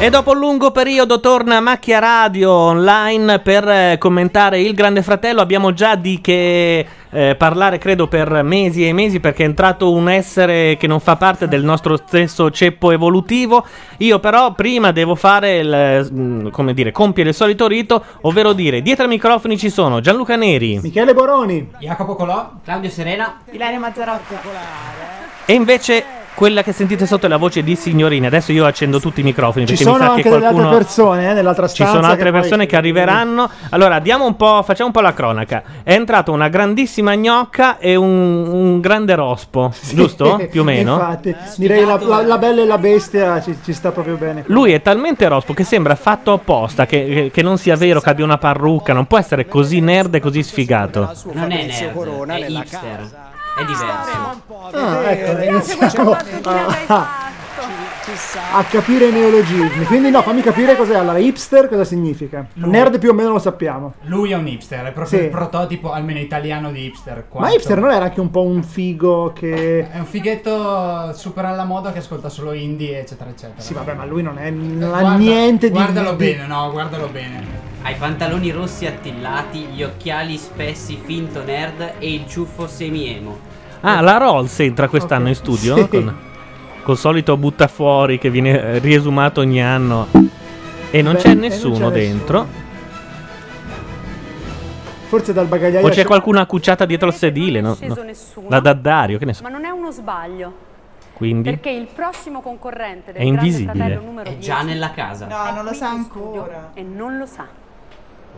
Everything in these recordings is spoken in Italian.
E dopo un lungo periodo torna Macchia Radio online per eh, commentare il Grande Fratello. Abbiamo già di che eh, parlare, credo, per mesi e mesi perché è entrato un essere che non fa parte del nostro stesso ceppo evolutivo. Io però prima devo fare il, mm, come dire, compiere il solito rito, ovvero dire, dietro ai microfoni ci sono Gianluca Neri. Michele Boroni. Jacopo Colò, Claudio Serena. Ilaria Mazzarotti. E invece quella che sentite sotto è la voce di signorina. Adesso io accendo tutti i microfoni Ci perché mi sono sa anche che delle qualcuno altre persone eh, nell'altra Ci stanza. sono altre che poi- persone che arriveranno. Allora, diamo un po', facciamo un po' la cronaca. È entrata una grandissima gnocca e un, un grande rospo, giusto? Più o meno. Infatti, direi la, la- la bella e la bestia ci, ci sta proprio bene. Lui è talmente rospo che sembra fatto apposta, che, che- che non sia vero che abbia una parrucca. Non può essere così nerd e così sfigato. Non è nerd, è hipster. È diverso. Ah, ecco, Ah, Vediamo se iniziamo facciamo qualche domanda a, a capire i neologismi. Quindi no, fammi capire cos'è. Allora, hipster cosa significa? Nerd più o meno lo sappiamo. Lui è un hipster, è proprio Sì. il prototipo almeno italiano di hipster. Ma quanto- hipster non era anche un po' un figo che... È un fighetto super alla moda che ascolta solo indie, eccetera, eccetera. Sì, vabbè, ma lui non, è, non ha Guarda- niente di... Guardalo di- bene, no, guardalo bene. Ha i pantaloni rossi attillati, gli occhiali spessi finto nerd e il ciuffo semiemo. Ah, la Rolls entra quest'anno in studio Sì. con col solito buttafuori che viene eh, riesumato ogni anno. E non Beh, c'è e non nessuno c'è dentro. Forse dal bagagliaio... O c'è esce- qualcuno accucciata dietro al sedile, no? sceso No. nessuno. La Daddario, che ne so. Ma non è uno sbaglio, Quindi perché il prossimo concorrente È del Grande invisibile. Fratello numero È 10 già nella casa. No, non lo qui sa in studio ancora. e non lo sa.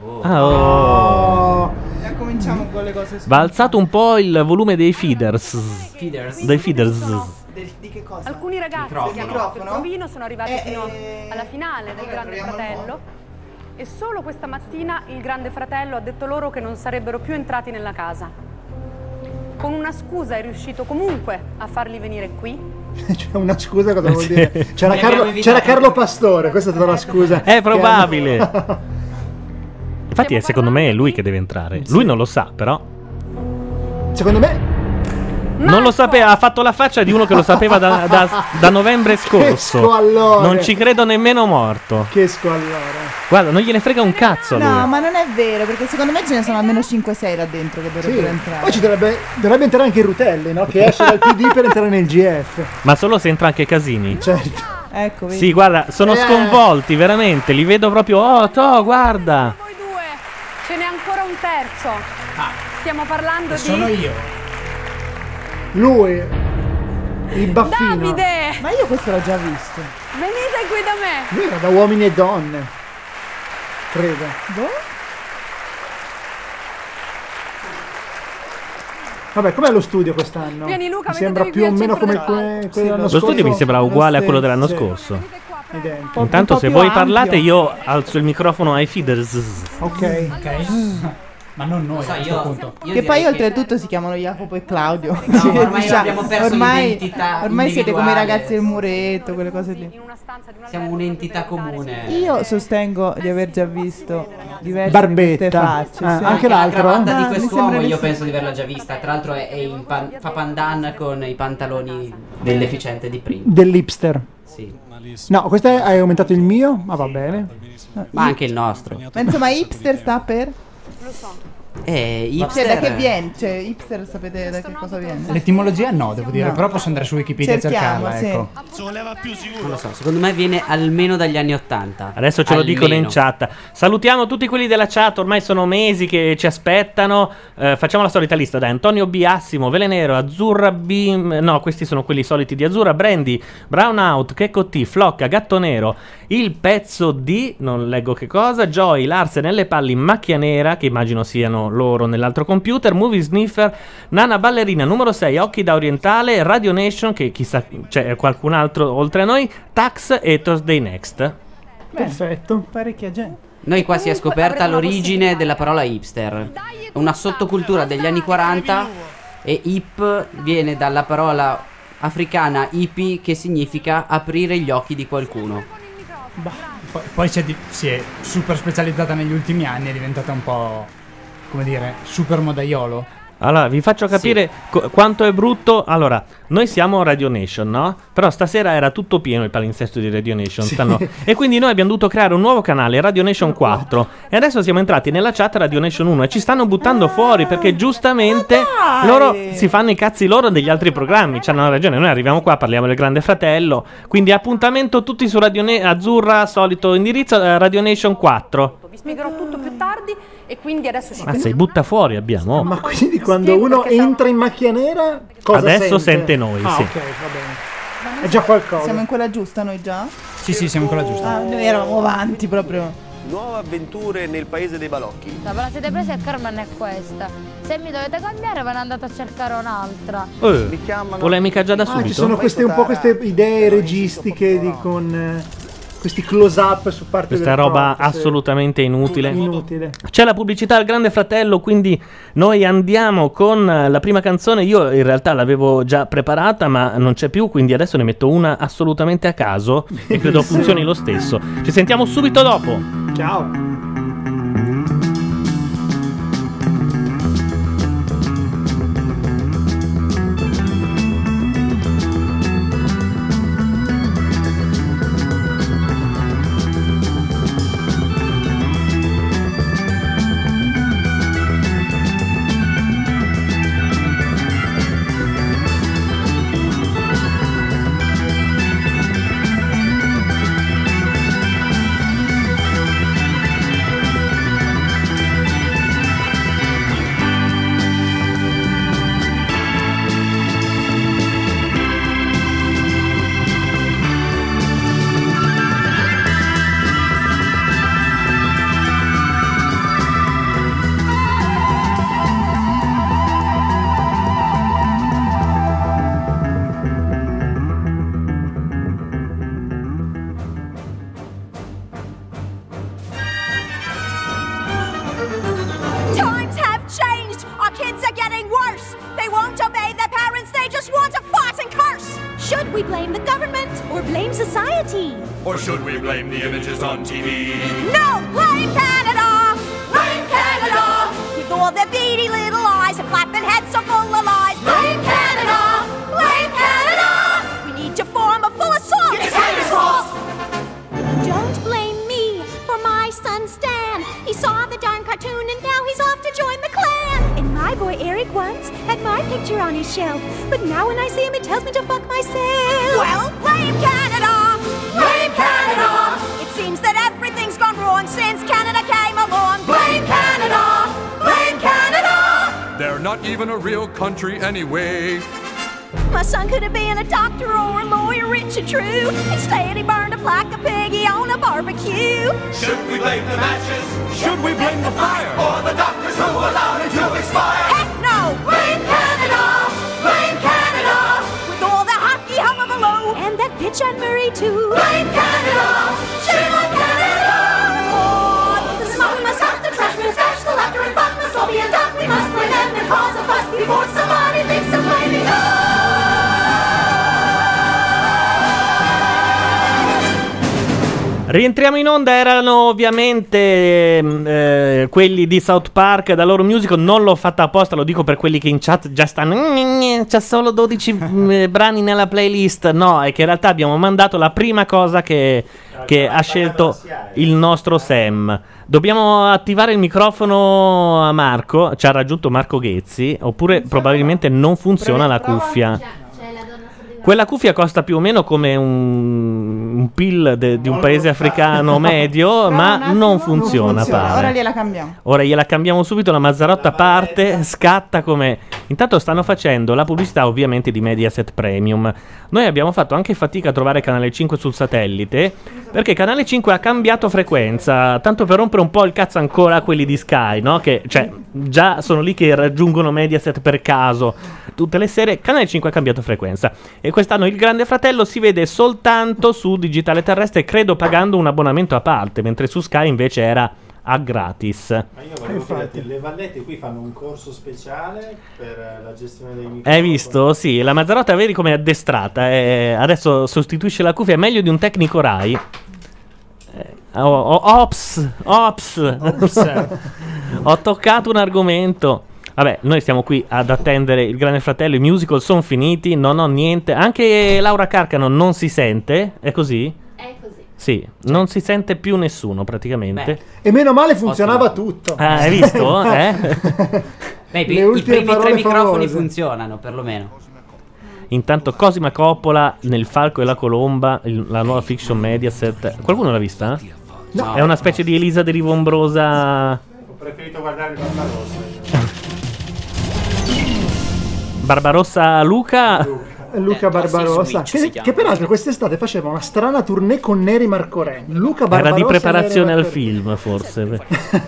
Oh. Ah, oh. Già cominciamo con le cose va alzato un po' il volume dei feeders. Feeders. Dei feeders. Del- di che cosa? Alcuni ragazzi Microfono. che hanno fatto il Microfono? provino sono arrivati Eh, fino eh, alla finale del vabbè, Grande proviamo il Fratello e solo questa mattina il Grande Fratello ha detto loro che non sarebbero più entrati nella casa. Con una scusa è riuscito comunque a farli venire qui. C'è una scusa, cosa vuol dire? C'era, Li abbiamo Carlo, evitati. c'era Carlo Pastore, questa è stata la scusa. È Che probabile. hanno- Infatti, è, secondo me è lui che deve entrare. Lui non lo sa, però. Secondo me... Non lo sapeva, ha fatto la faccia di uno che lo sapeva da, da- da novembre scorso. squallore. Non ci credo nemmeno morto. Che squallore. Guarda, non gliene frega un cazzo a No, lui. eh. ma non è vero, perché secondo me ce ne sono almeno 5-6 là dentro che Sì. dovrebbero entrare. Poi ci dovrebbe, dovrebbe entrare anche il Rutelli, no? Che esce dal PD per entrare nel GF. Ma solo se entra anche Casini. Certo. Ecco, vedi. Sì, guarda, sono Eh. sconvolti, veramente. Li vedo proprio. Oh, to, guarda. Voi due, ce n'è ancora un terzo. Ah, Stiamo parlando e di sono io. Lui, il baffino. Davide! Ma io questo l'ho già visto. Venite qui da me! Lui era da uomini e donne. Credo. Boh? Vabbè, com'è lo studio quest'anno? Vieni, Luca, mi sembra mettetevi più o qui al meno come centro del que- quello dell'anno Lo scorso. studio mi sembra uguale a quello dell'anno Sì, scorso. Venite qua, prego. identico. Intanto, Un po' se più voi ampio. parlate, io alzo il microfono ai feeders. Ok. Mm. Ok? Ma non noi, So, a questo io, punto. io Che poi direi oltretutto si chiamano Jacopo e Claudio. ormai Cioè, abbiamo perso ormai- l'identità Ormai siete come i individuale. ragazzi del muretto, quelle cose lì. In una stanza di un Siamo albergo un'entità proprietario. comune. Io sostengo di aver già visto diverse di queste Barbetta. facce. Ah, sì. anche la l'altro. cravatta eh? di Ah, mi quest'uomo sembra di io sì. penso di averla già vista. Tra l'altro è, è in pan- fa pandan con i pantaloni dell'efficiente di prima. Dell'hipster. Sì. No, questo è, hai aumentato il mio? Ma va bene. Ma anche il nostro. Ma insomma, hipster sta per. Lo so. Eh, Cioè, hipster. da che viene? Cioè, hipster sapete da che cosa viene? L'etimologia no, devo dire, No. però posso andare su Wikipedia Cerchiamo, a cercarla, sì. ecco. Non lo so, secondo me viene almeno dagli anni 80. Adesso ce lo Almeno. dicono in chat. Salutiamo tutti quelli della chat, ormai sono mesi che ci aspettano. Eh, facciamo la solita lista, dai. Antonio Biassimo, Velenero, Azzurra Bim. No, questi sono quelli soliti di Azzurra. Brandy, Brownout, Checco T, Flocca, Gatto Nero. Il pezzo di, non leggo che cosa, Joy, Larsen, nelle palli, Macchia Nera, che immagino siano loro nell'altro computer, Movie Sniffer, Nana Ballerina, numero 6, Occhi da Orientale, Radio Nation, che chissà c'è qualcun altro oltre a noi, Tax e Thursday Next. Perfetto. Parecchia gente. Noi qua si è Comunque scoperta avremo la l'origine possibilità. della parola hipster. Dai, e Una tu, sottocultura Fabio, degli anni dai. 40 e hip viene dalla parola africana hippie che significa aprire gli occhi di qualcuno. Con il microfono. Poi, poi si, è di- si è super specializzata negli ultimi anni, è diventata un po', come dire, super modaiolo. Allora, vi faccio capire co- quanto è brutto. Allora, noi siamo Radio Nation, no? Però stasera era tutto pieno il palinsesto di Radio Nation. stanno- E quindi noi abbiamo dovuto creare un nuovo canale, Radio Nation 4. E adesso siamo entrati nella chat Radio Nation 1 e ci stanno buttando fuori perché giustamente loro si fanno i cazzi loro degli altri programmi. C'hanno ragione, noi arriviamo qua, parliamo del Grande Fratello. Quindi appuntamento tutti su Radio Ne- Azzurra, solito indirizzo, eh, Radio Nation 4. Vi spiegherò tutto più tardi e quindi adesso ci Ma sei butta fuori abbiamo. oh. Ma quindi quando uno entra in macchia nera, cosa Adesso sente noi, Ah, sì. ok, va bene. Ah, È già qualcosa. Siamo in quella giusta noi già? Sì, sì, siamo ancora giusti. Ah, noi eravamo avanti Oh, proprio. Nuove avventure nel paese dei balocchi. Cioè, Ve la siete presa e Carmen è questa. Se mi dovete cambiare ve ne andate a cercare un'altra. Eh, Mi chiamano- polemica già da Ah, subito. ci sono queste, un po' queste idee registiche di- con eh, questi close up su parte Questa del roba fronte, sì. assolutamente inutile. inutile. C'è la pubblicità al Grande Fratello, quindi noi andiamo con eh, la prima canzone. Io in realtà l'avevo già preparata, ma non c'è più, quindi adesso ne metto una assolutamente a caso e credo funzioni lo stesso. Ci sentiamo subito dopo. Ciao. Times have changed. Our kids are getting worse. They won't obey their parents. They just want to fight and curse. Should we blame the government or blame society? Or should we blame the images on TV? No, blame Canada. Blame Canada. With all their beady little eyes and flapping heads so full of lies. Blame Canada. Blame Canada. We need to form a full assault. It's Canada's fault. Don't blame me for my son Stan. He saw the darn cartoon and now he's off to join the clan. And my boy Eric once had my picture on his shelf, but now when I see him, it tells me to fuck myself. Well, blame Canada! Blame Canada! It seems that everything's gone wrong since Canada came along. Blame Canada! Blame Canada! They're not even a real country anyway. My son could have been a doctor or a lawyer, rich and true. Instead, he burned up like a piggy on a barbecue. Should we blame the matches? Should we blame the fire? Or the doctors who allowed it to expire? Heck no! Blame Canada! Blame Canada! With all the hockey hullabaloo and that pitch on Murray too. Blame Canada! Shame on Canada! Oh, the smug must have the trash must dash the laughter and fun must all be a duck. We must blame them and cause a fuss before somebody thinks of blaming Rientriamo in onda, erano ovviamente ehm, eh, quelli di South Park da loro musical, non l'ho fatta apposta, lo dico per quelli che in chat già stanno... C'è solo 12 mm, brani nella playlist, no, è che in realtà abbiamo mandato la prima cosa che, che ha scelto il nostro Sam. Dobbiamo attivare il microfono a Marco, ci ha raggiunto Marco Ghezzi, oppure probabilmente non funziona la cuffia. Quella cuffia costa più o meno come un, un pill de- di un paese africano medio, ma non funziona, pare. Ora gliela cambiamo. Ora gliela cambiamo subito, la Mazzarotta parte, scatta come... Intanto stanno facendo la pubblicità ovviamente di Mediaset Premium. Noi abbiamo fatto anche fatica a trovare Canale 5 sul satellite, perché Canale 5 ha cambiato frequenza, tanto per rompere un po' il cazzo ancora a quelli di Sky, no? Che cioè, già sono lì che raggiungono Mediaset per caso. Tutte le sere Canale 5 ha cambiato frequenza. E quest'anno il Grande Fratello si vede soltanto su Digitale Terrestre, credo pagando un abbonamento a parte, mentre su Sky invece era a gratis. Ma io volevo dirti, le vallette qui fanno un corso speciale per eh, la gestione dei microfoni. Hai visto? Sì, la Mazzarotta vedi come è addestrata. eh, adesso sostituisce la cuffia, è meglio di un tecnico Rai. Eh, oh, oh, ops, ops. Ho toccato un argomento. Vabbè, noi stiamo qui ad attendere il Grande Fratello. I musical sono finiti, non ho niente. Anche Laura Carcano non si sente, è così? È così. Sì, non si sente più nessuno praticamente. E meno male funzionava tutto. Ah, hai visto? Eh? Beh, i, Le i ultime primi tre parole microfoni famose. funzionano perlomeno. Intanto Cosima Coppola nel Falco e la Colomba, il- la nuova fiction Mediaset. Qualcuno l'ha vista? No. È una specie di Elisa di Rivombrosa Ho preferito guardare il Barbarossa. Barbarossa Luca. Luca Eh, Tossing Barbarossa, Switch si che, chiama. che peraltro quest'estate faceva una strana tournée con Neri Marco Re. Luca Era Barbarossa di e preparazione Neri al Marco Re. film, forse.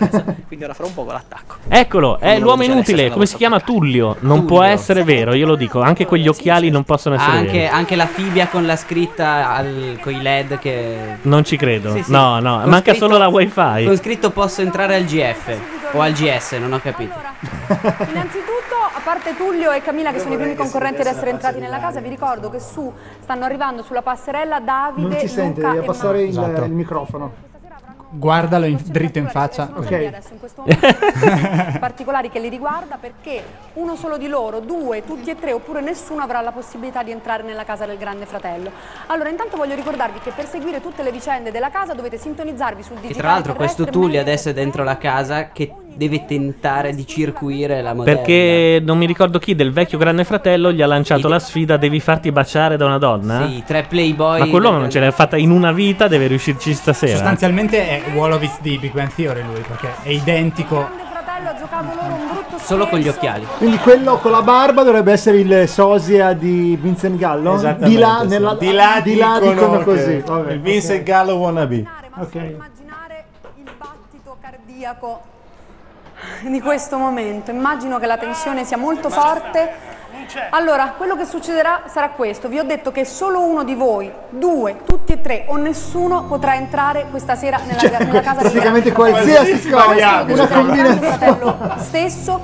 Esatto. Quindi ora farò un po' con l'attacco. Eccolo, è Quindi l'uomo non c'è inutile. adesso, Come si chiama? Tullio. Non può essere vero, io lo dico. Anche quegli occhiali non possono essere Anche, veri. anche la fibbia con la scritta al- con i led che... Non ci credo. Sì, sì. No, no, Con manca scritto- solo la Con wifi. scritto posso entrare al GF o al GS, non ho capito. Innanzitutto, a parte Tullio e Camilla, che sono i primi concorrenti ad essere entrati nella casa, vi ricordo che su stanno arrivando sulla passerella Davide, Non si sente, Luca devi e abbassare il, Mauro. Esatto. il microfono. Guardalo in- dritto in faccia. Quindi Ok. adesso in questo momento particolari che li riguarda perché uno solo di loro, due, tutti e tre oppure nessuno avrà la possibilità di entrare nella casa del grande fratello. Allora intanto voglio ricordarvi che per seguire tutte le vicende della casa dovete sintonizzarvi sul digitale Che tra l'altro questo terrestre Tullio adesso è dentro la casa che deve tentare di circuire la moderna. Perché non mi ricordo chi del vecchio Grande Fratello gli ha lanciato la sfida: devi farti baciare da una donna? Sì, tre playboy. Ma quell'uomo non ce l'ha fatta in una vita, deve riuscirci stasera. Sostanzialmente è Wolowitz di Big Bang Theory lui, perché è identico. Solo con gli occhiali. Quindi quello con la barba dovrebbe essere il sosia di Vincent Gallo. Esattamente, Di là, sì. nella- Di là di là dicono dicono che- così. Vabbè, il Vincent ok. Gallo wannabe. cardiaco di questo momento. Immagino che la tensione sia molto forte. Allora, quello che succederà sarà questo. Vi ho detto che solo uno di voi, due, tutti e tre o nessuno potrà entrare questa sera nella, nella casa del praticamente Grande Fratello. qualsiasi cosa, una Questo è il Grande combinazione. Fratello stesso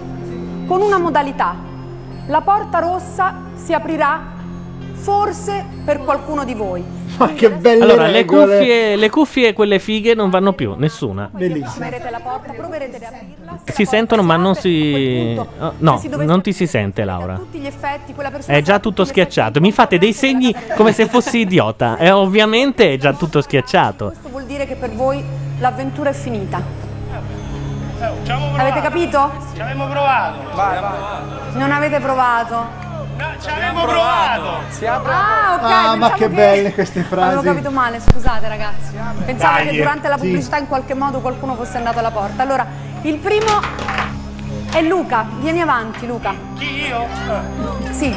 con una modalità. La porta rossa si aprirà forse per qualcuno di voi. Ma che belle Allora, le regole. cuffie, le cuffie, quelle fighe, non vanno più, nessuna. Chiamerete la porta, proverete ad aprirla. Si sentono, ma non si. oh, No, non ti si sente, Laura. Tutti gli effetti, quella persona È già tutto schiacciato. Mi fate dei segni come se fossi idiota. E ovviamente è già tutto schiacciato. Questo vuol dire che per voi l'avventura è finita. Avete capito? Ci abbiamo provato. Vai, vai. Non avete provato. Ci abbiamo provato. Ah, ok. Ah, ma pensavo che belle queste Avevo frasi. capito male, scusate ragazzi. Pensavo Dai, che eh. durante la Sì. pubblicità in qualche modo qualcuno fosse andato alla porta. Allora, il primo è Luca. Vieni avanti, Luca. Chi io? Sì.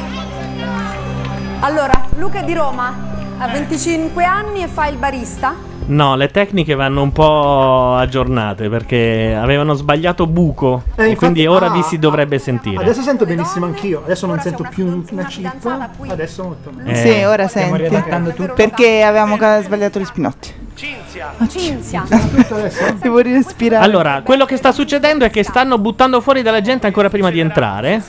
Allora, Luca è di Roma, ha 25 anni e fa il barista. No, le tecniche vanno un po' aggiornate perché avevano sbagliato buco. Eh, e quindi infatti- ora ah, vi si dovrebbe sentire. Adesso sento benissimo anch'io, adesso non sento più una cippa, adesso molto meglio. Eh. Sì, ora Stiamo senti. riadattando tutto. Perché avevamo ca- sbagliato gli spinotti. Cinzia. Cinzia. Devo respirare. Allora, quello che sta succedendo è che stanno buttando fuori dalla gente ancora prima di entrare.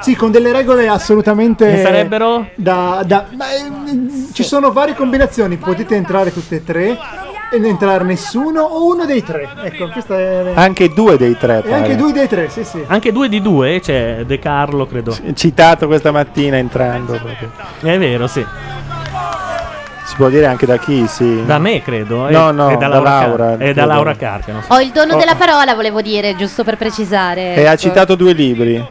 Sì, con delle regole assolutamente. Che sarebbero? Da, da- ma, ehm, ci sono varie combinazioni. Potete entrare tutte e tre, e non entrare nessuno o uno dei tre. Ecco, questa è. Anche due dei tre, e anche due dei tre, sì, sì. Anche due di due, c'è De Carlo, credo. Citato questa mattina entrando. È vero, sì. Si può dire anche da chi, sì. Da me, credo. No, e- no, e da da Laura Car- Laura. e da credo. Laura Carcano. Ho il dono Oh. della parola, volevo dire, giusto per precisare. E ha ecco. citato due libri.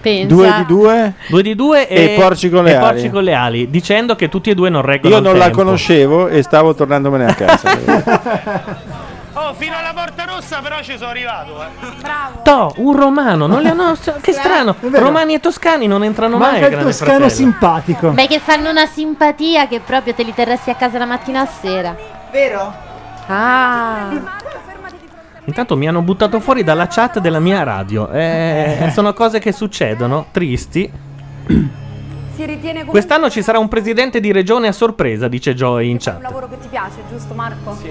Pensa. Due di due. Due di due e, E Porci con le e ali. Porci con le ali, dicendo che tutti e due non reggono Io il non la tempo. conoscevo e stavo tornandomene a casa. Oh, fino alla porta rossa però ci sono arrivato, eh. Bravo. To, un romano, non le hanno- cioè, che strano. Romani e toscani non entrano mai. Manca il Grande toscano Fratello. simpatico. Beh, che fanno una simpatia che proprio te li terresti a casa la mattina a sera. Vero? Ah. Intanto mi hanno buttato fuori dalla chat della mia radio. Eh, sono cose che succedono, tristi. Si ritiene comunque Quest'anno ci sarà un presidente di regione a sorpresa, dice Joy in un chat. lavoro che ti piace, giusto Marco? Sì.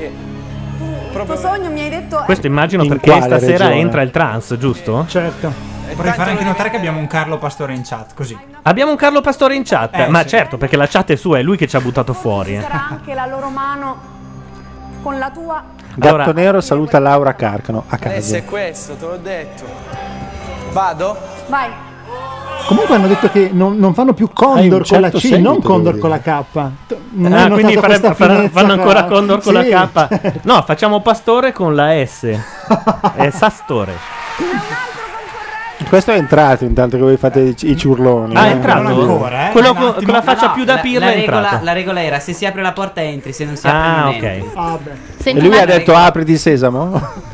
Tu, il tuo sogno mi hai detto è- Questo immagino In perché quale stasera regione? entra il trans, giusto? Certo. Vorrei fare anche notare che abbiamo un Carlo Pastore in chat, così. Abbiamo un Carlo Pastore in chat, Eh, ma sì. certo, perché la chat è sua, è lui che ci ha buttato fuori. eh. sarà anche la loro mano con la tua Gatto Nero saluta Laura Carcano a Eh, Adesso casa. è questo, te l'ho detto. Vado? Vai. Comunque hanno detto che non, non fanno più Hai Condor un con la certo C, seguito, non Condor devo con la dire. K. T- non Ah, hai quindi notato fare- questa fare- finezza fanno ancora qua? Condor con Sì. la K. No, facciamo Pastore con la S. È Sastore. Questo è entrato intanto che voi fate i, i ciurloni. Ah, è eh. entrato? Non ancora, eh. Quello Un co- attimo. con la faccia più da pirla la è regola, entrato. la regola era se si apre la porta entri, se non si apre Ah, non ok. E entri. lui ha detto "Ah". apri di sesamo?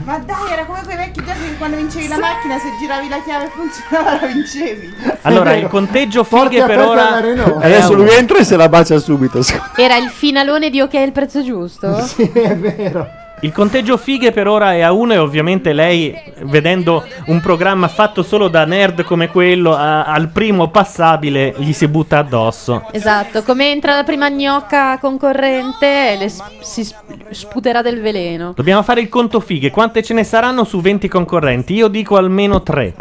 Ma dai, era come quei vecchi giochi che quando vincevi la macchina, se giravi la chiave e funzionava, la vincevi. Allora, Ah, il conteggio fighe per aperte ora... alla è Adesso uno. lui entra e se la bacia subito. Era il finalone di Ok è il prezzo giusto? Sì, è vero. Il conteggio fighe per ora è a 1 e ovviamente lei, vedendo un programma fatto solo da nerd come quello, a- al primo passabile gli si butta addosso. Esatto, come entra la prima gnocca concorrente le s- si sp- sputerà del veleno. Dobbiamo fare il conto fighe. Quante ce ne saranno su 20 concorrenti? Io dico almeno 3.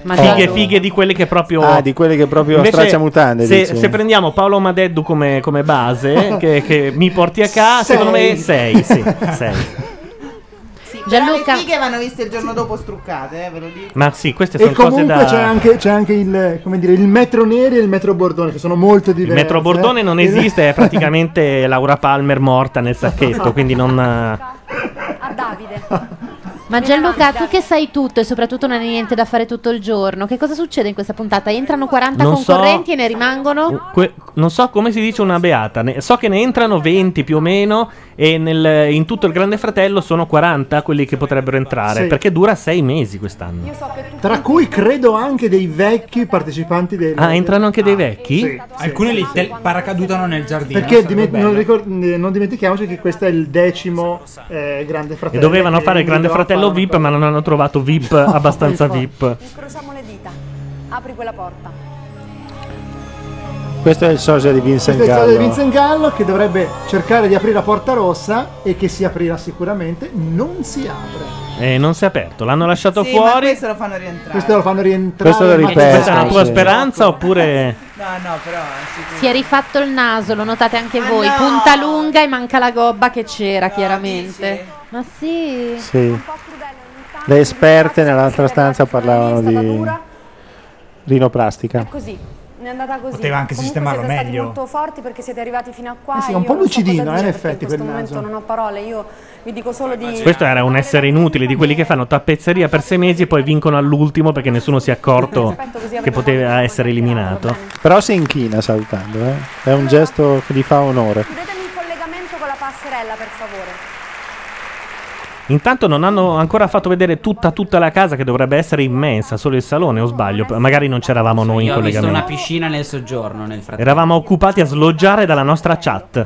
Ma fighe dai. fighe di quelle che proprio... Ah, di quelle che proprio Invece, stracciamutande, Se, dici? se prendiamo Paolo Madeddu come, come base, che, che mi porti a casa, Sei. secondo me 6. Sì, sei. Sì, Gianluca- Però le fighe vanno viste il giorno dopo struccate, eh, ve lo dico. Ma sì, queste sono E cose comunque da... c'è, anche, c'è anche il, come dire, il metro neri e il metro bordone, che sono molto Il diversi. eh. metro Bordone non esiste, è praticamente Laura Palmer morta nel sacchetto, quindi non... eh, A Davide. Ma Gianluca, tu che sai tutto e soprattutto non hai niente da fare tutto il giorno, che cosa succede in questa puntata? Entrano 40 Non so. concorrenti e ne rimangono? que- non so come si dice una beata, ne- so che ne entrano 20 più o meno e nel- in tutto il Grande Fratello sono 40 quelli che potrebbero entrare, Sì. perché dura 6 mesi quest'anno. Esatto. Tra cui credo anche dei vecchi partecipanti del... Ah, entrano anche dei vecchi? Alcuni li te- paracadutano nel giardino. Perché sarebbe diment- non, bello. ricor- eh, non dimentichiamoci che questo è il decimo eh, Grande E Fratello. dovevano che fare il Grande doveva Fratello fare VIP, ma non hanno trovato VIP abbastanza VIP. Incrociamo le dita. Apri quella porta. Questo è il sosia di Vincent Questo è il caso di Gallo. Vincent Gallo che dovrebbe cercare di aprire la porta rossa e che si aprirà sicuramente, non si apre. E non si è aperto, l'hanno lasciato Sì, ma fuori. questo lo fanno rientrare. Questo lo fanno rientrare. Questo lo ma- ripete, Questa è una tua sì. speranza oppure... No, no, però... Si è rifatto il naso, lo notate anche Ma voi, no! punta lunga e manca la gobba che c'era chiaramente. Ma sì. Sì. Le esperte nell'altra stanza parlavano di rinoplastica. Così. Ne è andata così. Poteva anche Comunque sistemarlo siete meglio. Siete molto forti perché siete arrivati fino a qua. Eh sì, è io un po' non so cosa lucidino, eh, dire in perché effetti, In questo quel momento naso. non ho parole, io vi dico solo di. Questo era un essere inutile di quelli che fanno tappezzeria per sei mesi e poi vincono all'ultimo perché nessuno si è accorto che poteva essere eliminato. Però si inchina salutando, eh. È un gesto che gli fa onore. Chiudetemi il collegamento con la passerella, per favore. Intanto non hanno ancora fatto vedere tutta tutta la casa che dovrebbe essere immensa, solo il salone o sbaglio, P- magari non c'eravamo noi in Io ho visto una collegamento. piscina nel soggiorno nel frattempo. Eravamo occupati a sloggiare dalla nostra chat.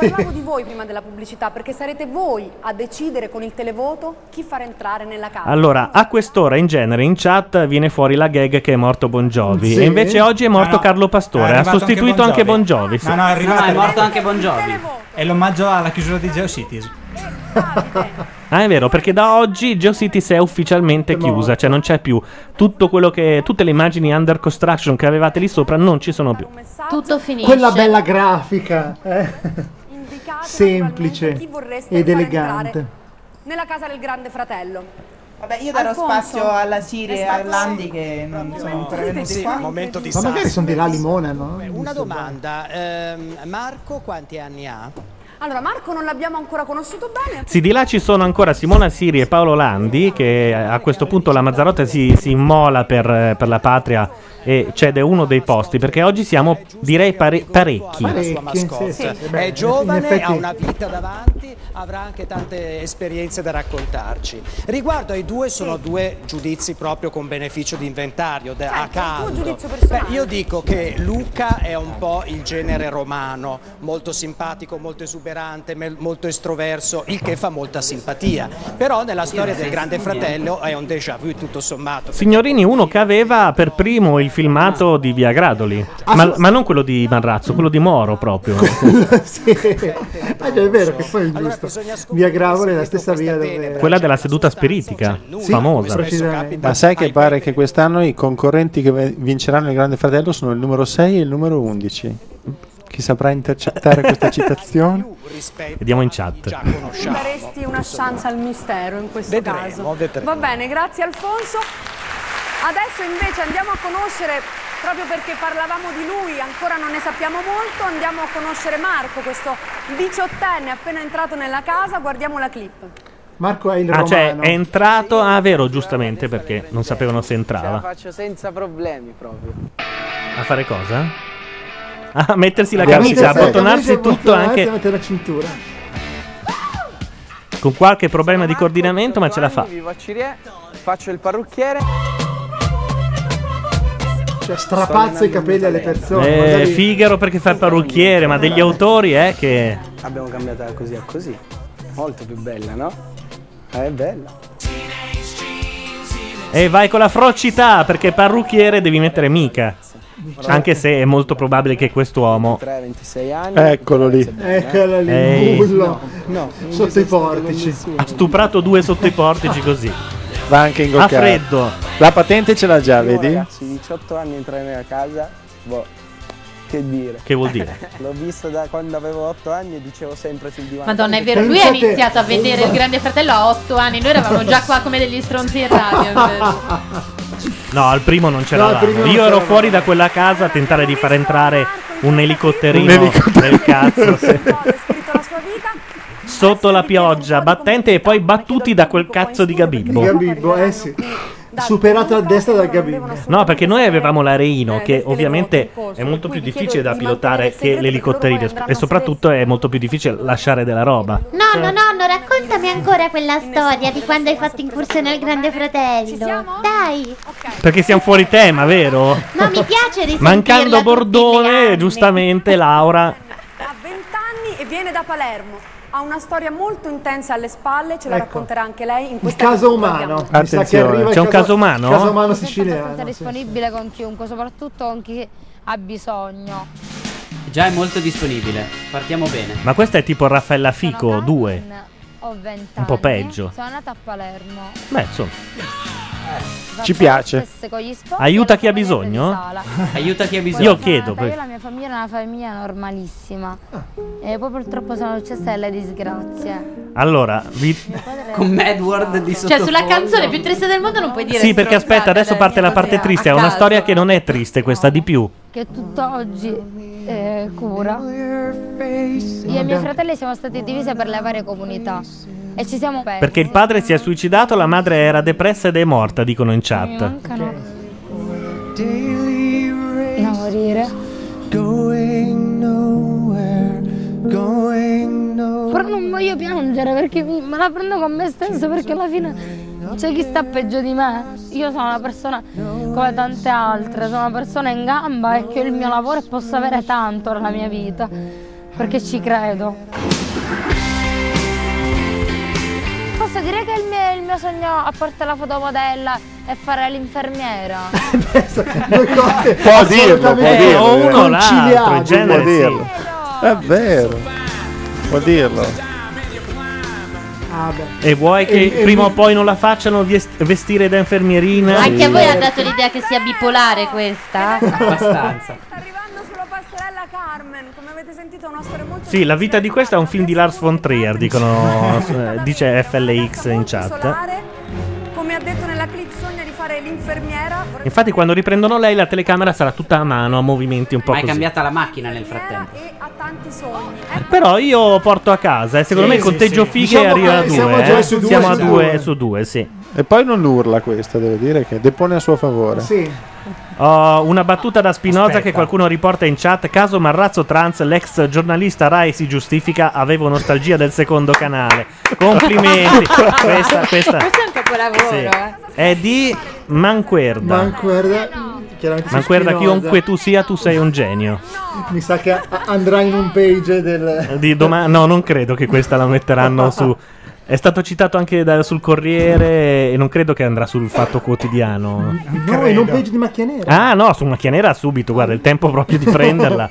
E parlavo di voi prima della pubblicità, perché sarete voi a decidere con il televoto chi far entrare nella casa. Allora, a quest'ora in genere in chat viene fuori la gag che è morto Bon Jovi Sì. e invece oggi è No, morto no, Carlo è Pastore, ha arrivato anche sostituito Bon anche Jovi. Bon Jovi. sì. No, no, è arrivato. Ah, No, è morto anche Bon Jovi. È l'omaggio alla chiusura di GeoCities. Ah, è vero, perché da oggi GeoCities è ufficialmente chiusa, cioè non c'è più tutto quello che tutte le immagini under construction che avevate lì sopra non ci sono più. Tutto finisce. Quella bella grafica, eh. semplice ed elegante. Nella casa del grande fratello. Vabbè, io darò Alfonso, spazio alla Siria e è stato- all'Andy che non sono ancora venuti Sì, qua. momento di Ma magari sono di là Limona, no? Beh, Una domanda, ehm, Marco quanti anni ha? Allora, Marco non l'abbiamo ancora conosciuto bene. Sì, di là ci sono ancora Simona Siri e Paolo Landi, che a questo punto la Mazzarotta si, si immola per, per la patria e cede uno dei posti, perché oggi siamo, direi, pare- parecchi. La sua mascotte. È giovane, ha una vita davanti, avrà anche tante esperienze da raccontarci. Riguardo ai due, sono due giudizi proprio con beneficio di inventario, da- a caldo. Beh, io dico che Luca è un po' il genere romano, molto simpatico, molto esuberante, mel- molto estroverso, il che fa molta simpatia. Però nella storia del Grande Fratello è un déjà vu tutto sommato. Signorini, uno che aveva per primo il filmato di Via Gradoli, ma, ma non quello di Marrazzo, quello di Moro proprio. sì. Ah, cioè, è vero che poi è giusto. Via Gravole è la stessa via dove... Quella della seduta spiritica, famosa. Ma sai che pare che quest'anno i concorrenti che ve- vinceranno il Grande Fratello sono il numero 6 e il numero 11. Chi saprà intercettare questa citazione? Vediamo in chat. Daresti una chance al mistero in questo Vedremo, caso. vedremo. Va bene, grazie Alfonso. Adesso invece andiamo a conoscere, proprio perché parlavamo di lui, ancora non ne sappiamo molto, andiamo a conoscere Marco, questo diciottenne appena entrato nella casa, guardiamo la clip. Marco è il Ah, romano. cioè, è entrato. Ah, vero, giustamente, perché non sapevano se entrava. faccio senza problemi proprio. A fare cosa? Ah, A mettersi la Camicia, camicia, a sì, bottonarsi camicia tutto bottonata e anche mettere la cintura. con qualche problema di coordinamento, ma ce la fa. Vivo a Cirie, faccio il parrucchiere. Cioè, strapazza i capelli alle persone. Eh, magari- Figaro perché fa il parrucchiere, ma degli autori, eh, che... Abbiamo cambiata da così a così. Molto più bella, no? Eh, È bella. E Eh, vai con la frocità, perché parrucchiere devi mettere mica. Anche se è molto probabile che quest'uomo... 3, 26 anni. Eccolo lì. Eccolo lì, Ehi. bullo. No, Sotto i portici. Ha stuprato due sotto i portici così. Va anche in A freddo. La patente ce l'ha già, Io, vedi? Oh, ragazzi, 18 anni entrare nella casa, boh, che dire. Che vuol dire? L'ho vista da quando avevo 8 anni e dicevo sempre sul divano. Madonna, è vero, lui ha iniziato a vedere il Grande Fratello a 8 anni, noi eravamo già qua come degli stronzi in radio. No, al primo non No, c'era al primo non Io ero c'eravamo. fuori da quella casa a tentare di far entrare un elicotterino, Un elicotterino. nel cazzo. sì. Sotto la pioggia, battente e poi battuti da quel cazzo di Gabibbo. Gabibbo, eh sì. Superato a destra dal Gabibbo. No, perché noi avevamo l'areino, che ovviamente è molto più difficile da pilotare che l'elicotterino. E soprattutto è molto più difficile lasciare della roba. No, Certo. no, nonno, raccontami ancora quella storia di quando hai fatto incursione al Grande Fratello. Dai! Perché siamo fuori tema, vero? No, mi piace risentirla. Mancando Bordone, giustamente, Laura. Ha 20 anni e viene da Palermo. Ha una storia molto intensa alle spalle, ce la Ecco. racconterà anche lei in Il questa caso clip, umano. guardiamo. Mi sa che Attenzione, arriva il c'è un caso umano? Caso umano abbastanza eh, siciliano. disponibile con chiunque, soprattutto con chi ha bisogno. Già è molto disponibile. Partiamo bene. Ma questa è tipo Raffaella Fico 2. Ho 20 Un po' anni, peggio. Sono nata a Palermo. Eh. Beh, insomma. Vabbè, piace. stesse con gli sport Aiuta e chi ha la famiglia bisogno? di sala. Aiuta chi ha Poi bisogno. Io chiedo. sono nata- poi- Io la mia famiglia era una famiglia normalissima. E poi purtroppo sono successe delle disgrazie. Allora, vi... Con Edward di Cioè, sulla sottofondo. canzone più triste del mondo non puoi dire Sì, perché aspetta, adesso parte la parte triste. È una caso. storia che non è triste, questa di più. Che tutt'oggi eh, cura. Io e miei fratelli siamo stati divisi per le varie comunità. E ci siamo persi. Perché il padre si è suicidato, la madre era depressa ed è morta, dicono in Mi chat. mancano. Da morire. Però non voglio piangere perché mi- me la prendo con me stesso perché alla fine c'è chi sta peggio di me. Io sono una persona come tante altre, sono una persona in gamba e che il mio lavoro e posso avere tanto nella mia vita perché ci credo. Posso dire che il mio, il mio sogno a portare la fotomodella è fare l'infermiera. Può dirlo, può Eh, dirlo. o uno o Conciliabile. l'altro, in genere Può sì. dirlo. È vero. Può dirlo. Ah, beh. E vuoi che E- e- prima o poi non la facciano vies- vestire da infermierina? Anche a voi ha dato l'idea che sia bipolare questa? Abbastanza. Sta arrivando sulla passerella Carmen, come avete sentito è una storia molto Sì, la vita di questa è un film di Lars von Trier, dicono, eh, dice FLX in chat. solare. Come ha detto nella clip sogna di fare l'infermiera, vorrebbe Infatti quando riprendono lei la telecamera sarà tutta a mano, a movimenti un po' Ma è così. cambiata la macchina nel frattempo. e ha tanti sogni. eh. Però io porto a casa, eh. secondo me Sì, il sì, conteggio sì. fighe Diciamo arriva a che siamo due. già eh. su due, Siamo a su due due. su due, sì. E poi non urla questa, devo dire, che depone a suo favore. Ho una battuta da Spinoza che qualcuno riporta in chat. Caso Marrazzo Trans, l'ex giornalista Rai si giustifica, avevo nostalgia del secondo canale. Complimenti. questa, Questo questa è un capolavoro, Sì. eh. è di Manquerda. Manquerda, chiaramente su Manquerda, Spinoza. chiunque tu sia, tu sei un genio. Mi sa che a- andrà in un page del... Di doma- no, non credo che questa la metteranno su. È stato citato anche da- sul Corriere e non credo che andrà sul Fatto Quotidiano. No, in un page di macchia nera. Ah, no, su Macchia Nera subito, guarda, il tempo proprio di prenderla.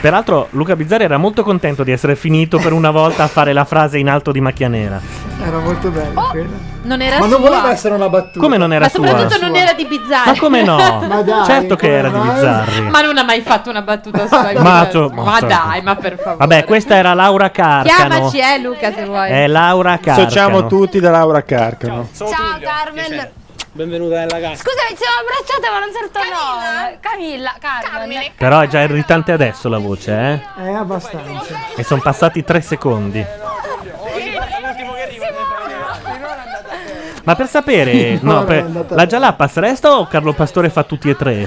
Peraltro Luca Bizzarri era molto contento di essere finito per una volta a fare la frase in alto di Macchia Nera. Era molto bello Oh! quello. Non era Ma non sua. voleva essere una battuta. Come non era Ma sua? soprattutto non era di Bizzarri. Ma come no? certo che era di Bizzarri. Ma non ha mai fatto una battuta sua. Ma Bizzarri. to- ma certo. ma to- dai, ma per favore. Vabbè, questa era Laura Carcano. Chiamaci, eh, Luca, se vuoi. È Laura Carcano. Sociamo tutti da Laura Carcano. Ciao Carmen. Benvenuta nella casa. Scusami, ci siamo abbracciate ma non certo no. Camilla, Carmen. Però è già irritante adesso la voce, eh? Eh, abbastanza. E sono passati tre secondi. Ma per sapere, no, No, per- no, è andata la Jalapas resta o Carlo Pastore fa tutti e tre?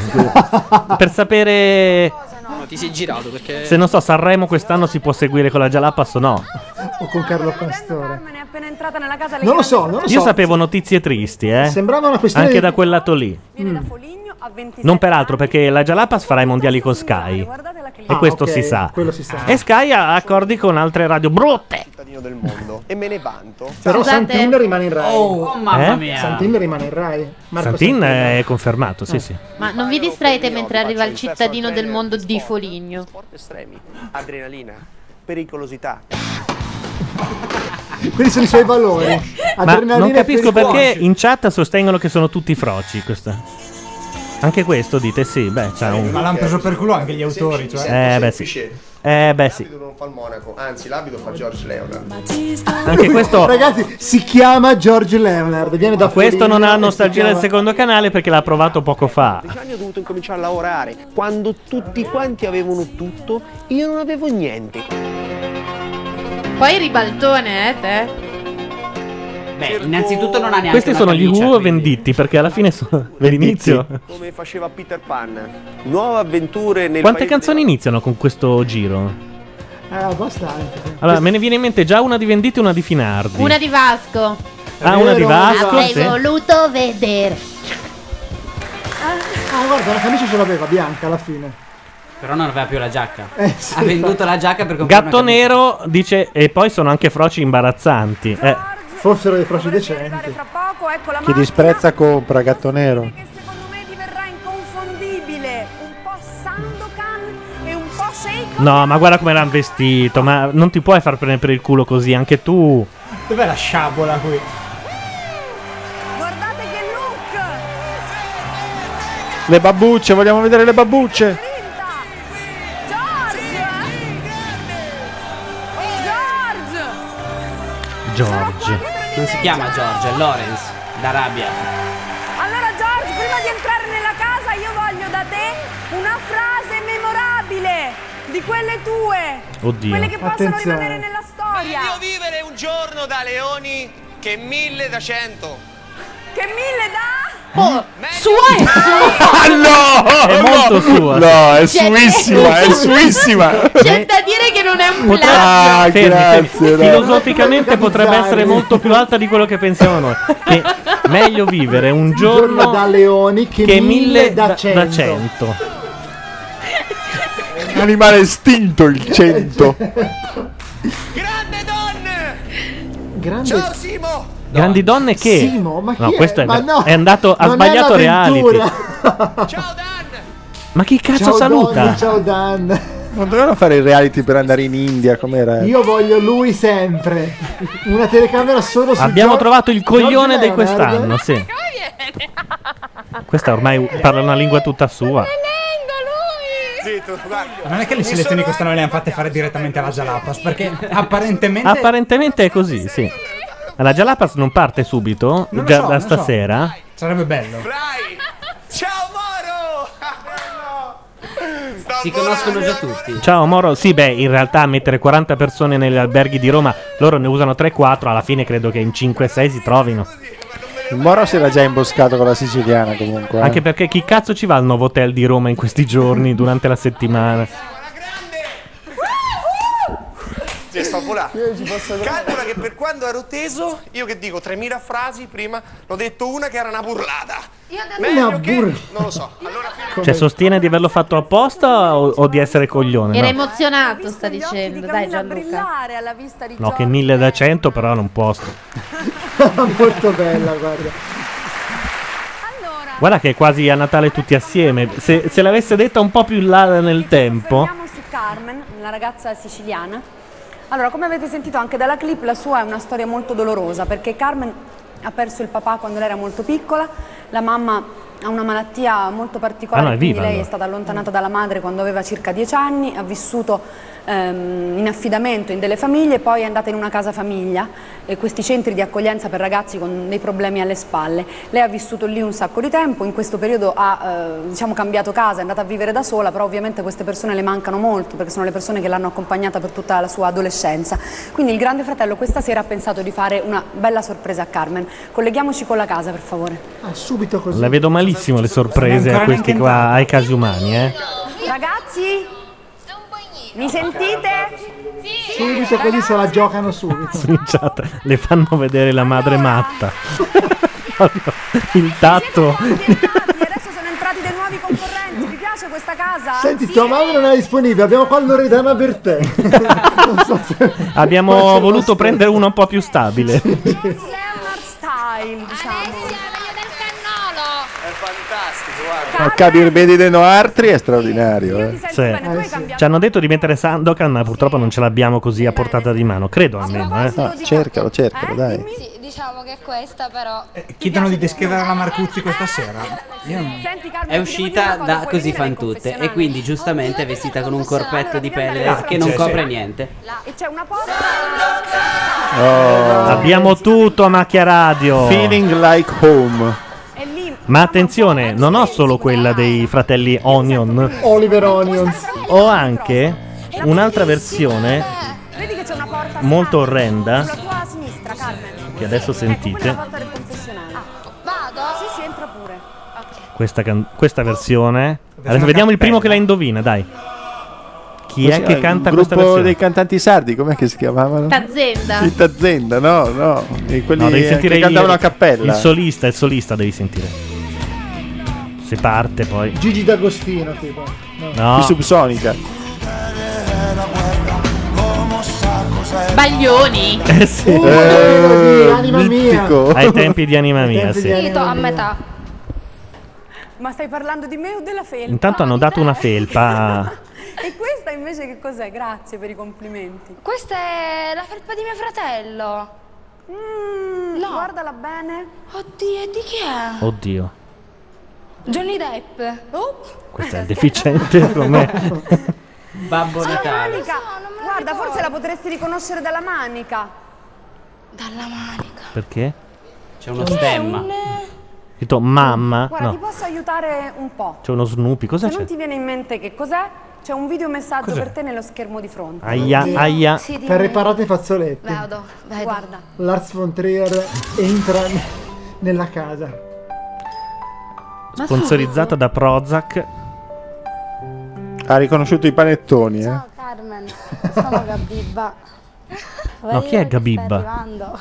per sapere No, ti sei girato perché. se non so, Sanremo quest'anno si può seguire con la Jalapas o no. O con Carlo Pastore. Carmen è appena entrata nella casa. le Non lo grandi so, non lo Io so. sapevo notizie tristi, eh. Sembrava una questione Anche di- da quel lato lì. Mm. sorelle A 26 Non peraltro, perché la Jalapas farà i mondiali con Sky. E Ah, questo ok, si sa. quello si sa. E Sky ha accordi con altre radio brutte. cittadino del mondo e me ne vanto. Però Santin rimane in Rai. Oh, mamma Eh? mia. Santin rimane in Rai. Marco eh. Santin è confermato, sì, sì. Ma non vi distraete mentre arriva il cittadino del mondo di Foligno. Estremi, adrenalina, pericolosità. Santin. Quelli sono i suoi valori. Ma Adrenalina non e capisco pericolo. perché in chat sostengono che sono tutti froci. Questa. Anche questo dite sì, beh, Eh, c'ha Eh, un... Ma l'hanno preso per culo anche gli autori. Cioè. Eh beh sì. Eh beh sì. non fa il monaco, anzi l'abito fa George Leonard. Anche questo... Ragazzi, si chiama George Leonard. Viene da Questo non ha Foligno e si nostalgia del chiama- secondo canale perché l'ha provato poco fa. anni ho dovuto incominciare a lavorare. Quando tutti quanti avevano tutto, io non avevo niente. Poi ribaltone, eh, te. Beh, innanzitutto non ha neanche Questi una sono gli camicia. U venditti perché alla fine sono l'inizio. Come faceva Peter Pan. Nuove avventure nel Quante paese canzoni iniziano con questo giro? Eh, abbastanza. Allora, me ne viene in mente già una di Venditti e una di Finardi. Una di Vasco. Ah, una di Vasco, Avrei sì. voluto vedere. Ah, guarda, la camicia ce l'aveva bianca alla fine. Però non aveva più la giacca. Eh, ha venduto la giacca per comprare Gatto Nero dice e poi sono anche froci imbarazzanti. Eh, Fossero dei froci decenti. ecco Chi disprezza compra, gatto nero. confondibile, un po' Sandokan e un po' Shake. no, ma guarda come l'hanno vestito, ma non ti puoi far prendere per il culo così anche tu. Dov'è la sciabola qui? Guardate che look! Le babbucce, vogliamo vedere le babbucce. George! George. Non si chiama George, è Lawrence, d'Arabia. Allora George, prima di entrare nella casa io voglio da te una frase memorabile di quelle tue, Oddio. quelle che possono Attenzione. rimanere nella storia. Meglio vivere un giorno da leoni che mille da cento. Che mille da... Oh, sua è Ah, Ah, sua. no! È molto sua. No, Cioè- è suissima, è suissima. C'è da dire che non è un Potrebbe- plagio. fermi, Ah, fermi. grazie, dai. Filosoficamente potrebbe essere molto più alta di quello che pensiamo noi. Che meglio vivere un giorno, da leoni che, che mille da cento. cento. Animale estinto il 100. Grande. Ciao, Simo! Grandi donne che... Simo, ma chi no, è? questo è, Ma no, è andato, ha non è sbagliato l'avventura. reality. Ma chi cazzo ciao saluta? Donny, ciao Dan. Non dovevano fare il reality per andare in India, com'era? Io voglio lui sempre. Una telecamera solo su Abbiamo Gio- trovato il George coglione di Leonard. quest'anno, sì. Questa ormai parla una lingua tutta sua. Zitto, guarda. Ma non è che le selezioni quest'anno le hanno fatte fare direttamente alla Jalapas, perché apparentemente. Apparentemente è così, sì. La Jalapas non parte subito, Non lo già so, da non lo so. stasera. Sarebbe bello. Ciao Moro! Si conoscono già tutti. Ciao Moro, sì beh in realtà mettere 40 persone negli alberghi di Roma, loro ne usano 3-4, alla fine credo che in 5-6 si trovino. Il Moro si era già imboscato con la siciliana comunque. eh. Anche perché chi cazzo ci va al nuovo hotel di Roma in questi giorni, durante la settimana? Sì, sto volando. Calcola che per quando ero teso, io che dico 3000 frasi prima, l'ho detto una che era una burlata. Meglio Una che- burla. Non lo so. Allora Cioè sostiene di averlo fatto apposta o, o di essere coglione? Era No. emozionato, sta dicendo. Dai, Gianluca. Fare alla vista di No, che 1000 da 100 però non posso. molto bella, guarda. Guarda che è quasi a Natale tutti assieme. Se, se l'avesse detta un po' più là nel tempo... Torniamo su Carmen, una ragazza siciliana Allora, come avete sentito anche dalla clip, la sua è una storia molto dolorosa perché Carmen ha perso il papà quando lei era molto piccola, la mamma ha una malattia molto particolare, Ah, no, è quindi viva, lei è allora. stata allontanata dalla madre quando aveva circa 10 anni, ha vissuto ehm, in affidamento in delle famiglie, poi è andata in una casa famiglia, eh, questi centri di accoglienza per ragazzi con dei problemi alle spalle. Lei ha vissuto lì un sacco di tempo, in questo periodo ha eh, diciamo, cambiato casa, è andata a vivere da sola, però ovviamente queste persone le mancano molto perché sono le persone che l'hanno accompagnata per tutta la sua adolescenza. Quindi il Grande Fratello questa sera ha pensato di fare una bella sorpresa a Carmen. Colleghiamoci con la casa, per favore. Ah, subito così. La vedo malissimo le sorprese a questi qua, ai casi umani, eh. Ragazzi? Mi sentite? Subito così se la giocano subito. Sono in chat, le fanno vedere la madre matta. Proprio il tatto. Adesso sono entrati dei nuovi concorrenti. Vi piace questa casa? Senti, tua mamma non è disponibile, abbiamo qua Loredana Bertè. Abbiamo voluto prendere uno un po' più stabile. Leonard Style, diciamo. È fantastico, guarda. Porca birbedi de Noartri è straordinario. Eh. Sì. Ci hanno detto di mettere Sandokan, ma purtroppo non ce l'abbiamo così a portata di mano. Credo almeno. Eh. No, Ah, cercalo, cercalo, dai. Diciamo che questa però Chiedono di descrivere la Marcuzzi questa sera. Io non... È uscita da Così fan tutte e quindi giustamente è vestita con un corpetto di pelle Ah, che non sì, copre sì. niente. E c'è una porta. Oh. Abbiamo tutto a macchia radio. Feeling like home. E lì Ma attenzione, non ho solo quella dei fratelli Onion, Oliver Onions. ho anche un'altra versione Vedi che c'è una porta molto orrenda sulla tua sinistra, Carmen. Ecco, che adesso Quella è la sentite. porta del confessionale. Ah, Vado? Sì, sì, entra pure. Questa, can- questa versione. Adesso vediamo il primo che la indovina, dai. Chi è che canta Il questa eh, gruppo versione? dei cantanti sardi, com'è che si chiamavano? T'azienda. Il Tazzenda, no, no. E quelli No, devi eh, sentire che il- cantavano a cappella. Il solista, il solista devi sentire. Se parte poi. Gigi D'Agostino, tipo. No. No. Qui subsonica. Baglioni. Eh sì. Eh, di Anima Mittico. Mia. Ai tempi di Anima Mia, sì. Finito a metà. Ma stai parlando di me o della felpa? Intanto hanno dato una felpa. E questa invece che cos'è? Grazie per i complimenti. Questa è la felpa di mio fratello. no. Mm, Guardala bene. Eh, Oddio, e di chi è? Oddio, Johnny Depp. Oh. questo è deficiente come. Babbo C'è la Natale. manica. Guarda, forse la potresti riconoscere dalla manica. Dalla manica. Perché? C'è uno stemma. Detto mamma? Eh, Guarda, ti Ah, No, posso aiutare un po'. c'è uno Snoopy, cosa Se c'è? non ti viene in mente che cos'è, c'è un videomessaggio Cos'è? per te nello schermo di fronte. Aia, aia. Sì, dimmi. T'ha riparato i fazzoletti. Vado, vedo. Guarda. Lars von Trier entra n- nella casa. Sponsorizzata da Prozac. Ha riconosciuto i panettoni, eh. Carmen, sono Gabibba. No, chi è Gabibba? Sta arrivando.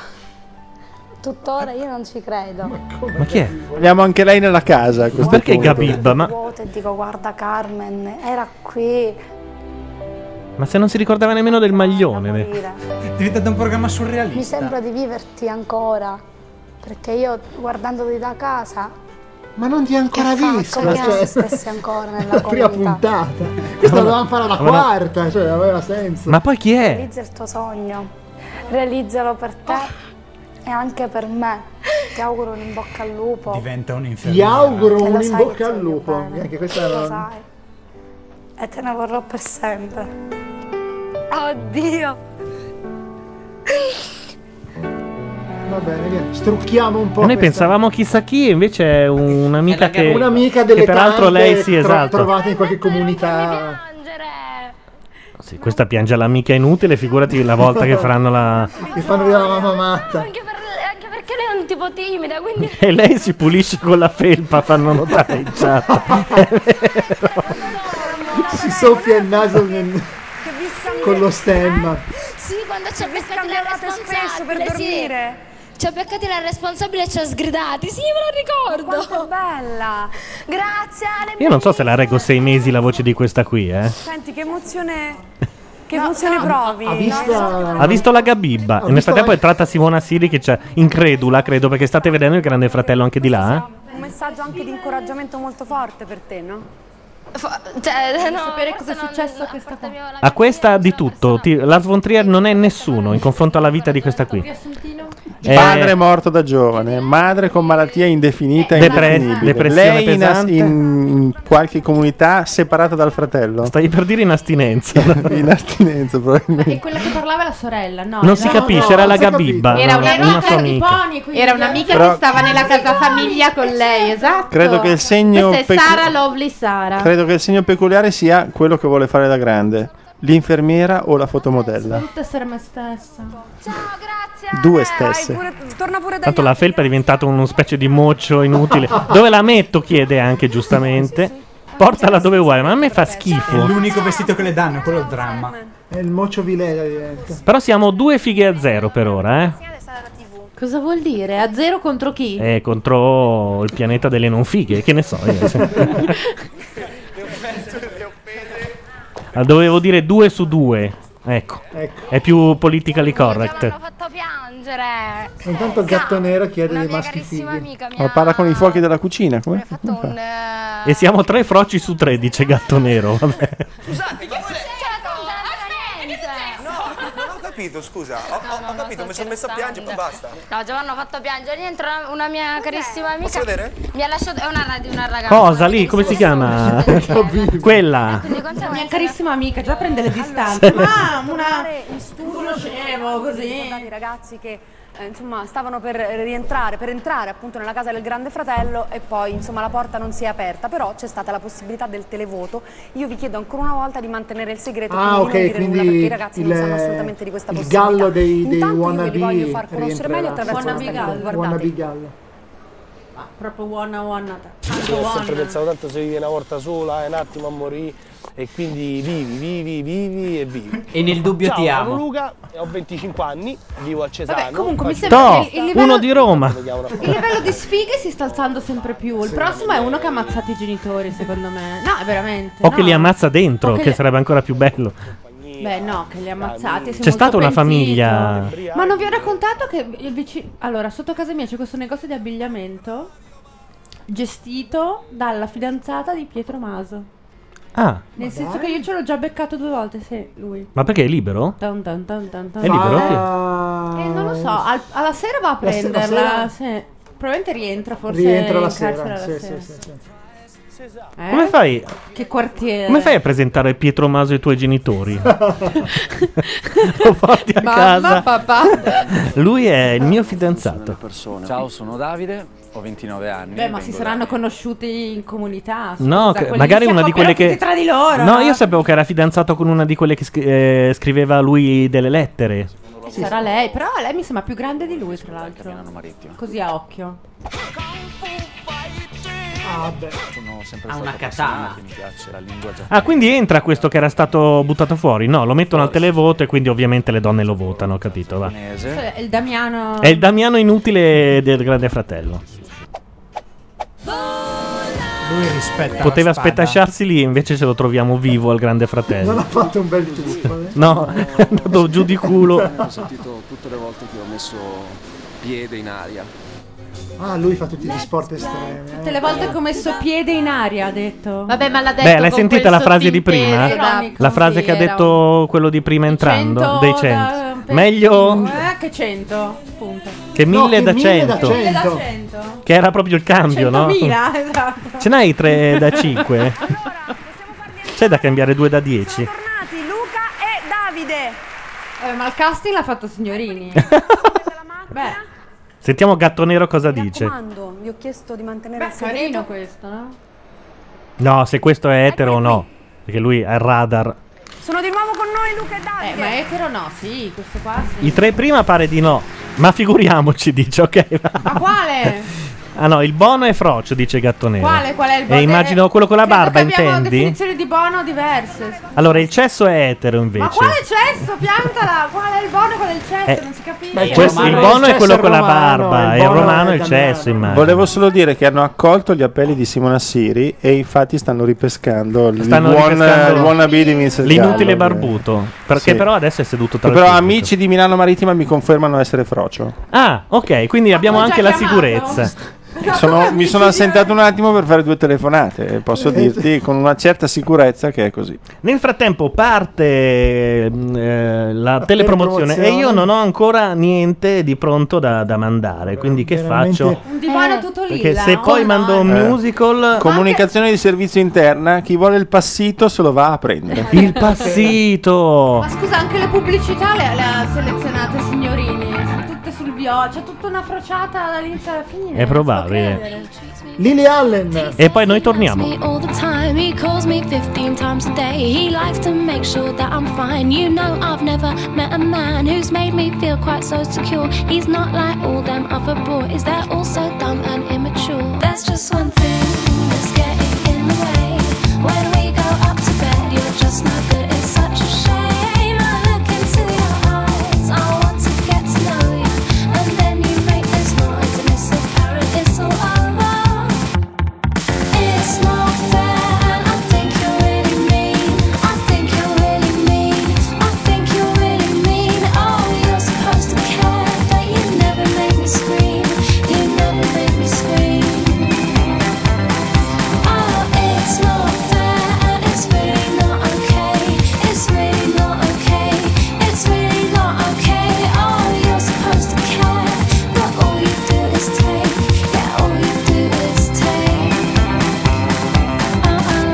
Tuttora io non ci credo. Ma Ma chi è? Abbiamo anche lei nella casa. a questo Perché punto. Gabibba? Ma, Vuoto e dico guarda Carmen, era qui. ma se non si ricordava nemmeno del maglione. eh. ne- Dire. Diventato un programma surrealista. Mi sembra di viverti ancora. Perché io guardandoti da casa. Ma non ti ha ancora visto? Come se cioè, esistessi ancora nella la prima comunità. puntata. Questa Ma- dovevamo fare la ma- quarta, cioè aveva senso. Ma poi chi è? Realizza il tuo sogno, realizzalo per te e anche per me. Ti auguro un in bocca al lupo. Diventa un inferno. Ti auguro Te lo un sai in che bocca al lupo. Anche questa Lo era... sai. E te ne vorrò per sempre. Oddio. Va bene, via. Strucchiamo un po'. Ma noi questa- pensavamo chissà chi, invece è un'amica che. Un'amica che delle peraltro tante lei sì, tro- esatto. trovate in qualche comunità. Sì, questa piange l'amica inutile, figurati la volta che faranno la. Che fanno vedere la mamma matta. Anche perché lei è un tipo timida, quindi E lei si pulisce con la felpa, fanno notare in chat. si soffia il naso nel- con lo stemma. Sì, quando ci ha beccati la scambiavate spesso per responsabile, sì. dormire. Ci ha beccati la responsabile e ci ha sgridati. Sì, me lo ricordo. Quanto bella. Grazie Ale. Io non so se la reggo sei mesi la voce di questa qui, eh. Senti che emozione che emozione provi. Ha visto? Ha visto la Gabibba. E nel frattempo è tratta Simona Siri che c'è incredula, credo, perché state vedendo il Grande Fratello anche di là, eh. Un messaggio anche di incoraggiamento molto forte per te, no? Fa- cioè, no, sapere cosa forse è non- successo a questa qua. A questa di tutto. Ti- Lars von Trier non è nessuno in confronto alla vita di questa qui. Eh, Padre morto da giovane, madre con malattia indefinita e Depre- indefinibile. depressione Lei in, as- pesante. in- in qualche comunità separata dal fratello. Stai per dire in astinenza. in astinenza, probabilmente. E quella che parlava è la sorella, no? Non si capisce, era la Gabibba. Era no, una una sua amica di amica. Pony, quindi era un'amica Però- che stava nella casa famiglia con lei, esatto. Credo che il segno Questa è pecu- Sara Lovely Sara. Credo che il segno peculiare sia quello che vuole fare da grande. L'infermiera o la fotomodella? Tutta essere me stessa. Due stesse. Torna pure da Tanto la felpa è diventata una specie di moccio inutile. Dove la metto? chiede anche giustamente. Portala dove vuoi, ma a me fa È schifo. l'unico vestito che le danno, è quello il dramma. È il mocio vilera diventa. Però siamo due fighe a zero per ora, eh. Cosa vuol dire? A zero contro chi? Eh, contro il pianeta delle non fighe, che ne so. io. Ah, Dovevo dire due su due. Ecco. Ecco. È più politically correct. Intanto il gatto nero chiede dei maschi fighi. Ma parla con i fuochi della cucina. Come? E siamo tre froci su tre, dice Gatto Nero. Vabbè. Scusate, che No, non ho capito, scusa. Ho, ho- ho capito, mi sono messo a piangere, poi basta. No, Giovanna ho fatto piangere dentro una, una mia carissima amica. Posso vedere? Mi ha lasciato. È una, ra- una ragazza. Cosa lì? Come si chiama? Quella. La mia carissima amica già prende le distanze. Ma una conoscevo così. Dai ragazzi che eh, insomma stavano per rientrare, per entrare appunto nella casa del Grande Fratello e poi insomma la porta non si è aperta, però c'è stata la possibilità del televoto. Io vi chiedo ancora una volta di mantenere il segreto Ah, quindi ok, di non dire nulla perché quindi i ragazzi il, non sanno assolutamente di questa il possibilità. gallo dei, dei Intanto io ve li voglio wannabe far conoscere meglio rientrerà. attraverso una stagione. Guardate. Wannabe gallo. Proprio buona buona. Io ho sempre pensato tanto se vivi una volta sola, è un attimo a morire e quindi vivi, vivi, vivi e vivi. E nel dubbio Ciao, ti amo. Sono Luca, ho 25 anni, vivo a Cesano. Vabbè, comunque mi faccio- sembra che il- il livello- uno di Roma. Il livello di sfighe si sta alzando sempre più. Il prossimo è uno che ha ammazzato i genitori, secondo me. No, veramente. O che no. li ammazza dentro, O che che li- sarebbe ancora più bello. Beh, no, che li ha ammazzati. si è C'è molto stata una pentito. famiglia. Ma non vi ho raccontato che il vicino. Allora, sotto casa mia c'è questo negozio di abbigliamento gestito dalla fidanzata di Pietro Maso. Ah, Nel senso che io ce l'ho già beccato due volte, sì, lui. ma perché è libero? Tan, tan, tan, tan, tan. È libero? Eh, Ah. eh, non lo so, al- alla sera va a La se- la prenderla. sera- sì. Probabilmente rientra, forse. Rientra la in sera. carcere alla Sì, sì, sera. sì, sì. Eh? Come fai? Che quartiere. Come fai a presentare Pietro Maso ai tuoi genitori? Lo porti a Mamma, casa. papà. Lui è il mio fidanzato. Ciao, sono Davide, ho 29 anni. Beh, ma si vengo saranno conosciuti in comunità. No, scusa, che- quelli magari si una di quelle accoppiano che. tutti tra di loro. no, io sapevo che era fidanzato con una di quelle che scri- eh, scriveva lui delle lettere. Eh, Sarà lei, però lei mi sembra più grande di lui, tra l'altro. Così a occhio. Ah, beh. da- Sono sempre Ha stato una appassionato, katana. Mi piace la lingua giapponese. Ah, quindi entra questo che era stato buttato fuori? No, lo mettono al televoto e quindi ovviamente le donne lo votano, capito? Va. Questo Cioè, È il Damiano. È il Damiano inutile del Grande Fratello. Lui rispetta. Poteva la spada. spettasciarsi lì, invece ce lo troviamo vivo al Grande Non ha Fratello. fatto un bel giusto. eh? No, è andato giù di culo. Ho sentito tutte le volte che ho messo piede in aria. Ah, lui fa tutti gli sport estremi. eh. Tutte le volte che ho messo piede in aria, ha detto. Vabbè, ma l'ha Beh, l'hai sentita la frase di prima? ironico, La frase sì, che ha era detto quello di prima entrando, dei 100. Meglio Eh, che 100, punto. che No, 1000 da che 1000 da 100. 1000 da Che era proprio il cambio, no? 100.000, esatto. Ce n'hai 3 da 5? C'è da cambiare 2 da 10. Tornati Luca e Davide. Ecco, Eh, ma il casting l'ha fatto Signorini. Beh, Sentiamo Gatto Nero cosa dice. Comando, vi ho chiesto di mantenere il beh, segreto. carino questo, no? No, se questo è etero o no. Perché lui ha il radar. Sono di nuovo con noi Luca e Davide. Eh, ma etero no, sì, questo qua sì. I tre prima pare di no. Ma figuriamoci, dice, ok. Ma quale? ah no, il bono è frocio, dice Gatto Nero. Quale? Qual è il bono? E Eh, immagino quello con la Credo che barba, Abbiamo intendi? definizioni di bono diverse. Allora, il cesso è etero invece. Ma quale cesso? Piantala! Qual è il bono? Qual è il cesso? Eh, non si capisce. Beh, questo- il bono è quello con la barba, il romano è il cesso, immagino. Volevo solo dire che hanno accolto gli appelli di Simona Siri e infatti stanno ripescando il, Stanno buon, ripescando il wannabe di Mrs. L'inutile Gallo. barbuto. Perché Sì. però adesso è seduto tra Però il pubblico. amici Eh, di Milano Marittima mi confermano essere frocio. Ah, ok, quindi abbiamo tu già anche la chiamato? sicurezza. Sono- mi sono assentato un attimo per fare due telefonate. e Posso Eh, dirti con una certa sicurezza che è così. Nel frattempo parte mm, eh, la telepromozione e telepromozione. io non ho ancora niente di pronto da, da mandare, quindi che Veramente. faccio? Un Eh. divano tutto lì. Perché se poi mando un Eh. musical... Comunicazione di servizio interna, chi vuole il passito se lo va a prendere. Il passito! Ma scusa, anche le pubblicità le, le ha selezionate, signorini. Sono tutte sul viola. C'è tutta una crociata dall'inizio alla fine. È probabile. Lily Allen. E poi noi torniamo. me all the time. He calls me 15 times a day. He likes to make sure that I'm fine. You know, I've never met a man who's made me feel quite so secure. He's not like all them other boys, they're all so dumb and immature. There's just one thing that's getting in the way. When we go up to bed, you're just no good. It's such a shame. I look into your eyes. I want to get to know you. And then you make this noise, and it's apparent it's all over. It's not fair, and I think you're really mean. I think you're really mean. I think you're really mean. Oh, you're supposed to care, but you never make me scream. You never make me scream. Oh, it's not fair, and it's really not okay. It's really not okay. It's really not okay. Oh, you're supposed to care, but all you do is take. Yeah, all you do is take. Out I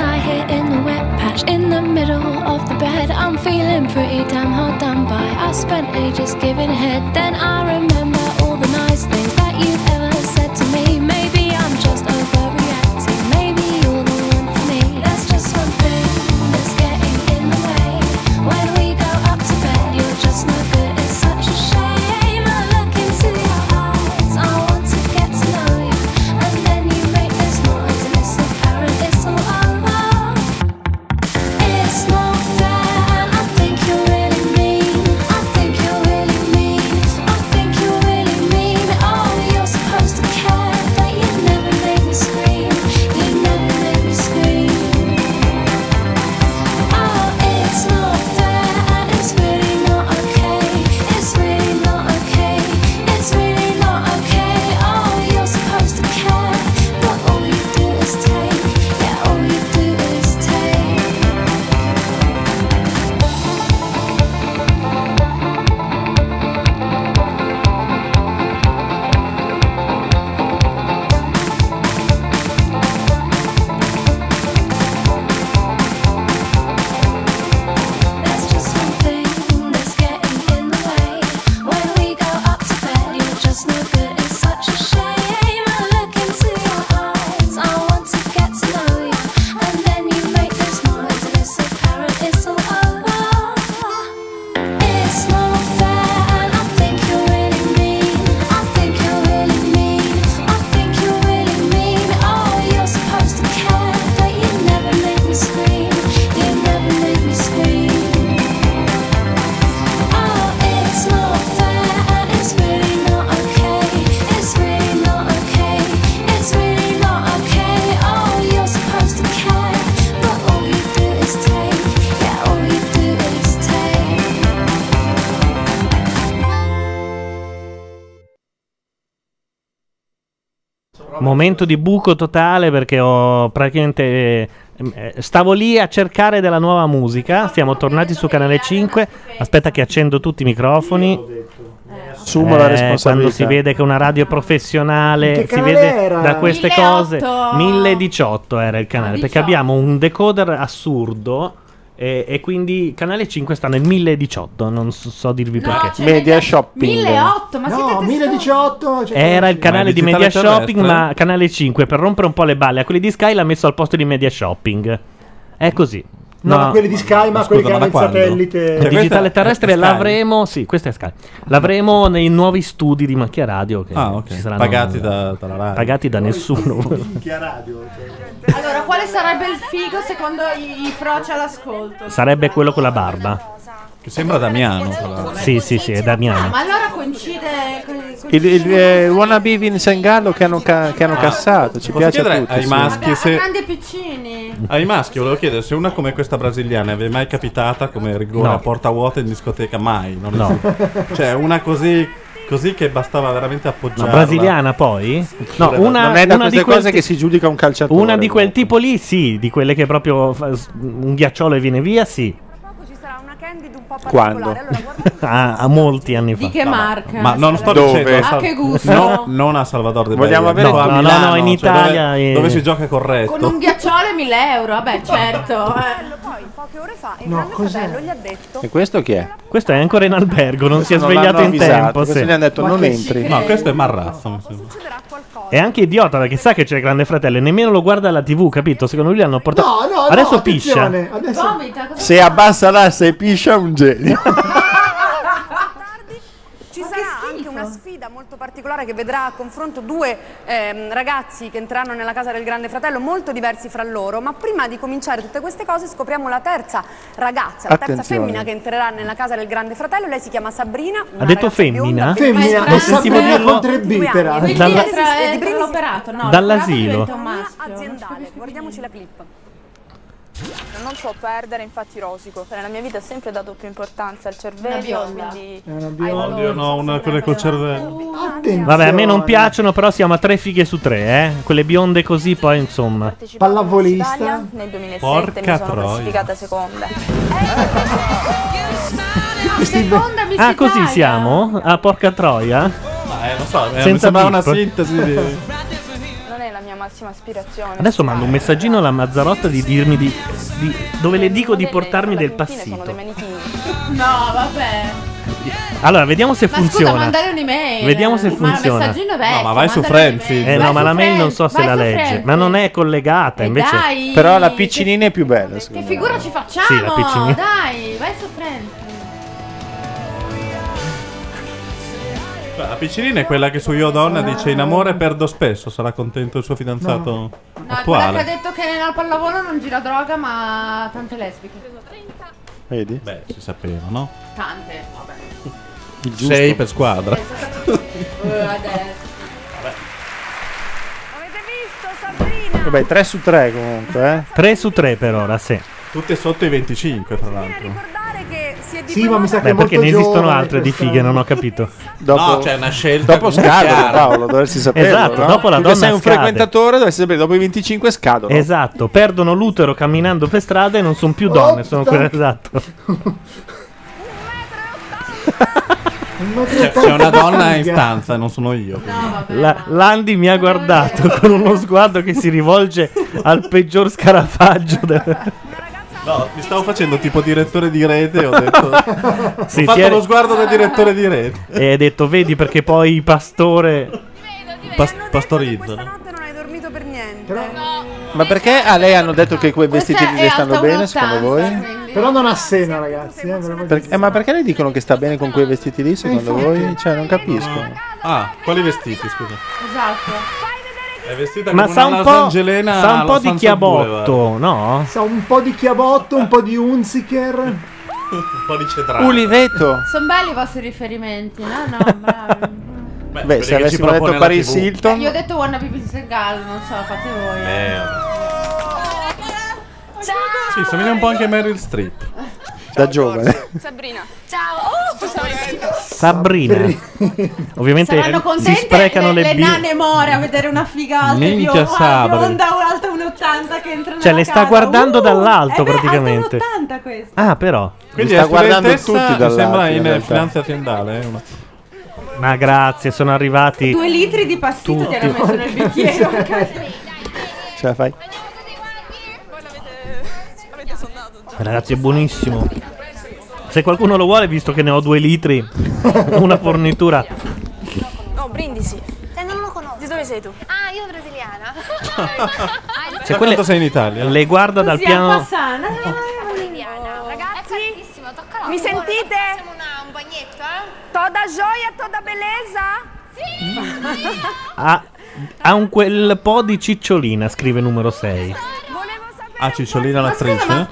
lie here in the wet patch in the middle of the bed. I'm feeling pretty damn hard done by. I spent ages giving head. Then I remember all the nice things that you've ever said to me. Maybe I'm just overreacting. Maybe you're the one for me. There's just one thing that's getting in the way. When we go up to bed, you're just no good. It's such a shame. I look into your eyes. I want to get to know you. And then you make this noise, and it's apparent it's all over. It's not fair, and I think you're really mean. I think you're really mean. I think you're really mean. Oh, you're supposed to care, but you never make me scream. You never make me scream. Oh, it's not fair, and it's really not okay. It's really not okay. It's really not okay. Oh, you're supposed to care, but all you do is take. Yeah, all you do is take. There's just one thing that's getting in the way. When we go up to bed, you're just no good. It's such a shame. I look into your eyes. I want to get to know you, and then you make this noise, and it's apparent it's all over. It's not fair, and I think you're really mean. I think you're really mean. I think you're really mean. Oh, you're supposed to care, but you never make me scream. You never make me scream. Oh, it's not fair, and it's really not okay. It's really not okay. It's really not okay. Oh, you're supposed to care, but all you do is take. Yeah, all you do is take. Momento di buco totale perché ho praticamente. eh, eh, Stavo lì a cercare della nuova musica. Siamo tornati su canale 5. Aspetta, che accendo tutti i microfoni. Assumo la Eh, responsabilità. Quando si vede che una radio è In professionale che si canale vede era? da queste 1008. cose. 1018 era il canale perché abbiamo un decoder assurdo. E, e quindi canale 5 sta nel 1018. Non so, so dirvi perché. Media shopping. 1008, ma No, 1018. cioè- Era il Ma canale è di digitale Media Shopping, terrestre? eh? ma canale 5 per rompere un po' le balle a quelli di Sky l'ha messo al posto di Media Shopping. È così. Non a quelli di Sky, ma a quelli che scusa, hanno ma il da quando? Cioè, satellite. il digitale terrestre l'avremo, sì, questa è Sky. L'avremo nei nuovi studi di Macchia Radio che Ah, ok. ci saranno Pagati da- dalla radio. Pagati da nessuno. cioè. Allora, quale sarebbe il figo secondo i, i froci all'ascolto? Sarebbe quello con la barba. Che sembra Damiano. quella- Sì, sì, sì, è Ah, Damiano. ma allora coincide con Il, il, eh, wannabe Vincent Gallo che hanno, ca- che hanno Ah. cassato. Ci Posso piace chiedere a tutti. ai sì. maschi se grandi e piccini. ai maschi volevo chiedere se una come questa brasiliana vi è mai capitata come rigore No. a porta vuota in discoteca mai, non è- No. Cioè, una così Così che bastava veramente Una appoggiarla. brasiliana poi? No, Scusa, una, non è da una di queste quel cose ti- che si giudica un calciatore. Una di quel tipo lì, sì, di quelle che proprio fa s- un ghiacciolo e viene via, sì. Quando? a, Ah, a molti anni fa. Di che No, marca? Ma non sto Dove? dicendo Ah, che gusto. No, non a Salvador De Vogliamo avere Bahia, no, tutto. a No, no, Milano, no, in cioè dove- Italia, dove, eh. si ghiacciolo corretto. Con un ghiacciolo e 1000 euro, vabbè, certo. Poi poche ore fa il No, grande cos'è? fratello gli ha detto E questo chi è? Questo è ancora in albergo, non si è Non svegliato l'hanno in avvisato, tempo. questo sì. gli hanno detto, Ma "Non che ci entri". credi? No, questo è Marrazzo. mi sembra. È anche idiota perché sa che c'è il Grande Fratello e nemmeno lo guarda alla TV, capito? Secondo lui l'hanno portato. No, no, Adesso no, piscia. attenzione, adesso- Vomita, cosa Se abbassa l'assa e piscia è un genio. Ci sarà anche una sfida molto particolare che vedrà a confronto due ehm, ragazzi che entreranno nella casa del Grande Fratello, molto diversi fra loro. Ma prima di cominciare tutte queste cose, scopriamo la terza ragazza, la terza Attenzione. femmina che entrerà nella casa del Grande Fratello. Lei si chiama Sabrina. Ha detto femmina? Femmina, non sentimo Sabrina dirlo. con tre B però. Quindi Dalla- è tra, Eh, è tra l'operato, no? Dall'asilo. l'operato diventa un maschio. aziendale. Guardiamoci la clip. Non so perdere, infatti rosico. Cioè, Nella mia vita ho sempre dato più importanza al Una cervello, bionda. quindi Oddio, Eh, no, una quelle col cervello. Vabbè, a me non piacciono, però siamo a tre fighe su tre, eh. Quelle bionde così, poi insomma. Pallavolista. Italia nel 2007 Porca mi sono troia. classificata seconda. Seconda Ah, così siamo? Ah, porca troia. Ma eh, non so, eh, mi Senza sembrava una pip. sintesi di- Non è la mia massima aspirazione. Adesso mando un messaggino alla Mazzarotta di dirmi di, di- dove le dico di portarmi del passito. No, vabbè. Allora, vediamo se Ma funziona. scusa, mandare un'email. Vediamo se funziona. Ma il messaggino è vecchio. mandare un'email. Eh Vai no, ma su la mail Friends, non so se vai la su legge, Friends. ma non è collegata, Eh, invece. dai! Però la piccinina è più bella, Che secondo me. figura ci facciamo? Sì, la piccinina. Dai, vai su Friends. Beh, La piccinina è quella che su Io Donna dice in amore perdo spesso, sarà contento il suo fidanzato No, è quella che ha attuale. detto che nel pallavolo non gira droga, ma tante lesbiche. Vedi? Beh, si sapeva, no? Tante, vabbè. giusto. 6 per squadra. Eh, adesso. Vabbè, 3 su 3 comunque, eh. 3 su 3 per ora, sì. Tutte sotto i 25, tra l'altro. Sì, ma mi sa che Beh, è molto perché ne esistono giovane altre di questa. fighe, non ho capito. Dopo- c'è una scelta. Dopo scadono, Paolo, dovresti saperlo. Esatto, no? dopo la Tu che donna sei un scade. frequentatore, dovresti sapere, dopo i 25 scadono. Esatto, perdono l'utero camminando per strada e non sono più donne, sono quelle esatto. C'è, c'è una donna in stanza, non sono io. La- Landi mi ha guardato con uno sguardo che si rivolge al peggior scarafaggio. del- No, mi stavo facendo tipo direttore di rete. Ho detto. Sì, ho ti fatto eri- lo sguardo da direttore di rete. E hai detto, vedi perché poi pastore... pastorizzano. Non hai dormito per niente. Ma perché a lei hanno detto che quei vestiti Questa lì è le stanno alta bene, 1,80, secondo voi? Però non ha sena, ragazzi. eh, ve lo voglio Per- eh, ma perché le dicono che sta bene con quei vestiti lì, secondo infatti. voi? Cioè, non capisco. Ah, quali vestiti, scusa? Esatto. È vestita Ma come sa una un po', Angelena sa un po' alla di Sanso Boulevard. chiabotto, no? Sa un po' di chiabotto, un po' di unziker. Un po' di cedrano. Sono belli i vostri riferimenti, no? No, bravi. Beh, quelli se che ci avessimo propone detto la Paris TV. Hilton, Io ho detto Wanna Be Vincent Gallo, non so, fate voi. eh. Sì, somiglia un po' anche a Meryl Streep. da giovane. Sabrina. Ciao. Oh, Sabrina. Ovviamente Saranno si contente sprecano le, le, bi- nane more a vedere una figa alta e Minchia bionda, una Sabri. bionda, un'altra 1,80 che entra nella Cioè, le sta casa. guardando Uh, dall'alto eh beh, praticamente. alta 1,80 questo. Ah, però. Quindi è studentessa, Mi sembra in eh, finanza aziendale. eh, una- Ma grazie, sono arrivati. Due litri di passito Tutti. ti hanno messo nel bicchiere. anche. Ce la fai? Eh, Ragazzi, è buonissimo. Se qualcuno lo vuole, visto che ne ho due litri, una fornitura. No, brindisi. Eh, non lo conosco. Di dove sei tu? Ah, io brasiliana. Cioè, quelle sei in Italia. Le guarda dal piano. Ragazzi, Mi sentite? un bagnetto, Toda gioia, toda bellezza? Ha, ha un quel po' di cicciolina, scrive numero 6. Ah, Cicciolina l'attrice?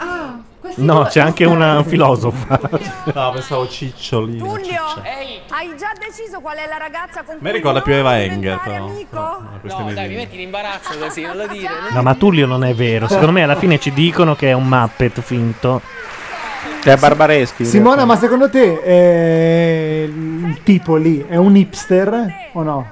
No, c'è anche una filosofa. No, pensavo Cicciolina. Giulio, hai già deciso qual è la ragazza con Mi cui ricorda più Eva Enger, diventare però. amico? No, dai, mi metti in imbarazzo così, non lo dire. No, ma Tullio non è vero. Secondo me alla fine ci dicono che è un Muppet finto. Cioè, È barbareschi. in Simona, ma secondo te eh, il tipo lì è un hipster o no?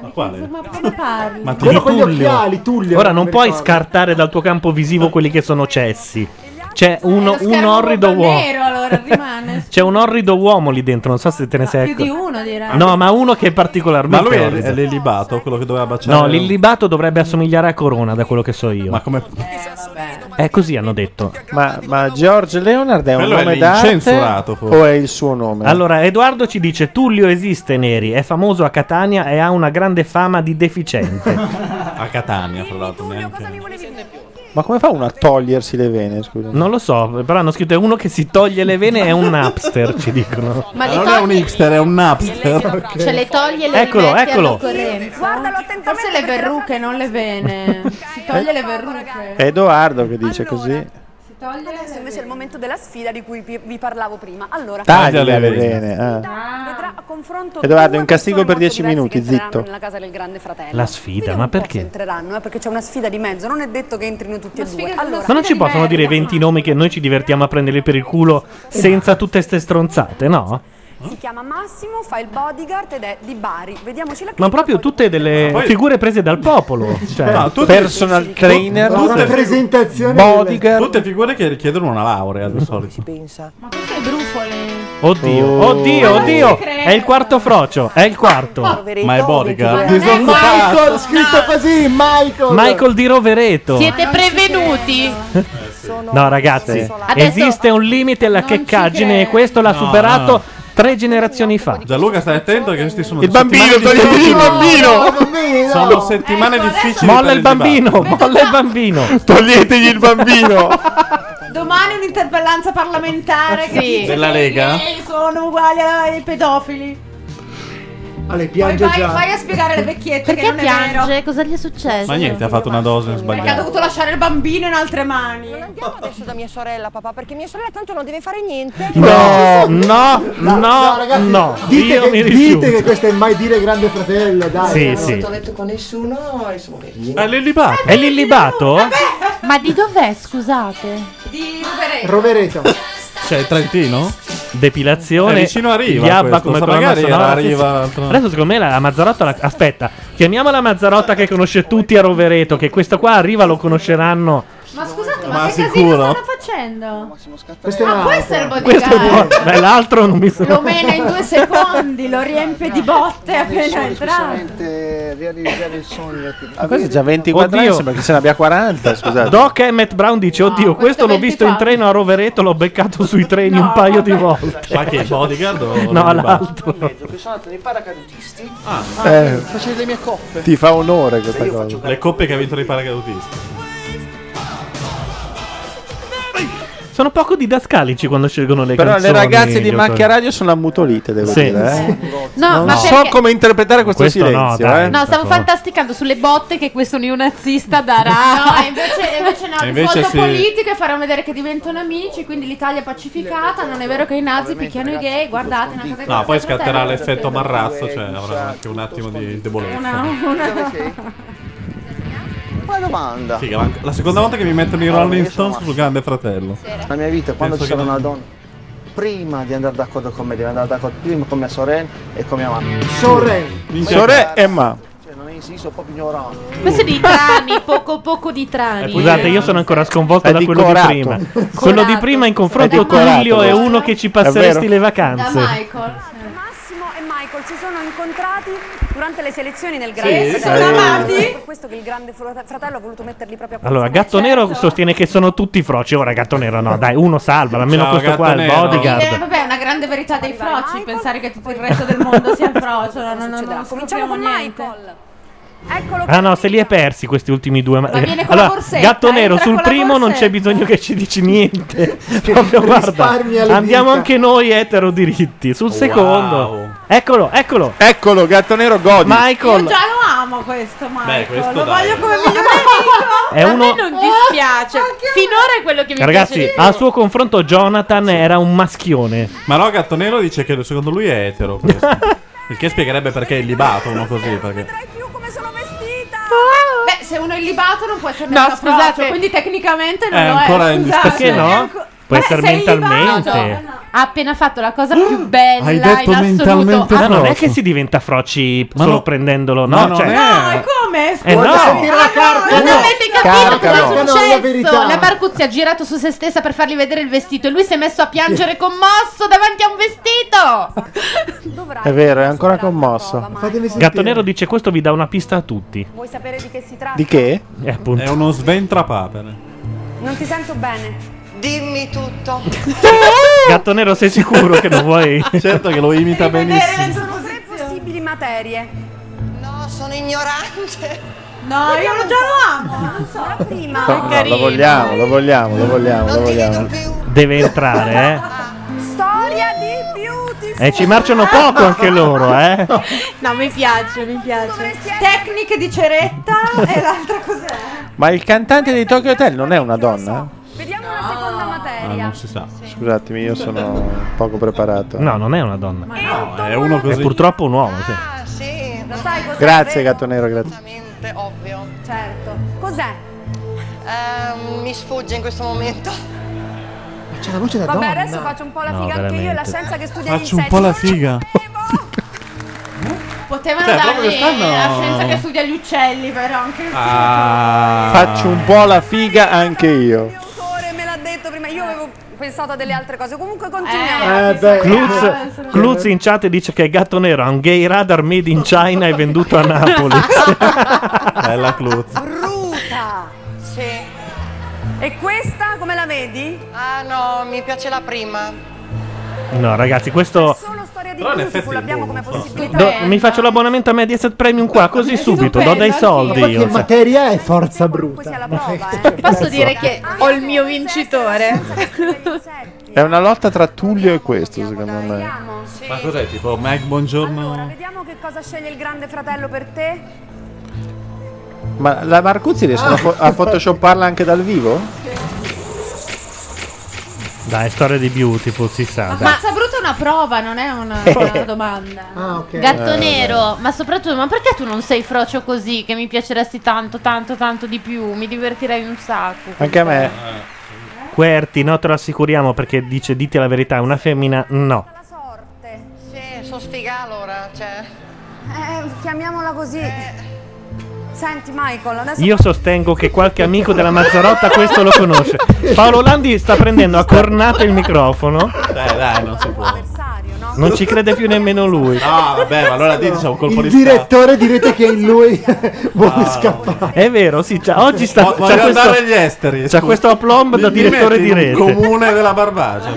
Ma quale? Ma come parli? ti Quello con gli occhiali, Tullio. Ora non mi puoi ricordo. scartare dal tuo campo visivo quelli che sono cessi. C'è uno- un Schermo orrido bordo uomo. nero, allora rimane. C'è un orrido uomo lì dentro, non so se te ne sei Più di accorto. uno direi. No, ma uno che è particolarmente Ma lui è, orrido. è l'elibato, quello che doveva baciare. No, l'illibato dovrebbe assomigliare a Corona, da quello che so io. Cioè, Ma come. Eh, così hanno detto. Ma, ma George Leonard è un Quello è nome d'arte l'incensurato, forse. o è il suo nome? Allora, Edoardo ci dice: Tullio esiste, Neri. È famoso a Catania e ha una grande fama di deficiente. A Catania, fra l'altro. Neanche. Ma come fa uno a togliersi le vene? Scusa. Non lo so, però hanno scritto: è uno che si toglie le vene, è un napster, ci dicono. Ma li Non è togli- un hipster, è un napster. Ce le toglie e le Eccolo, rimette eccolo. all'occorrenza. Forse le verruche, non le vene. Si toglie Eh, le verruche. È Edoardo che dice così. Adesso invece è il momento della sfida di cui pi- vi parlavo prima. Allora, Taglia le vene. ah. vedrà a confronto Edoardo, è due un castigo per 10 minuti, persone che entreranno zitto. nella casa del grande fratello. La sfida, Vediamo ma un po' se perché? entreranno, eh, perché c'è una sfida di mezzo, non è detto che entrino tutti e due. Allora, Ma non ci possono dire 20 nomi che noi ci divertiamo a prenderli per il culo senza tutte ste stronzate, no? Si chiama Massimo, fa il bodyguard ed è di Bari. Vediamoci la Ma proprio tutte delle poi- figure prese dal popolo. Cioè, No, tutte- personal trainer, Una Tutte- presentazione bodyguard. Tutte figure che richiedono una laurea di solito. Ma questo è brufole. Oddio, Oh. oddio, Ma non oddio. ci credo. È il quarto frocio, è il quarto. Ma è Michael, scritto così, Michael. Michael di Rovereto. Siete prevenuti? No, ragazzi, Adesso- esiste un limite alla checcaggine e questo l'ha No, superato no. tre generazioni fa. Gianluca, stai attento che questi sono Il settimane bambino, togliti difficili. il bambino! Ecco, Sono settimane difficili. Molla per il bambino, dibattito. molla il bambino. Toglietegli il bambino. Domani un'interpellanza parlamentare che Sì. dice Della che Lega? i gay sono uguali ai pedofili. Ale, Poi piange vai, già. vai a spiegare alle vecchiette Perché che non è vero. piange? Cosa gli è successo? Ma niente, ha fatto una dose Perché ha sbagliata. dovuto lasciare il bambino in altre mani. adesso da mia sorella, papà, perché mia sorella tanto non deve fare niente. No, no, No, no, no, ragazzi, no. Dite, Io che, mi dite che rifiuto. questo è mai dire grande fratello, dai. Sì, sì. letto con nessuno e sono È l'illibato. È l'illibato? Ma di dov'è, scusate? Di Rovereto. Cioè, Trentino? Depilazione. È Eh, vicino a Riva Yabba questo, come sa, colonna magari era sonora. a Riva, Sì, sì. tra- Adesso secondo me la, la Mazzarotta la- aspetta, chiamiamo la Mazzarotta che conosce tutti a Rovereto, che questo qua a Riva lo conosceranno. Ma scusate, ma, Ma che sicuro? casino stanno facendo? Questo è ah, questo era il Questo è buono. bodyguard. Beh, l'altro non mi sono Lo mena in due secondi, lo riempie di botte appena entrato. realizzare il sogno Ma questo è già 24 anni, Oddio. sembra che se ne abbia 40, scusate. Doc Emmett Brown dice: Oddio, questo l'ho visto in treno a Rovereto, l'ho beccato sui treni un paio di volte. Ma che bodyguard o No, l'illibato? l'altro. che sono andato nei paracadutisti ah, Eh. facevo le mie coppe Ti fa onore questa cosa. Le coppe che ha vinto i paracadutisti. Sono poco didascalici quando scelgono le Però le canzoni. ragazze di gli Macchia autori. Radio sono ammutolite, devo Sì. dire. eh. No, non ma so perché- come interpretare questo, Questo no, silenzio. dai. eh. No, stavo fantasticando sulle botte che questo neonazista darà. No, invece, invece no, E il invece voto sì. politico e farò vedere che diventano amici, quindi l'Italia è pacificata, non è vero che i nazi picchiano i gay, guardate, una cosa No, che poi scatterà l'effetto marrazzo, cioè avrà anche un attimo di una, debolezza. una... ma domanda Figa, ma la seconda volta che mi mettono i Rolling Stones sul Grande Fratello. la mia vita quando Penso ci sarà che- una donna prima di andare d'accordo con me deve andare d'accordo prima con mia sorella e con mia mamma sorella Minchia. Sore e ma. cioè non insisto sono proprio ignorante Questo è di trani, poco poco di trani. Eh, Scusate, io sono ancora sconvolto È da di quello corato. di prima. Quello di prima in confronto È a di corato Tullio è questo. uno che ci È vero. passeresti le Da vacanze. Michael. Massimo e Michael si sono incontrati durante le selezioni del Sì, Grande si Fratello. sono amati? È Per questo che il Grande Fro- Fratello ha voluto metterli proprio a Allora, Gatto Certo. Nero sostiene che sono tutti froci. Ora, Gatto Nero, no, dai, uno salva, almeno Ciao, questo Gatto qua, è il Nero. Eh, bodyguard. vabbè, è una grande verità dei froci pensare che tutto il resto del mondo sia frocio. No, no, no, no, Cominciamo con Michael. Eccolo Ah no, se li è persi questi ultimi due. Ma viene con la allora, borsetta, Gatto Nero entra sul con la primo non borsetta. c'è bisogno che ci dici niente. Proprio guarda. risparmia le Andiamo dita. anche noi etero diritti. Sul Wow. secondo. Eccolo, eccolo. Eccolo, gatto nero godi. Michael. Io già lo amo questo Michael. questo lo dai. voglio come migliore amico. È uno- A me non dispiace. Ah, Finora è quello che mi piace. Ragazzi, di più. al suo confronto Jonathan era un maschione. Ma no, Gatto Nero dice che secondo lui è etero. questo. Il che spiegherebbe perché è libato uno così. Perché... Beh, se uno è libato non può essere No, nemmeno frocio, scusate. quindi tecnicamente non È lo ancora è. in scusate. discussione. Perché no? È anco- Può essere sei mentalmente. libato. Ha appena fatto la cosa più bella Hai in assoluto. Ma non è Ah, che si diventa froci solo prendendolo, no? Ma non cioè, è. No, è Come? Eh, no. sentire la carta. non avete capito Carcano. cosa è Carcano, la verità. successo. La Barcuzzi ha girato su se stessa per fargli vedere il vestito e lui si è messo a piangere commosso davanti a un vestito. È vero, è ancora commosso. Gatto Nero dice questo vi dà una pista a tutti. Eh, Vuoi sapere di che si tratta? Di che? È uno sventrapapere. Non ti sento bene. Dimmi tutto. Gatto Nero, sei sicuro che non vuoi? certo che lo imita Sono tre possibili materie. No, sono ignorante. No, io lo già lo amo. Non so. La prima. No, no, lo vogliamo, lo vogliamo, lo vogliamo, lo vogliamo. Deve entrare, Storia di beauty. eh? E ci marciano poco anche loro, eh? No, mi piace, mi piace. Tecniche di ceretta e l'altra cos'è? Ma il cantante di Tokyo Hotel non è una donna? Vediamo la seconda Ah, materia. si sa. Scusatemi, io sono poco preparato. No, non è una donna. Eh, No, è uno così. È purtroppo un uomo, sì. Sì, lo sai cos'è? Grazie, vero? gatto nero, grazie. Ovviamente, ovvio. Certo. Cos'è? Ehm, mi sfugge in questo momento. C'è la voce da Vabbè, donna. adesso faccio un po' la No, figa anche io, è la veramente. scienza che studia Faccio gli un insetti. po' la figa. Potevano Cioè, dargli proprio quest'anno- la scienza che studia gli uccelli, però anche Faccio un po' la figa anche io. Ore me l'ha detto prima, io avevo pensato a delle altre cose. Comunque continuiamo. Eh, Cluz, Cluz in chat dice che Gatto Nero ha un gay radar made in China e venduto a Napoli. Bella Cluz. Brutta. Sì. E questa come la vedi? Ah no, mi piace la prima. No, ragazzi, questo. Solo storia di Però in beauty, effetti boh, l'abbiamo come possibilità. Do- mi faccio l'abbonamento a Mediaset Premium qua, Eh, così subito, do dei soldi. Perché Io, cioè. materia è forza bruta. Posso dire che ho il mio vincitore. È una lotta tra Tullio e questo, secondo me. Ma cos'è tipo Mag buongiorno? Vediamo che cosa sceglie il grande fratello per te. Ma la Marcuzzi Ah. riescono a, fo- a photoshopparla anche dal vivo? Dai, storia di beautiful, si sa. dai. Ah, Ma brutta è una prova, non è una, una domanda. Ah, ok. Gatto Eh, nero, ma soprattutto, ma perché tu non sei frocio così? Che mi piaceresti tanto, tanto, tanto di più. Mi divertirei un sacco. Anche a me. Querti, no, te lo assicuriamo perché dice dite la verità, è una femmina no. Sì, sono sfiga allora, cioè. Eh, chiamiamola così. Senti Michael, adesso Io sostengo che qualche amico della Mazzarotta questo lo conosce. Paolo Landi sta prendendo a cornate il microfono. Dai, dai, non si può. Non ci crede più nemmeno lui. No, vabbè, ma allora lì c'è un colpo Il di stato. direttore direte che è in lui vuole Ah, scappare. È vero, sì, c'ha- oggi sta Voglio c'ha questo- andare agli esteri. C'ha scusa. questo aplomb da Mi- mi direttore metti di in un rete. Comune della Barbagia.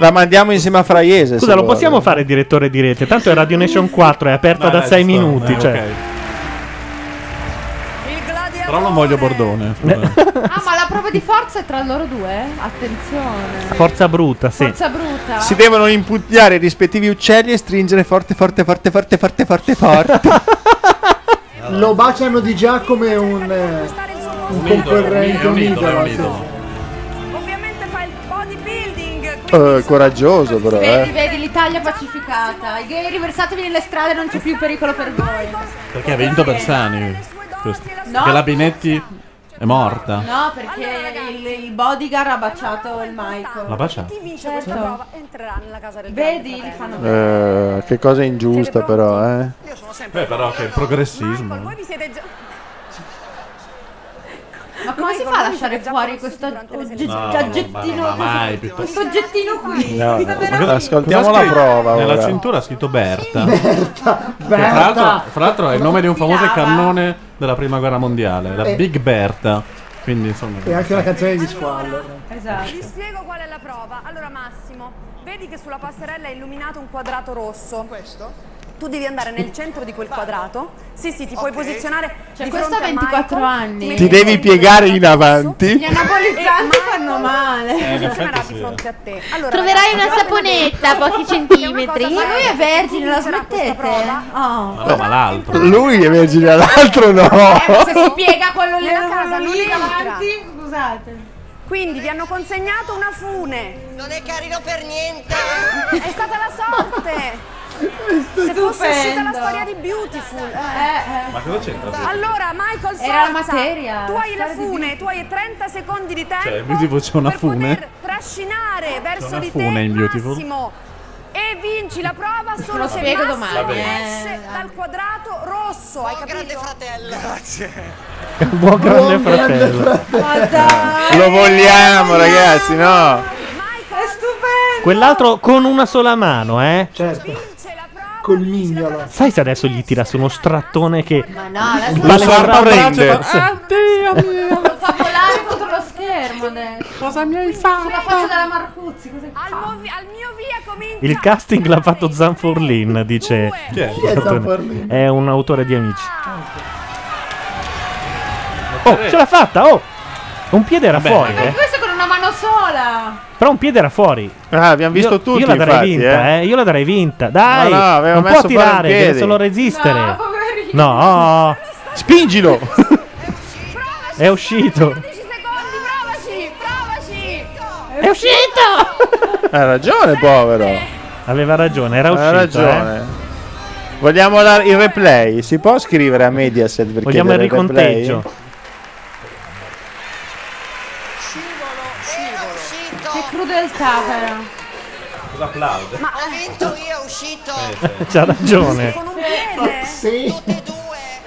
La mandiamo insieme a Fraiese. Scusa, lo possiamo fare direttore di rete? Tanto è Radio Nation 4, è aperta No, da dai, 6 ci sto, Eh, minuti. dai, cioè. Però non voglio Bordone. Ah, ma la prova di forza è tra loro due? Attenzione. Forza brutta, sì. Forza brutta. Si devono impugnare i rispettivi uccelli e stringere forte, forte, forte, forte, forte, forte, forte. Lo baciano di già come un, eh, un Un idolo, concorrente. è un idolo, è un sì. idolo. Eh, coraggioso però, Vedi, eh. vedi l'Italia pacificata. I gay riversatevi nelle strade, non c'è più pericolo per voi. Perché ha vinto Bersani. Questo. No. Che la Binetti è morta. No, perché il, il bodyguard ha baciato il Michael. L'ha baciato? chi vince Certo. questa prova entrerà nella casa del Vedi, grande li fanno fratello. Eh, che cosa ingiusta però, eh. Beh, però che progressismo. Voi vi siete già Ma come si fa a lasciare fuori questo ogge- No, oggettino? ma non va mai, così? piuttosto. questo oggettino qui. No, Questa no, vera- Cosa- ascoltiamo cosa ha la scritto? prova Nella ora. cintura ha scritto Berta. Che Berta! Tra l'altro, fra l'altro è il nome di un famoso cannone della prima guerra mondiale, la Eh. Big Berta. Quindi insomma. E anche la canzone di Squall. Esatto. Vi spiego qual è la prova. Allora Massimo, vedi che sulla passerella è illuminato un quadrato rosso. Questo? Tu devi andare nel centro di quel quadrato. Sì, sì, ti puoi posizionare. Cioè, di questo ha fronte a 24 Michael, anni. metti Ti devi piegare in avanti. Gli anabolizzanti fanno male. Eh, in effetti posizionerà sì, di eh. fronte a te. Allora, Troverai una saponetta a pochi centimetri. Ma lui è vergine, la smettete? Oh. Ma no, ma l'altro. Lui è vergine, l'altro Eh, se no. si piega quello lì, Nella casa quello non lì entra. davanti, scusate. Quindi vi hanno consegnato una fune. Non è carino per niente. È stata la sorte. Se fosse uscita la Stupendo. storia di Beautiful. Eh, Ma cosa c'entra? Allora, Michael Era Sforza, materia, tu hai la storia di fune, tu hai 30 secondi di tempo. Cioè, mi tipo c'è una fune. Tre trascinare verso una di fune te in il Beautiful. massimo. E vinci la prova solo lo se spiego Massimo domani, Va bene. eh. esce dal quadrato rosso. hai capito? grande fratello. Buon grande fratello. Lo vogliamo, ragazzi, no? Quell'altro con una sola mano, eh? Certo. Col mignolo. Sai se adesso gli tira su uno strattone che Ma no, la la sua- sorprende? Ah, Braccio- Sì. Addio mio, lo fa volare contro lo schermo adesso. Cosa mi hai fatto? La faccia della Marcuzzi, cosa hai fatto? Il casting l'ha fatto Zanforlin, dice. Chi è? Antonio. Zanforlin? È un autore di Amici. Oh, ce l'ha fatta! Oh! Un piede era fuori, Ma eh. questo con una mano sola. Però un piede era fuori. Ah, abbiamo visto io, tutti, Io la darei infatti, vinta, eh. eh. Io la darei vinta. Dai! No, no, aveva non può messo fuori un tirare, deve piede. solo resistere. No, No. Spingilo! È uscito. Provaci, provaci. È uscito! Ha ragione, povero. Aveva ragione, era Ha uscito, eh. ragione. Vogliamo la- il replay? Si può scrivere a Mediaset per Vogliamo il chiedere replay? riconteggio. Che crudeltà però. Cosa applaude? Ma ho vinto io, è uscito. C'ha ragione. Con un piede? Sì.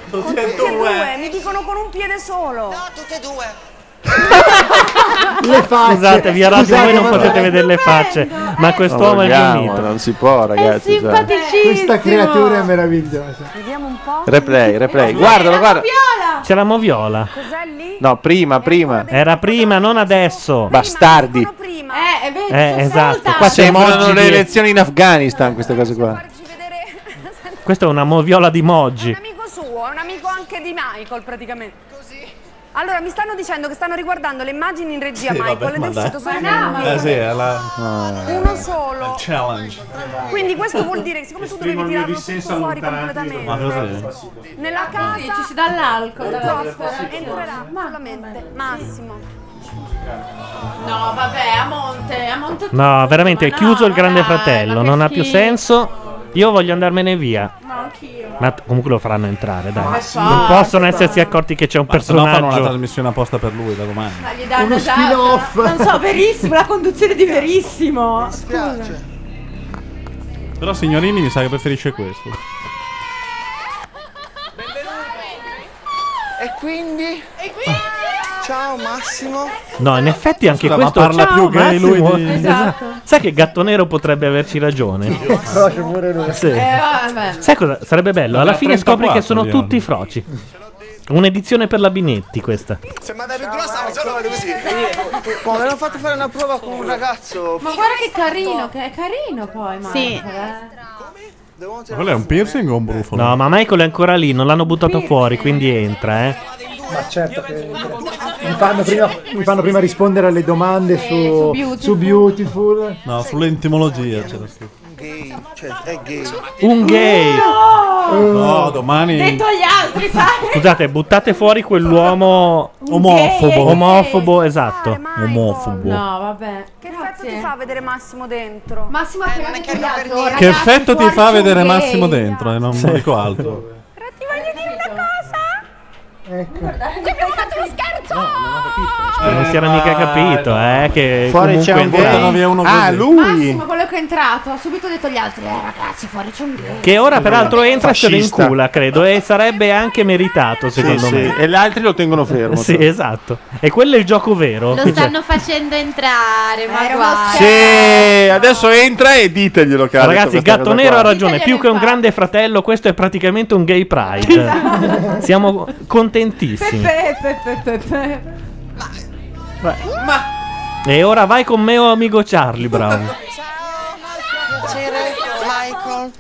Con tutti e due. Mi dicono con un piede solo. No, tutte e due. Le facce. Scusate, via radio Scusate, voi non ma- potete vedere le facce, ma quest'uomo è vogliamo, riunito. Non si può, ragazzi. cioè. Questa creatura è meravigliosa. Vediamo un po'. Replay, replay. Guardalo, guarda. C'è la moviola. Cos'è lì? No, prima, prima. Era prima, non adesso. Bastardi. Eh, e vedi, Eh, esatto. Qua Sembrano sembrano oggi le di- elezioni in Afghanistan queste cose qua. Questa è una moviola di Moggi. amico suo, è un amico anche di Michael praticamente. Così. Allora, mi stanno dicendo che stanno riguardando le immagini in regia, Sì, Michael, vabbè, ed è ma dai. uscito solo Ma no, uno. Eh sì, è la uno solo. challenge. Eh, Quindi questo vuol dire che siccome tu dovevi tirarlo tutto fuori completamente, Ma così? nella casa... Sì, ci si dà l'alcol, dalla Purtroppo disperazione. entrerà solamente Massimo. No, vabbè, a monte, a monte No, veramente, è Ma no, chiuso il ma grande dai, fratello, ma che non ha più schifo. senso. Io voglio andarmene via. Ma anch'io. Ma t- comunque lo faranno entrare, dai. Ma sì. Non possono essersi accorti che c'è un Ma se no fanno una personaggio. trasmissione apposta per lui da domani. Ma gli danno Uno già- spin-off. Non so, verissimo, la conduzione di verissimo. Scusa. Però signorini mi sa che preferisce questo. E quindi? E quindi? Ciao Massimo. No, in effetti anche Scusa, ma questo parla Ciao, più che Massimo. lui di- Esatto. Sai che Gatto Nero potrebbe averci ragione? Croce pure lui. Sì. Eh, vabbè. Sai cosa? Sarebbe bello. Alla Aveva fine scopri che 34 sono gli tutti froci. Un'edizione per la Binetti questa. Se mi Cioè, dai più grossa, sono così. eh, Ma me l'ho fatto fare una prova con un ragazzo. Ma guarda che carino, che è carino poi, Marco. Sì. eh. Ma quello è un piercing o un brufolo? No, ma Michael è ancora lì, non l'hanno buttato fuori, quindi entra, eh. Ma certo che mi fanno prima, mi fanno prima rispondere alle domande su, su Beautiful. No, sull'entimologia c'era scritto. Gay, cioè eh. è gay. Un gay. Eh, No, domani. Detto agli altri, sai? Scusate, buttate fuori quell'uomo gay, omofobo. eh. Omofobo, esatto. Omofobo. No, vabbè. Che effetto ti fa vedere Massimo dentro? Massimo è appena svegliato, ragazzi, Che effetto ti fuori fa c'è un vedere gay. Massimo dentro? eh? E non dico altro. Ti voglio dire una cosa? Ecco. Ci abbiamo fatto uno scherzo! Che non si era mica capito, eh. Che Ah, Fuori comunque c'è un entra- gay. Ah, lui. Massimo, quello che è entrato, ha subito detto agli altri, eh ragazzi, fuori c'è un gay. Che ora peraltro entra e se lo Fascista. incula, credo. E sarebbe anche meritato, Sì, secondo sì. me. E gli altri lo tengono fermo. cioè. Sì, esatto. E quello è il gioco vero. Cioè, Lo stanno facendo entrare, ma guarda. Sì, adesso entra e diteglielo, caro. Ragazzi, Gatto Nero ha ragione. Più che un infatti. grande fratello, questo è praticamente un gay pride. Siamo contentissimi. Pepe, pepe, pepe. Ma E ora vai con me, o amico Charlie Brown. piacere, Michael.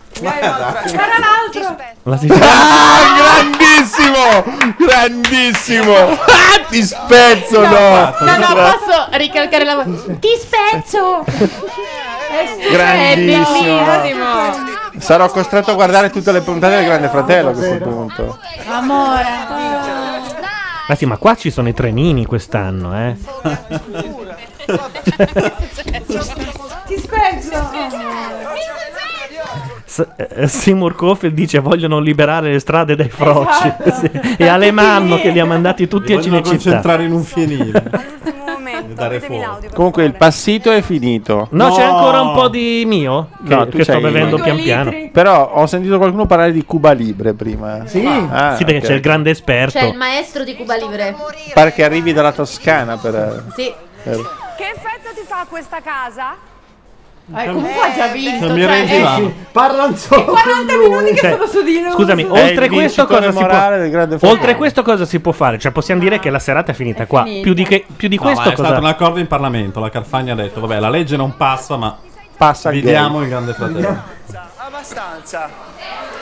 Era l'altro. La si- Ah, grandissimo! Grandissimo! Ah, ti spezzo, no! No, no, posso ricalcare la voce. Ti spezzo! È Grandissimo. bellissimo! Sarò costretto a guardare tutte le puntate del Grande Fratello a questo punto. Amore. Ma sì, ma qua ci sono i trenini quest'anno, eh. Ti spezzo. S- eh, Seymour Cofield dice vogliono liberare le strade dai froci. Esatto. Sì. E Alemanno che li ha mandati tutti Ti a vogliono Cinecittà. concentrare in un fienile. Un momento. dare fuoco. Comunque il passito è finito. No, c'è ancora un po' di mio che, No, tu che sto c'hai- bevendo pian piano. Però ho sentito qualcuno parlare di Cuba Libre prima. Ah, Sì. Sì, perché c'è il grande esperto. Certo. C'è il maestro di Cuba Libre. Pare che arrivi dalla Toscana per... Sì. per- Che effetto ti fa questa casa? Eh, comunque ha già vinto. Camierei cioè, di là. eh, Parlano solo 40 minuti che Cioè, sono su di lui. Scusami, È il oltre questo, vincitore cosa si morale del Grande può, Fratello. oltre questo cosa si può fare? Cioè, possiamo dire che la serata è finita qua. finita. Più di, che- più di No, ma questo, è cosa. stato un accordo in Parlamento. La Carfagna ha detto: Vabbè, la legge non passa, ma passa vi il gay. diamo il grande fratello. Abbastanza.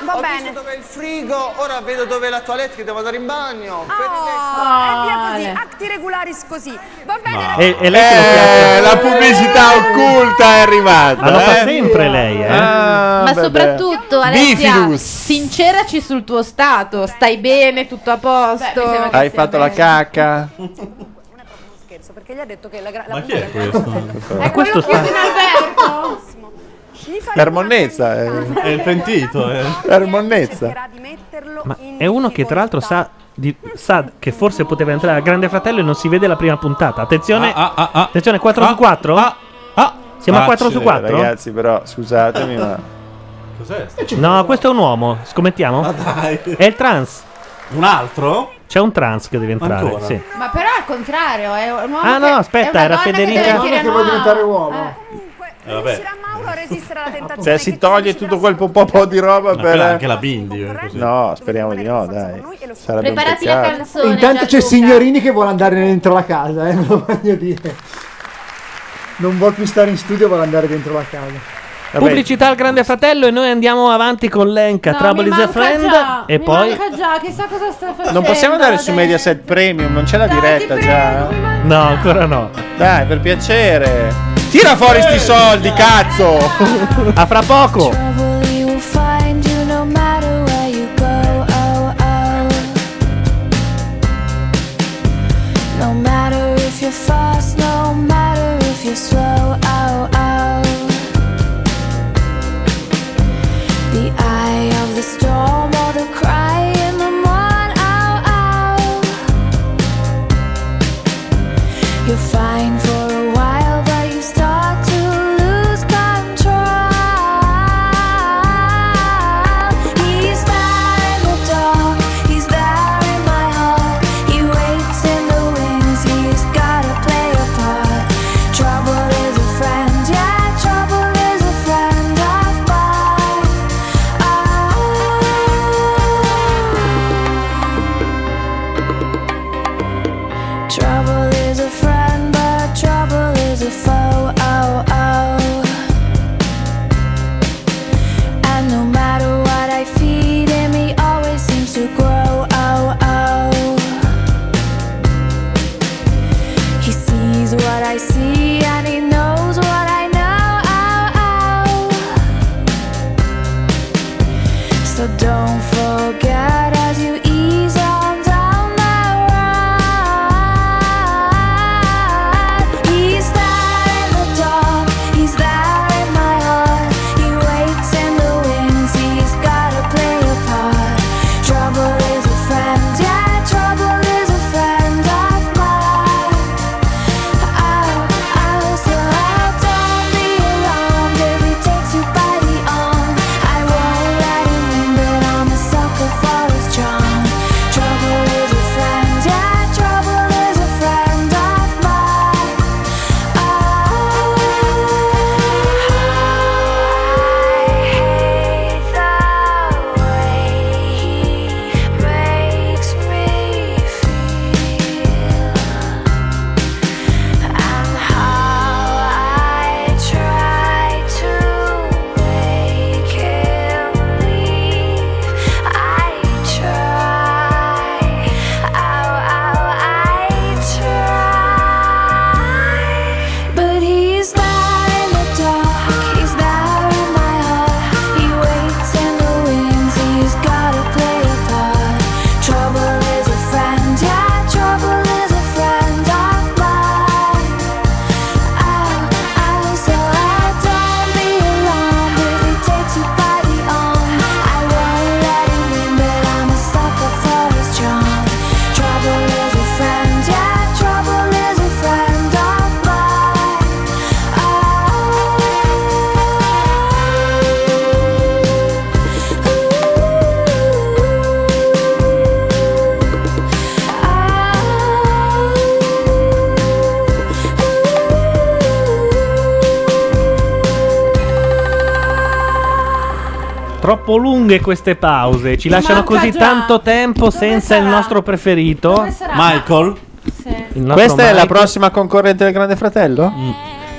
Va Ho bene. visto dove è il frigo, ora vedo dove è la toilette che devo andare in bagno. Oh, e Ah, via così, Ale. atti regularis così. Va bene, E, e lei se lo Eh, la pubblicità occulta è arrivata. Ma lo fa eh. sempre lei, eh. Ah, Ma vabbè. soprattutto, Alessia, Bifidus. sinceraci sul tuo stato. Stai bene, tutto a posto. Hai fatto la cacca? scherzo, perché gli ha detto che la, gra- la chi è questo? Ecco, È questo sta... Gli fai Ermonnezza. eh. È il pentito, eh. Ermonnezza. di metterlo Ma è uno che, tra l'altro, sa, di- sa che forse poteva entrare al Grande Fratello e non si vede la prima puntata. Attenzione, Ah, attenzione 4 su 4. Siamo a 4 su 4. Ragazzi, però, scusatemi, ma... Cos'è? No, questo è un uomo. Scommettiamo? È il trans. Un altro? C'è un trans che deve entrare. Ancora? Sì. Ma però al contrario, è un uomo Ah, no, che- aspetta, è una era donna Federica. Che deve Donna dire che no. vuole diventare uomo. Eh, vabbè. Mauro a resistere alla tentazione. Cioè, si toglie tutto quel po- po' po' di roba Ma quella è per... anche la bindi. eh, così. No, speriamo di no, dai. Sarebbe un Preparati la peccato. canzone. Intanto c'è Gianluca. Signorini che vuole andare dentro la casa, eh, lo voglio dire. Non vuole più stare in studio, vuole andare dentro la casa. Pubblicità al Grande Fratello e noi andiamo avanti con l'Enca. No, Trouble mi is a manca friend. già, e mi poi. manca già, chissà cosa sta facendo. Non Eh, possiamo andare su Mediaset Premium, non c'è la diretta già. eh? No, ancora no. Dai, per piacere. Tira fuori Eh, sti soldi, cazzo! A fra poco! Trouble you will find you no matter where you go. Oh, oh. No matter if you're fast, no matter if you're slow. Oh, oh. The eye of the storm or the cry in the morn. Oh, oh. You're fine for a while, but you start to lose control. He's there in the dark, he's there in my heart. He waits in the wings, he's gotta play a part. Trouble is a friend, yeah, trouble is a friend of mine. Oh. Trouble is a friend, but trouble is a foe. Oh, oh. And no matter what I feed him, he always seems to grow. Oh, oh. He sees what I see, and he knows what I know. Oh, oh. So don't forget as you ease on down that road. He's there in the dark, he's there in my heart. He waits in the wings, he's gotta play a part. Trouble is a friend, yeah, trouble is a friend of mine. Oh, oh, so don't be alarmed if he takes you by the arm. I won't let him in, but I'm a Oh, troppo lunghe queste pause. Ci lasciano manca così già. tanto tempo senza il nostro preferito, Michael. Questa è la prossima concorrente del Grande Fratello? Mm.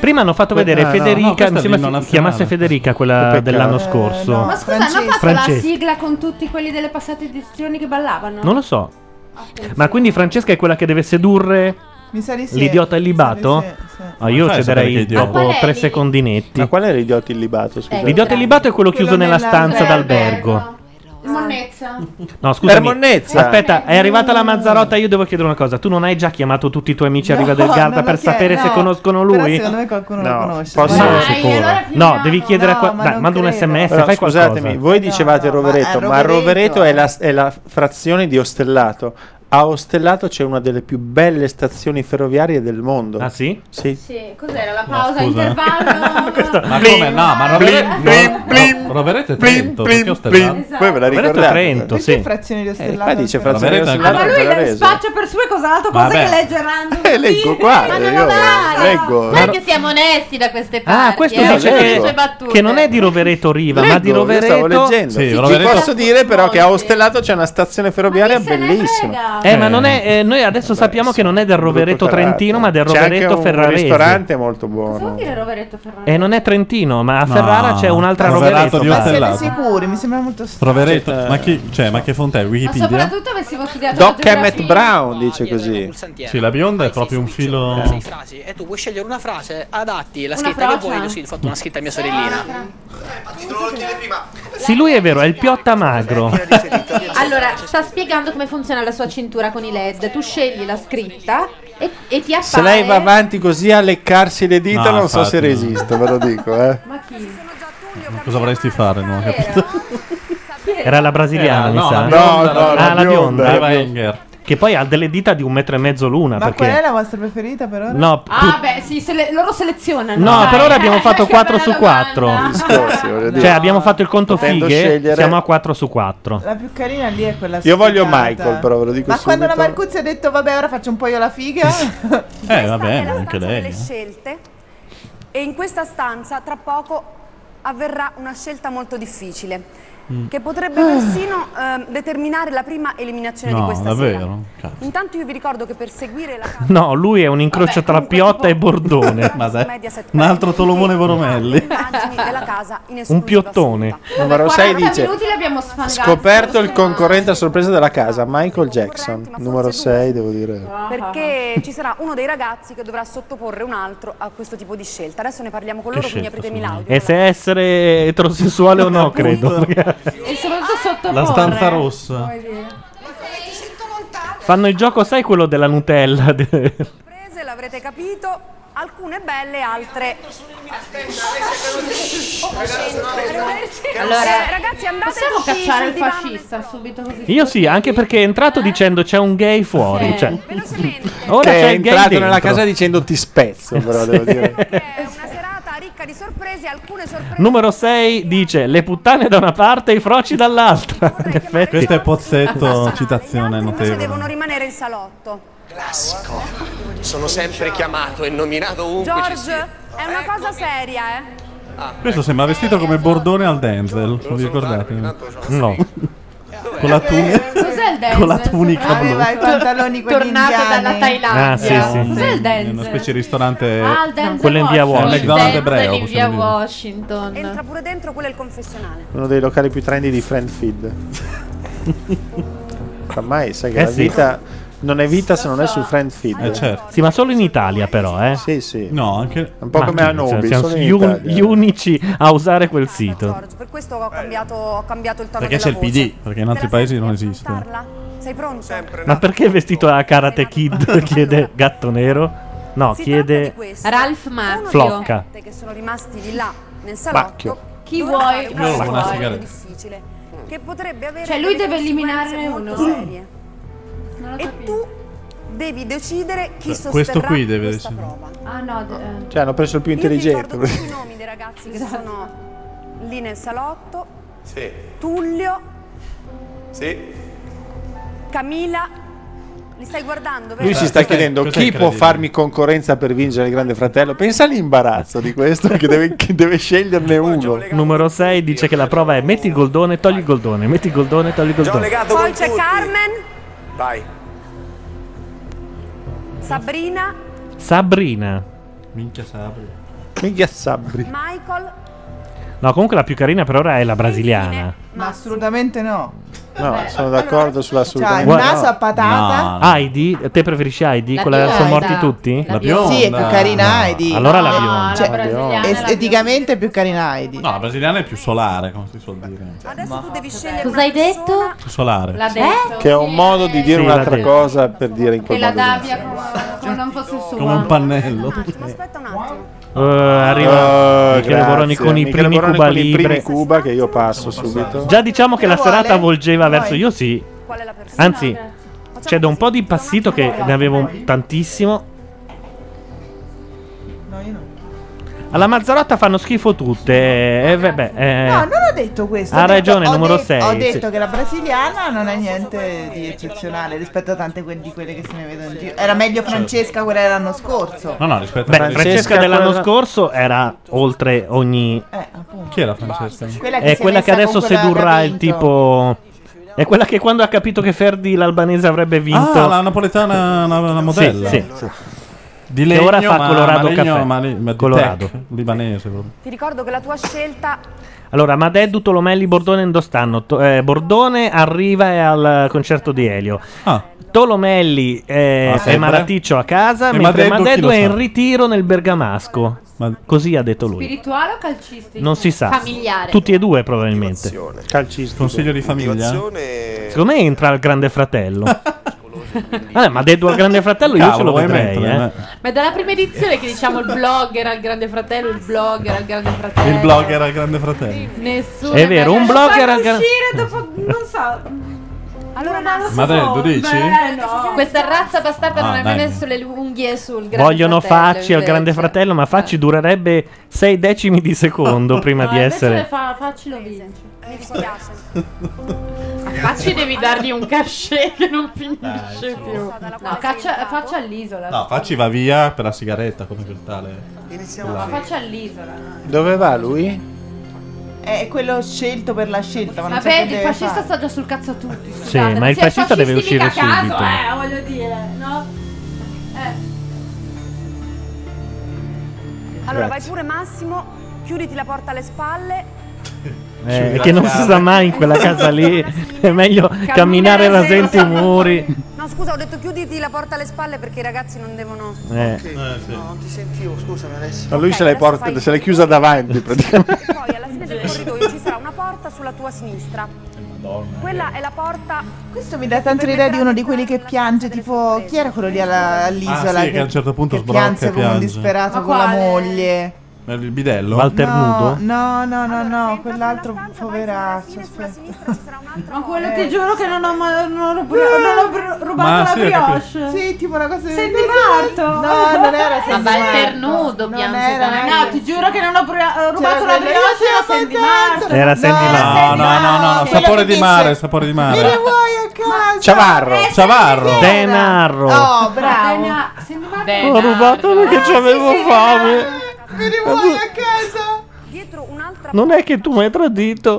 Prima hanno fatto vedere Ah, no, no, Federica. questa mi sembra è l'inno si nazionale. chiamasse Federica Che quella peccato. dell'anno Eh, scorso. Ma scusa, hanno fatto la Francesca. sigla con tutti quelli delle passate edizioni che ballavano? Non lo so. Ah, Ma quindi Francesca è quella che deve sedurre Mi sa di l'idiota illibato? Ah, io Fai sapere che cederei idiota. dopo tre secondinetti. Ma qual è l'idiota Eh, illibato? L'idiota illibato è quello Quello chiuso nella nella- stanza d'albergo. Monnezza. No, scusami. Monnezza. Aspetta, è arrivata Eh. la Mazzarotta. Io devo chiedere una cosa. Tu non hai già chiamato tutti i tuoi amici a Riva del Garda non per lo chiedo, sapere se no. conoscono Però lui? secondo me qualcuno lo conosce. Posso- Sono sicuro. No, devi chiedere a qua- Dai, manda un sms, Però, fai qualcosa. scusatemi, voi dicevate Rovereto, ma ma, è Rovereto, è, la, è la frazione di Ostellato. A Ostellato c'è una delle più belle stazioni ferroviarie del mondo. Ah sì? Sì. Sì, cos'era la pausa? scusa. eh. intervallo? eh. Ma come? No, ma Rovereto, no, no, Rovereto è Trento. perché Ostellano? Voi ve la Rovereto è ricordate? Trento, sì. Perché frazioni di Eh, qua dice Ostellato? frazioni di Rovereto Ostellato. Ma lui le Ferrarese. spaccia per sue cos'altro, cosa Vabbè. che legge random. Eh, leggo qua, Ma non io lo dai. leggo. Guarda che siamo onesti da queste parti. Ah, questo eh, dice con le sue che, battute. che non è di Rovereto Riva, ma di Leggo, io Rovereto. stavo leggendo. Sì, Ti Rovereto- posso dire però che a Ostellato c'è una stazione ferroviaria bellissima. Eh, ma non è. eh, noi adesso sappiamo che non è del Rovereto Brutto Trentino, ma del C'è anche Rovereto un Ferrarese. ristorante molto buono. Dire Roveretto Ferrari. E non è Trentino, ma a Ferrara c'è un'altra Rovereto. Rovereto di ma- Siete Ostellato. sicuri? Mi sembra molto strano. Rovereto, Certo. ma chi cioè, ma che fonte è? Ma Wikipedia? soprattutto avessimo studiato la Doc geografia. Emmett Brown dice così. Sì, la bionda è proprio un filo. Eh, Sei frasi e tu puoi scegliere una frase, adatti la Una scritta che frase? vuoi. Io sì, ho fatto una scritta a mia sorellina. Sì, lui è vero, è il Piotta Magro. Allora, sta spiegando come funziona la sua cintura con i LED. Tu scegli la scritta e, e ti appare. Se lei va avanti così a leccarsi le dita, No, non so infatti, se no. resisto, ve lo dico. Eh. Ma Cosa vorresti fare? Non ho capito. Era la brasiliana, Eh, mi no, sa. la bionda, No, no, la ah, la bionda, bionda. Eva Enger. Che poi ha delle dita di un metro e mezzo l'una. Ma perché... qual è la vostra preferita per ora? No, p- Ah, beh, sì, sele- loro selezionano. No, dai. per ora abbiamo fatto Che 4 bella su domanda. 4. Discorsi, voglio dire. Cioè, abbiamo fatto il conto Potendo fighe, scegliere- siamo a 4 su 4. La più carina lì è quella Io voglio spiegata. Michael, però ve lo dico Ma quando la subito. Marcuzzi ha detto vabbè ora faccio un po' io la figa Eh, vabbè, ma anche stanza delle lei. eh? scelte e in questa stanza tra poco avverrà una scelta molto difficile che potrebbe Ah. persino ehm, determinare la prima eliminazione di No, questa sera. davvero? Intanto io vi ricordo che per seguire la casa No, lui è un incrocio tra Piotta e Bordone. Ma dai, Mediaset un altro Tolomone Voromelli. immagini della casa in esclusiva. Un piottone. Numero 6 40 dice: minuti l'abbiamo sfangato. Scoperto il concorrente a sorpresa della casa, Michael Jackson. Numero 6, devo dire. Perché ci sarà uno dei ragazzi che dovrà sottoporre un altro a questo tipo di scelta. Adesso ne parliamo con loro, quindi apritemi l'audio. Certo, E se essere eterosessuale o no, credo. E soprattutto sotto La stanza rossa. Fanno il gioco, sai quello della Nutella? De- Prese, l'avrete capito, alcune belle, altre. Allora, Eh, ragazzi, andate possiamo tutti cacciare sul il divano. fascista subito così? Io sì, anche perché è entrato dicendo c'è un gay fuori. Sì. Cioè, ora Che c'è è il gay entrato nella dentro. casa dicendo ti spezzo, però Sì. devo dire. Serata ricca di sorprese, alcune sorprese. Numero 6 dice le puttane da una parte e i froci dall'altra. In effetti. Questo è Pozzetto, citazione notevole. Devono rimanere in salotto. Classico. Sono sempre chiamato e nominato ovunque ci George, sia. è una cosa seria, eh. Ah, Questo sembra vestito come Bordone al Denzel. Non vi ricordate? No. Con la tunica. Cos'è il Denzel? Con la tunica blu. Eh, aveva i pantaloni quelli Tornato indiani. dalla Thailandia. Ah, sì, sì. Cos'è il È una Denzel? specie di Eh, ristorante. Ah, il Denzel Quello in via Washington. Washington. Il McDonald's Denzel ebreo. in via possiamo dire. Washington. Entra pure dentro, quello è il confessionale. Uno dei locali più trendy di Friend Feed. Ormai sai che Eh la sì. vita non è vita se non è su Friend Feed. Eh, certo. Sì, ma solo in Italia, però, eh? Sì, sì. No, anche. Un po' come a Nobi, Siamo solo in gli, un- Italia. gli unici a usare quel sito. Per questo ho cambiato, ho cambiato il tono Perché c'è della il PD? Perché in altri paesi non esiste. parla. Sei pronto? Sempre. Ma perché è vestito a Karate Kid? chiede Gatto Nero. No, chiede Ralph Macchio. Flocca. Che sono rimasti di là nel salotto. Macchio. Chi dovrà vuoi? fare Io una volevo scelta una molto sigaretta. difficile. Che potrebbe avere Cioè, lui delle deve conseguenze eliminarne molto uno? serie. E tu devi decidere chi sosterrà questo qui deve questa decidere. prova. Ah no, de- Cioè, hanno preso il più intelligente. I nomi dei ragazzi che Esatto. sono lì nel salotto. Sì, Tullio, sì. Camila Li stai guardando, vero? Lui si sta chiedendo Cos'è chi può incredibile? farmi concorrenza per vincere il Grande Fratello. Pensa all'imbarazzo di questo che deve, che deve sceglierne uno. Numero 6 dice che la prova è metti il goldone, togli il goldone, metti il goldone, togli il goldone. Poi c'è Carmen, Vai. Sabrina, Sabrina. Minchia Sabri. Minchia Sabri. Michael. No, comunque la più carina per ora è la brasiliana. Ma assolutamente no. No, sono d'accordo sulla Cioè, il Guarda- naso a patata. Heidi, te preferisci Heidi? La Quella bionda. sono morti tutti? La bionda. Sì, è più carina Heidi. Allora la No, bionda. cioè, esteticamente è più carina Heidi. No, la brasiliana è più solare, come si suol dire. Adesso tu devi scegliere Cosa hai detto? Più solare. L'ha detto. Che è un modo di dire Sì, l'ha un'altra detto. cosa per dire in quel Che la modo. lì. gabbia come, come non fosse sua. Come un pannello. Ah, Eh, arriva Michele Ah, grazie. Boroni con i Michele primi Boroni Cuba con i primi Libre. Cuba che io passo subito. Già diciamo che la vuole? serata volgeva verso Vuoi? io sì. Anzi, c'è da un po' di passito che ne avevo tantissimo. Alla Mazzarotta fanno schifo tutte. Eh, vabbè, eh. No, non ho detto questo. Ha ho detto- ragione, ho numero de- sei, Ho sì. detto che la brasiliana non è niente di eccezionale rispetto a tante que- di quelle che se ne vedono in giro. Era meglio Francesca quella dell'anno scorso. No, no, rispetto Beh, a Francesca, dell'anno scorso era oltre ogni. Chi era Francesca? Quella che è si è quella che messa adesso con quella che sedurrà ha il vinto. tipo. È quella che quando ha capito che Ferdi l'albanese avrebbe vinto. Ah, la napoletana, la, la modella. Sì, sì. Di Che legno, ora fa ma- Colorado ma legno, Caffè. ma le- ma di Colorado. tech, libanese. proprio. Ti ricordo che la tua scelta Allora, Madè, Tolomelli, Bordone indostanno. To- eh, Bordone arriva e al concerto di Elio. Tolomelli eh, Ah, è sempre? malaticcio a casa, E mentre Madeddu chi Madeddu lo è sa? in ritiro nel Bergamasco. Così ha detto lui. Spirituale o calcistico? Non si sa. Familiare. Tutti e due probabilmente. Calcistico. Consiglio di famiglia? Secondo me entra il Grande Fratello. Vabbè, ma Deddu al Grande Fratello io ce Cavolo, lo vuoi vedrei, mettere, eh. Ma è dalla prima edizione che diciamo il blogger al Grande Fratello, il blogger al Grande Fratello. Il blogger al grande fratello. Eh, Nessuno. È vero, un blogger al Grande Non so. Allora, Ma eh. tu dici? Oh, Beh, no. Questa razza bastarda Ah, non ha dai. nemmeno sulle unghie sul grande Vogliono fratello, facci al invece. Grande Fratello, ma facci durerebbe 6 decimi di Eh, secondo prima No, di invece essere. Fa, facci lo vince. Ah, Facci Facci devi dargli un cachet che non finisce più. No, caccia, faccia all'isola. No, facci va via per la sigaretta come per tale. No, Là. faccia all'isola. Dove va lui? È quello scelto per la scelta. Ma non so Vabbè, che il deve fascista fare. sta già sul cazzo a tutti. Sì, ma il fascista deve uscire subito. Eh, voglio dire, no? Eh. Allora vai pure Massimo, chiuditi la porta alle spalle. Eh, che non si sa mai in quella casa lì. È meglio camminare rasenti i muri. No, scusa, ho detto chiuditi la porta alle spalle perché i ragazzi non devono Eh. No, non ti sentivo, scusami Alessio. Ma lui se l'è, porta- se l'è chiusa davanti praticamente. Poi alla fine del corridoio ci sarà una porta sulla tua sinistra. Quella è la porta Questo mi dà tanto l'idea di uno di quelli che piange, tipo chi era quello lì alla- all'isola Ah, sì, che a un certo punto che sbrocca pianse e come un piange. disperato Ma con la quale? moglie. Eh, Il bidello? No, no, no, no, no, quell'altro poveraccio. Ma quello ti giuro che non ho, ma- non ho, bru- Eh. non ho bru- rubato Ma la sì, ho brioche. Sì, tipo una cosa Sei morto. No, non era Ma Sandy va il Marco. pernudo, Non piange era dai. neanche- Cioè, No, ti giuro che non ho bru- eh, rubato la Cioè, quello- brioche era Sandy Marco. Era Sandy No, no, Marco. no, no, no, Quello sapore che di dice- mare, sapore di mare. Ciavarro. Ciavarro. Denaro. Oh, bravo. Sandy Ho rubato perché ci avevo fame. Mi rivuoi a casa. Dietro un'altra Non è che tu mi hai tradito.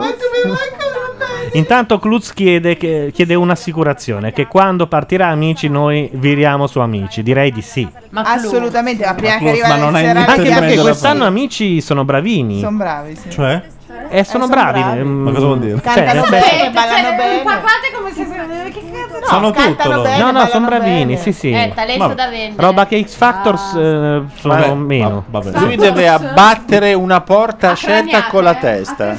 Intanto Klutz chiede, che- chiede un'assicurazione che quando partirà Amici noi viriamo su Amici. Direi di sì. Assolutamente, la prima che Klutz, arriva nel serale Anche chiama- perché quest'anno Amici sono bravini. Sono bravi, sì. Cioè? Eh, sono son bravi. Cioè, bravi. Ma cosa vuol dire? Cantano Cioè, bene, ballano bene. Guardate come si Che cazzo no? sono cantano tutto. bene, no, no, ballano sono bravini. bene. Sì, sì. Eh, talento Vabbè. da vendere. Roba che X Factors eh, sono Vabbè, Ah, meno. Lui deve abbattere una porta scelta con la testa.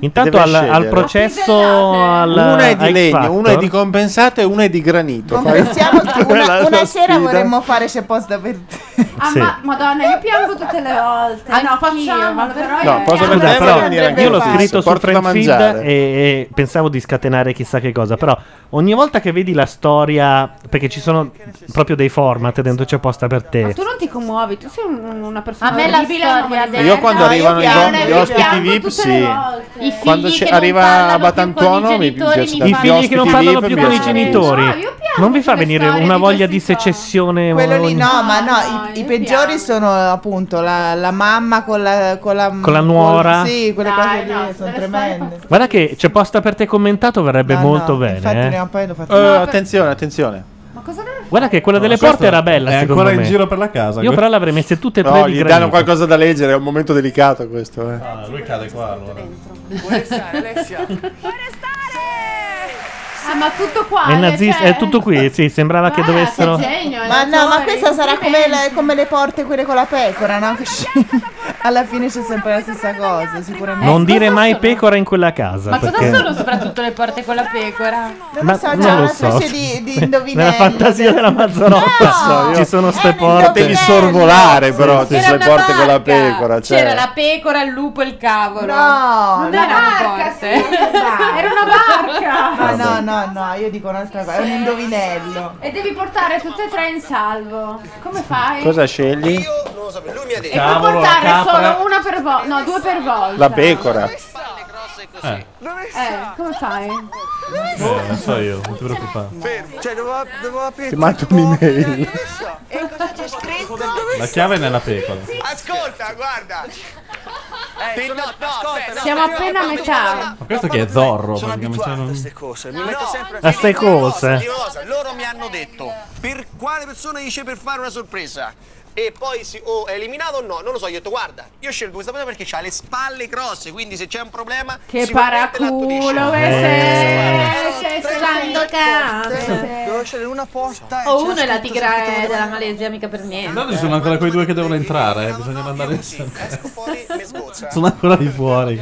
Intanto Deve al, al scegliere. processo al, Una è di a X legno, una è di Factor. compensato e una è di granito. Confessiamo che una, La una sera sfida. vorremmo fare c'è post dappertutto. Ah, Sì. ma- madonna, io piango tutte le volte. Ah, no, facciamo, ma però No, io- Eh, posso Scusa, Eh, però voglio dire anche io l'ho questo, scritto su porto da Friend Feed mangiare. e, e pensavo di scatenare chissà che cosa. Però ogni volta che vedi la storia, perché ci sono proprio dei format dentro c'è posta per te. Tu non ti commuovi, tu sei un- una persona A me la orribile, storia non mi del- Io quando No, arrivano io i piango, gom- gli io ospiti piango VIP, tutte sì. le volte. I figli Quando c'è- che non arriva parlano più con i Batantuono, mi genitori piace mi tanto. I figli che non parlano più con i piacciono. genitori. No, io Non vi fa venire una voglia di secessione? Quello lì, no, ogni- ma no, i, i peggiori sono appunto la, la mamma con la... Con la, Con la nuora? col- sì, quelle Dai, cose lì no, sono deve tremende. Guarda che c'è posta per te commentato, verrebbe No, no, molto bene. infatti eh. prima o poi lo faccio. Eh, No, per- attenzione, attenzione. Guarda che quella No, delle questo porte era bella. è secondo ancora in me. giro per la casa. Io però l'avrei messe tutte e tre No, di gli granito. danno qualcosa da leggere, è un momento delicato questo. Eh. Ah, lui cade qua allora. Vuoi stare, Alessia? Vuoi Ah, ma tutto qua. È, eh, nazista- cioè- è tutto qui, sì, sembrava Ah, che dovessero... Ma no, ma questa sarà come le, come le porte quelle con la pecora, no? Che sci- Alla fine c'è sempre la stessa cosa, sicuramente. Non dire mai pecora in quella casa. Ma cosa perché- sono soprattutto le porte con la pecora? Ma so, c'è una specie di- di indovinello. Nella fantasia della Mazzarotta ci sono ste porte. Potevi sorvolare però, ci Era sono le una porte con la vacca. pecora. Cioè. C'era la pecora, il lupo e il cavolo. No, non la erano barca, porte. Era una barca. No, no, no, no, io dico un'altra cosa, è un indovinello. E devi portare tutte e tre in salvo. Come fai? Cosa scegli? E puoi Cavolo, la portare capra. solo una per volta. No, due per volta. La pecora. Eh, Eh, come fai? Boh. eh, non so io, non ti preoccupare. Cioè, dovevo, dovevo aprire. Ti mando un'email. Eh. E ecco, cosa c'è scritto? La chiave è nella pecora. Ascolta, guarda. Eh, sono- no, aspetta, Siamo appena a metà. Ma questo che è Zorro? cioè, Sono perché mi abituato sembra- a queste cose. Mi metto sempre A ste cose. Di cosa? Loro mi hanno detto per quale persona dice per fare una sorpresa. E poi si, o è eliminato o no, non lo so, io ho detto guarda, io scelgo questa cosa perché ha le spalle grosse, quindi se c'è un problema Che sicuramente paraculo l'atto che dice. Eh. sei, sei Tre stando porte. cazzo. Devo scegliere Eh, una porta Cioè, e O c'era uno è la scritto tigre scritto- della Malesia, mica per niente. No, ci sono ancora quei due che devono entrare, eh, bisogna mandare sempre. Sono ancora di fuori.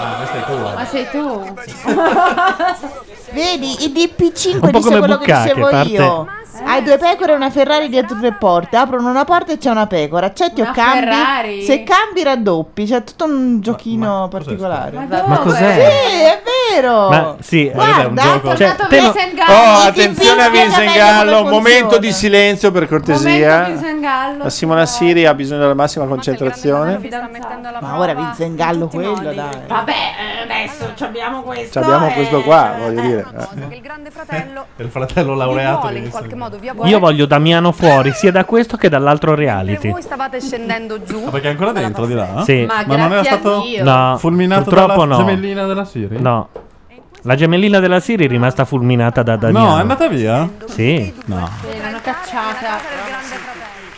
Ah, questo è tuo. Ma sei tu. Vedi, il DP5 Un po' dice come quello che Buccà, che dicevo parte- io. Hai due pecore e una Ferrari dietro tre porte. Aprono una porta e c'è una pecora. Accetti o Una cambi? Ferrari? Se cambi raddoppi, c'è tutto un giochino particolare. Ma Ma dove? cos'è? Sì, è vero. Ma sì, Guarda, è un gioco. Cioè, tornato te lo- Vincent Oh, attenzione a spiega Vincent meglio come Gallo, funziona. momento di silenzio per Momento cortesia. Vincent Gallo. La Simona Siri ha bisogno della massima concentrazione. Ma ora Vincent Gallo quello, dai. Vabbè, eh, adesso ci abbiamo questo. Cioè, Abbiamo e- questo qua, voglio dire. Eh, Il fratello laureato. di questo- modo vi ha Io voglio Damiano fuori, sia da questo che dall'altro reality. Voi stavate scendendo giù. Ah, perché è ancora dentro di là? Sì. Ma Ma non era grazie a stato Dio. Ah? No, fulminato purtroppo dalla no. gemellina della Siri? No. La gemellina della Siri è rimasta fulminata da Damiano. è andata via? Sì. No. Sì, l'hanno cacciata.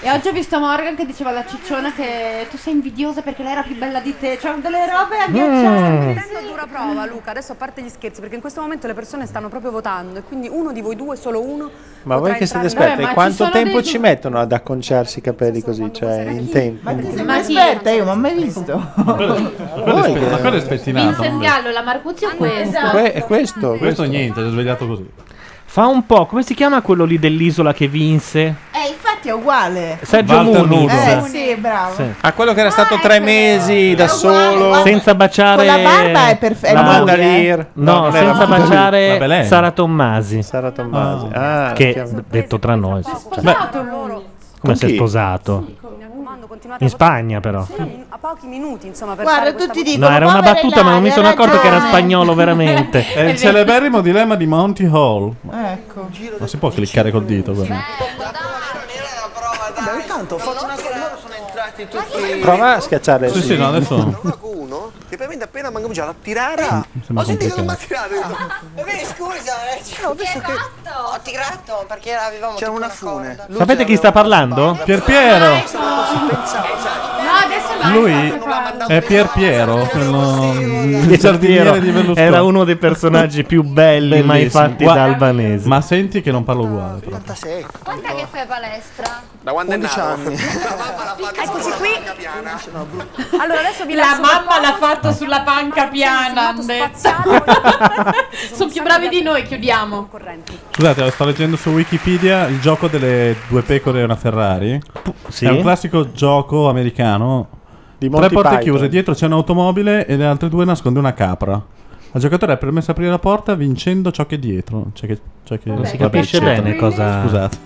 E oggi ho visto Morgan che diceva alla cicciona che tu sei invidiosa perché lei era più bella di te. C'erano delle robe Mm. cioè, agghiacciate. Prendendo dura prova, Luca. Adesso a parte gli scherzi, perché in questo momento le persone stanno proprio votando. E quindi uno di voi due, solo uno. Ma voi che siete esperti, quanto tempo ci mettono ad acconciarsi i capelli così? Cioè, in tempo. Ma esperta, eh, io non ho mai visto. Ma quello, è spe- ma quello è spettinato. Vincent Gallo, la Marcuzio, questo. questo, questo niente, si è svegliato così. Fa un po', come si chiama quello lì dell'isola che vinse? Eh, infatti è uguale. Sergio Walter Muniz. Eh, sì, bravo. Sì. A quello che era stato tre mesi da solo. Senza baciare Con la barba è perfetta. La No. Mandalir. No, non era senza Mandalir. baciare La Belen. Sara Tommasi. Sara Tommasi. Ah, che chiaro. detto tra noi, Beh, cioè, loro. come si è chi? sposato? Mi raccomando, continuate In a votare. Spagna però. Sì, a pochi minuti, insomma, per Guarda, fare questa tutti votazione. No, era una battuta, ma non mi sono accorto che era spagnolo veramente. È il celeberrimo dilemma di Monty Hall. Ma Ecco. non si può cliccare col dito. però. Dai, intanto faccio una cosa, loro sono entrati tutti. Prova a schiacciare. Sì, sì, no, adesso no. Uno, che veramente appena manca già la tirata. sembra Ho sentito che mi ha complicato. tirato. io dico, Beh, scusa, eh, ho Ho tirato perché avevamo C'era una fune. Sapete chi sta parlando? Pier Piero. No, Esatto. adesso basta. Lui è Pier Piero, quello mm, il Piero giardiniere di Berlusconi. era uno dei personaggi più belli mai Bellissimo. fatti Gua- da albanesi. Ma senti che non parlo uguale. però. Quant'è che fai palestra? Da quando è 11 nato? anni. Eccoci qui. Allora adesso vi La lascio mamma l'ha fatto sulla panca piana. han detto. Sono più bravi di noi, chiudiamo. Scusate, sto leggendo su Wikipedia il gioco delle due pecore e una Ferrari. sì. È un classico gioco americano. Monty Tre porte Python. chiuse, dietro c'è un'automobile e le altre due nasconde una capra. Al giocatore è permesso aprire la porta vincendo ciò che è dietro. Cioè che, cioè che- Non si vabbè, capisce eccetera. bene cosa- Scusate.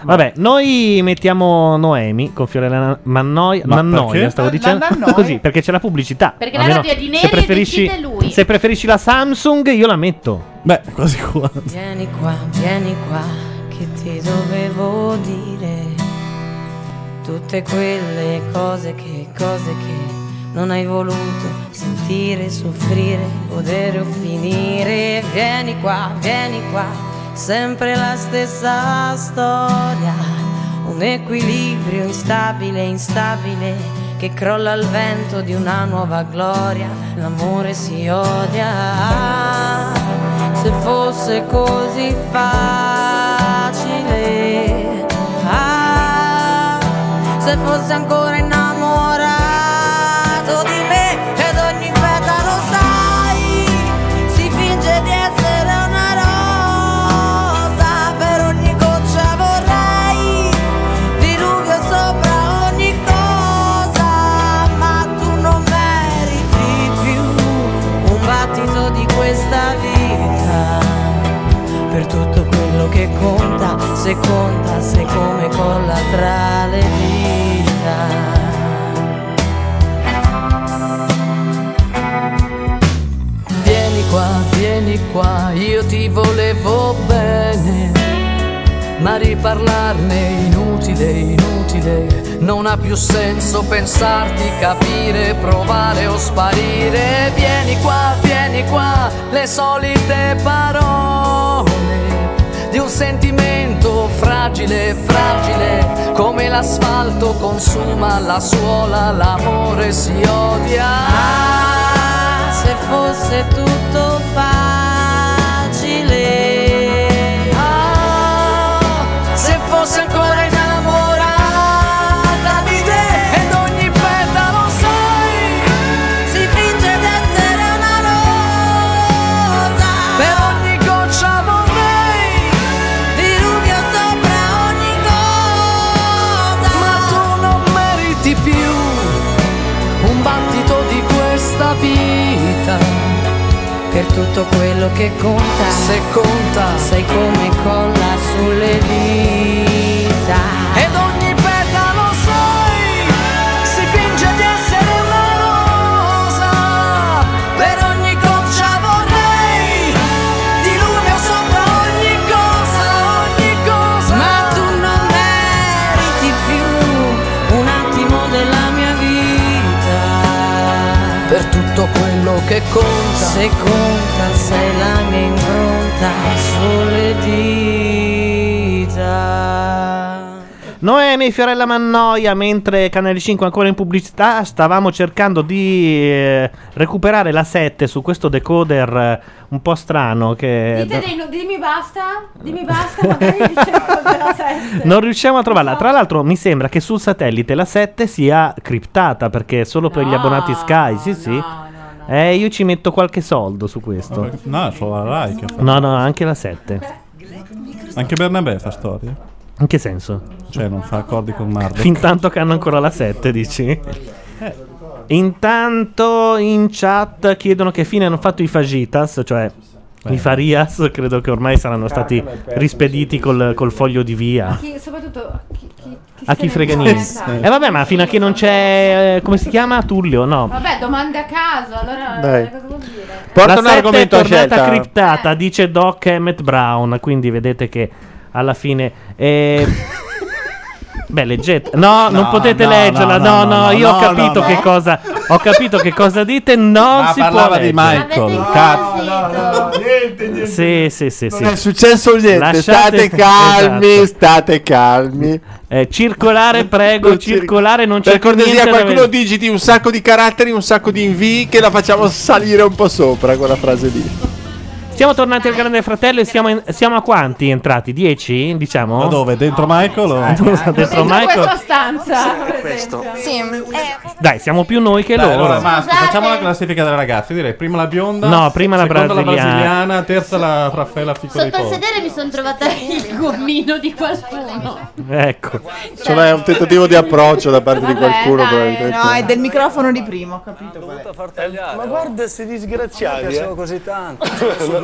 Vabbè, noi mettiamo Noemi con Fiorella Mannoia. Ma Mannoia, perché? eh, stavo La- dicendo. la Nannoia? Così, perché c'è la pubblicità. Perché Almeno la radio è di se neri e preferisci, decide lui. se preferisci la Samsung, io la metto. Beh, quasi qua. Vieni qua, vieni qua, che ti dovevo dire tutte quelle cose che, cose che non hai voluto sentire, soffrire, godere o finire. Vieni qua, vieni qua, sempre la stessa storia. Un equilibrio instabile, instabile, che crolla al vento di una nuova gloria. L'amore si odia. Se fosse così facile. Ah, se fosse ancora innamorato di me ed ogni feta lo sai, si finge di essere una rosa, per ogni goccia vorrei diluvio sopra ogni cosa, ma tu non meriti più un battito di questa vita per tutto quello che conta, se conta, se come colla tra le dita. Vieni qua, vieni qua, io ti volevo bene, ma riparlarne inutile, inutile, non ha più senso pensarti, capire, provare o sparire. Vieni qua, vieni qua, le solite parole di un sentimento fragile, fragile, come l'asfalto consuma la suola, l'amore si odia. Ah, se fosse tutto facile. Ah, se fosse ancora innamorata di te ed ogni petalo sai, si finge di essere una rosa. Per ogni goccia vorrei diluvio sopra ogni cosa. Ma tu non meriti più un battito di questa vita. Per tutto quello che conta, se conta, sei come colla sulle dita. Ed ogni petalo sai, si finge di essere una rosa. Per ogni goccia vorrei, diluvio sopra ogni cosa, ogni cosa. Ma tu non meriti più un attimo della mia vita. Per tutto quello che conta, Se conta sei la mia impronta sulle dita. Noemi Fiorella Mannoia, mentre Canale 5 ancora in pubblicità, stavamo cercando di eh, recuperare la 7 su questo decoder eh, un po' strano che Dite dei no- dimmi basta, dimmi basta, magari vi cerco della sette. non riusciamo a trovarla. Tra l'altro mi sembra che sul satellite la 7 sia criptata perché è solo per gli abbonati Sky, sì sì. Eh, io ci metto qualche soldo su questo. No, solo la Rai che fa. No, no, anche la 7. Anche Bernabé fa storia. In che senso? Cioè, non fa accordi con Marvel. Fin tanto che hanno ancora la 7, dici? Eh, Intanto in chat chiedono che fine hanno fatto i fagitas, cioè i farias, credo che ormai saranno stati rispediti col, col foglio di via. Chi- soprattutto chi, chi, chi A se chi ne frega importa, niente. sai. E vabbè, ma fino a che non c'è... eh, come si chiama? Tullio, no. Vabbè, domande a caso, allora eh, Dai. cosa vuol dire? La Porta un sette argomento è a tornata scelta. Eh. criptata, dice Doc Emmett Brown, quindi vedete che alla fine... eh, Beh, leggete. No, non No, potete no, leggerla. no, No, no, no, no, io ho no, capito no, che no. cosa. Ho capito che cosa dite. Non Ma si parlava può di leggere. Michael, No, Cazzo. niente, Sì, sì, sì, sì. Non è successo niente, state calmi, state calmi. Eh, circolare, prego, circolare, non c'è per più niente cortesia da qualcuno vedere. digiti un sacco di caratteri, un sacco di invii che la facciamo salire un po' sopra quella frase lì. Siamo tornati al Grande Fratello e siamo, in- siamo a quanti entrati? 10, diciamo? Da dove? Dentro Michael? Dentro questa Michael? stanza. per questo. esempio. Eh, Dai, siamo più noi che Dai, loro. allora, Maschi, facciamo la classifica delle ragazze. Direi prima la bionda, No, prima la seconda brasiliana. brasiliana, terza la Raffaella Fico dei Sotto il Porti. sedere mi sono trovata il gommino di qualcuno. Ecco. Cioè, è un tentativo di approccio da parte di qualcuno. probabilmente. No, è del microfono di prima, ho capito. qual è. Ma guarda, sei disgraziato. eh. piaceva così tanto.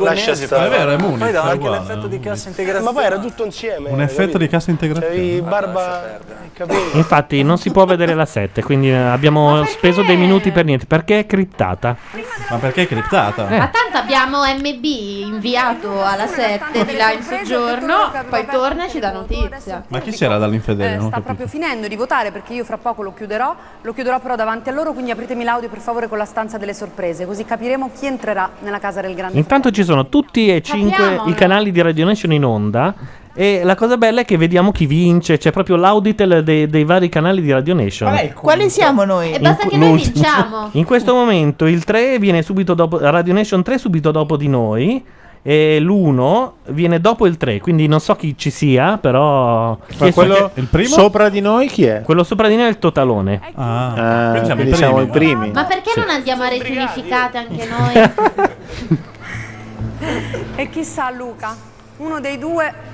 Sono Lasciasi fare. È vero, è Munich. Poi dava è anche uguale. l'effetto di cassa integrazione. Ma poi era tutto insieme. Un effetto di cassa integrazione. Avevi barba, i capelli. Infatti non si può vedere la 7, quindi eh, abbiamo speso dei minuti per niente. Perché è criptata? Eh, Ma perché è criptata? Eh. Ma tanto abbiamo MB inviato alla 7 di là in soggiorno, poi torna e ci dà notizia. Ma chi c'era dall'infedele? Eh, Non ho sta capito. proprio finendo di votare perché io fra poco lo chiuderò, lo chiuderò però davanti a loro, quindi apritemi l'audio per favore con la stanza delle sorprese, così capiremo chi entrerà nella casa del grande. Intanto ci sono tutti e cinque Capiamolo. i canali di Radio Nation in onda. E la cosa bella è che vediamo chi vince. C'è proprio l'auditel dei, dei vari canali di Radio Nation. Quali siamo noi? E basta In- che noi diciamo. l'ultimo. vinciamo. In questo momento il 3 viene subito dopo Radio Nation 3 subito dopo di noi e l'1 viene dopo il 3, quindi non so chi ci sia, però chi Ma è quello sopra- il primo? sopra di noi chi è? quello sopra di noi è il totalone. Ah, quindi siamo quindi i siamo primi. i primi. Eh, Ma perché Sì. non andiamo a reti unificate anche noi? E chissà Luca, uno dei due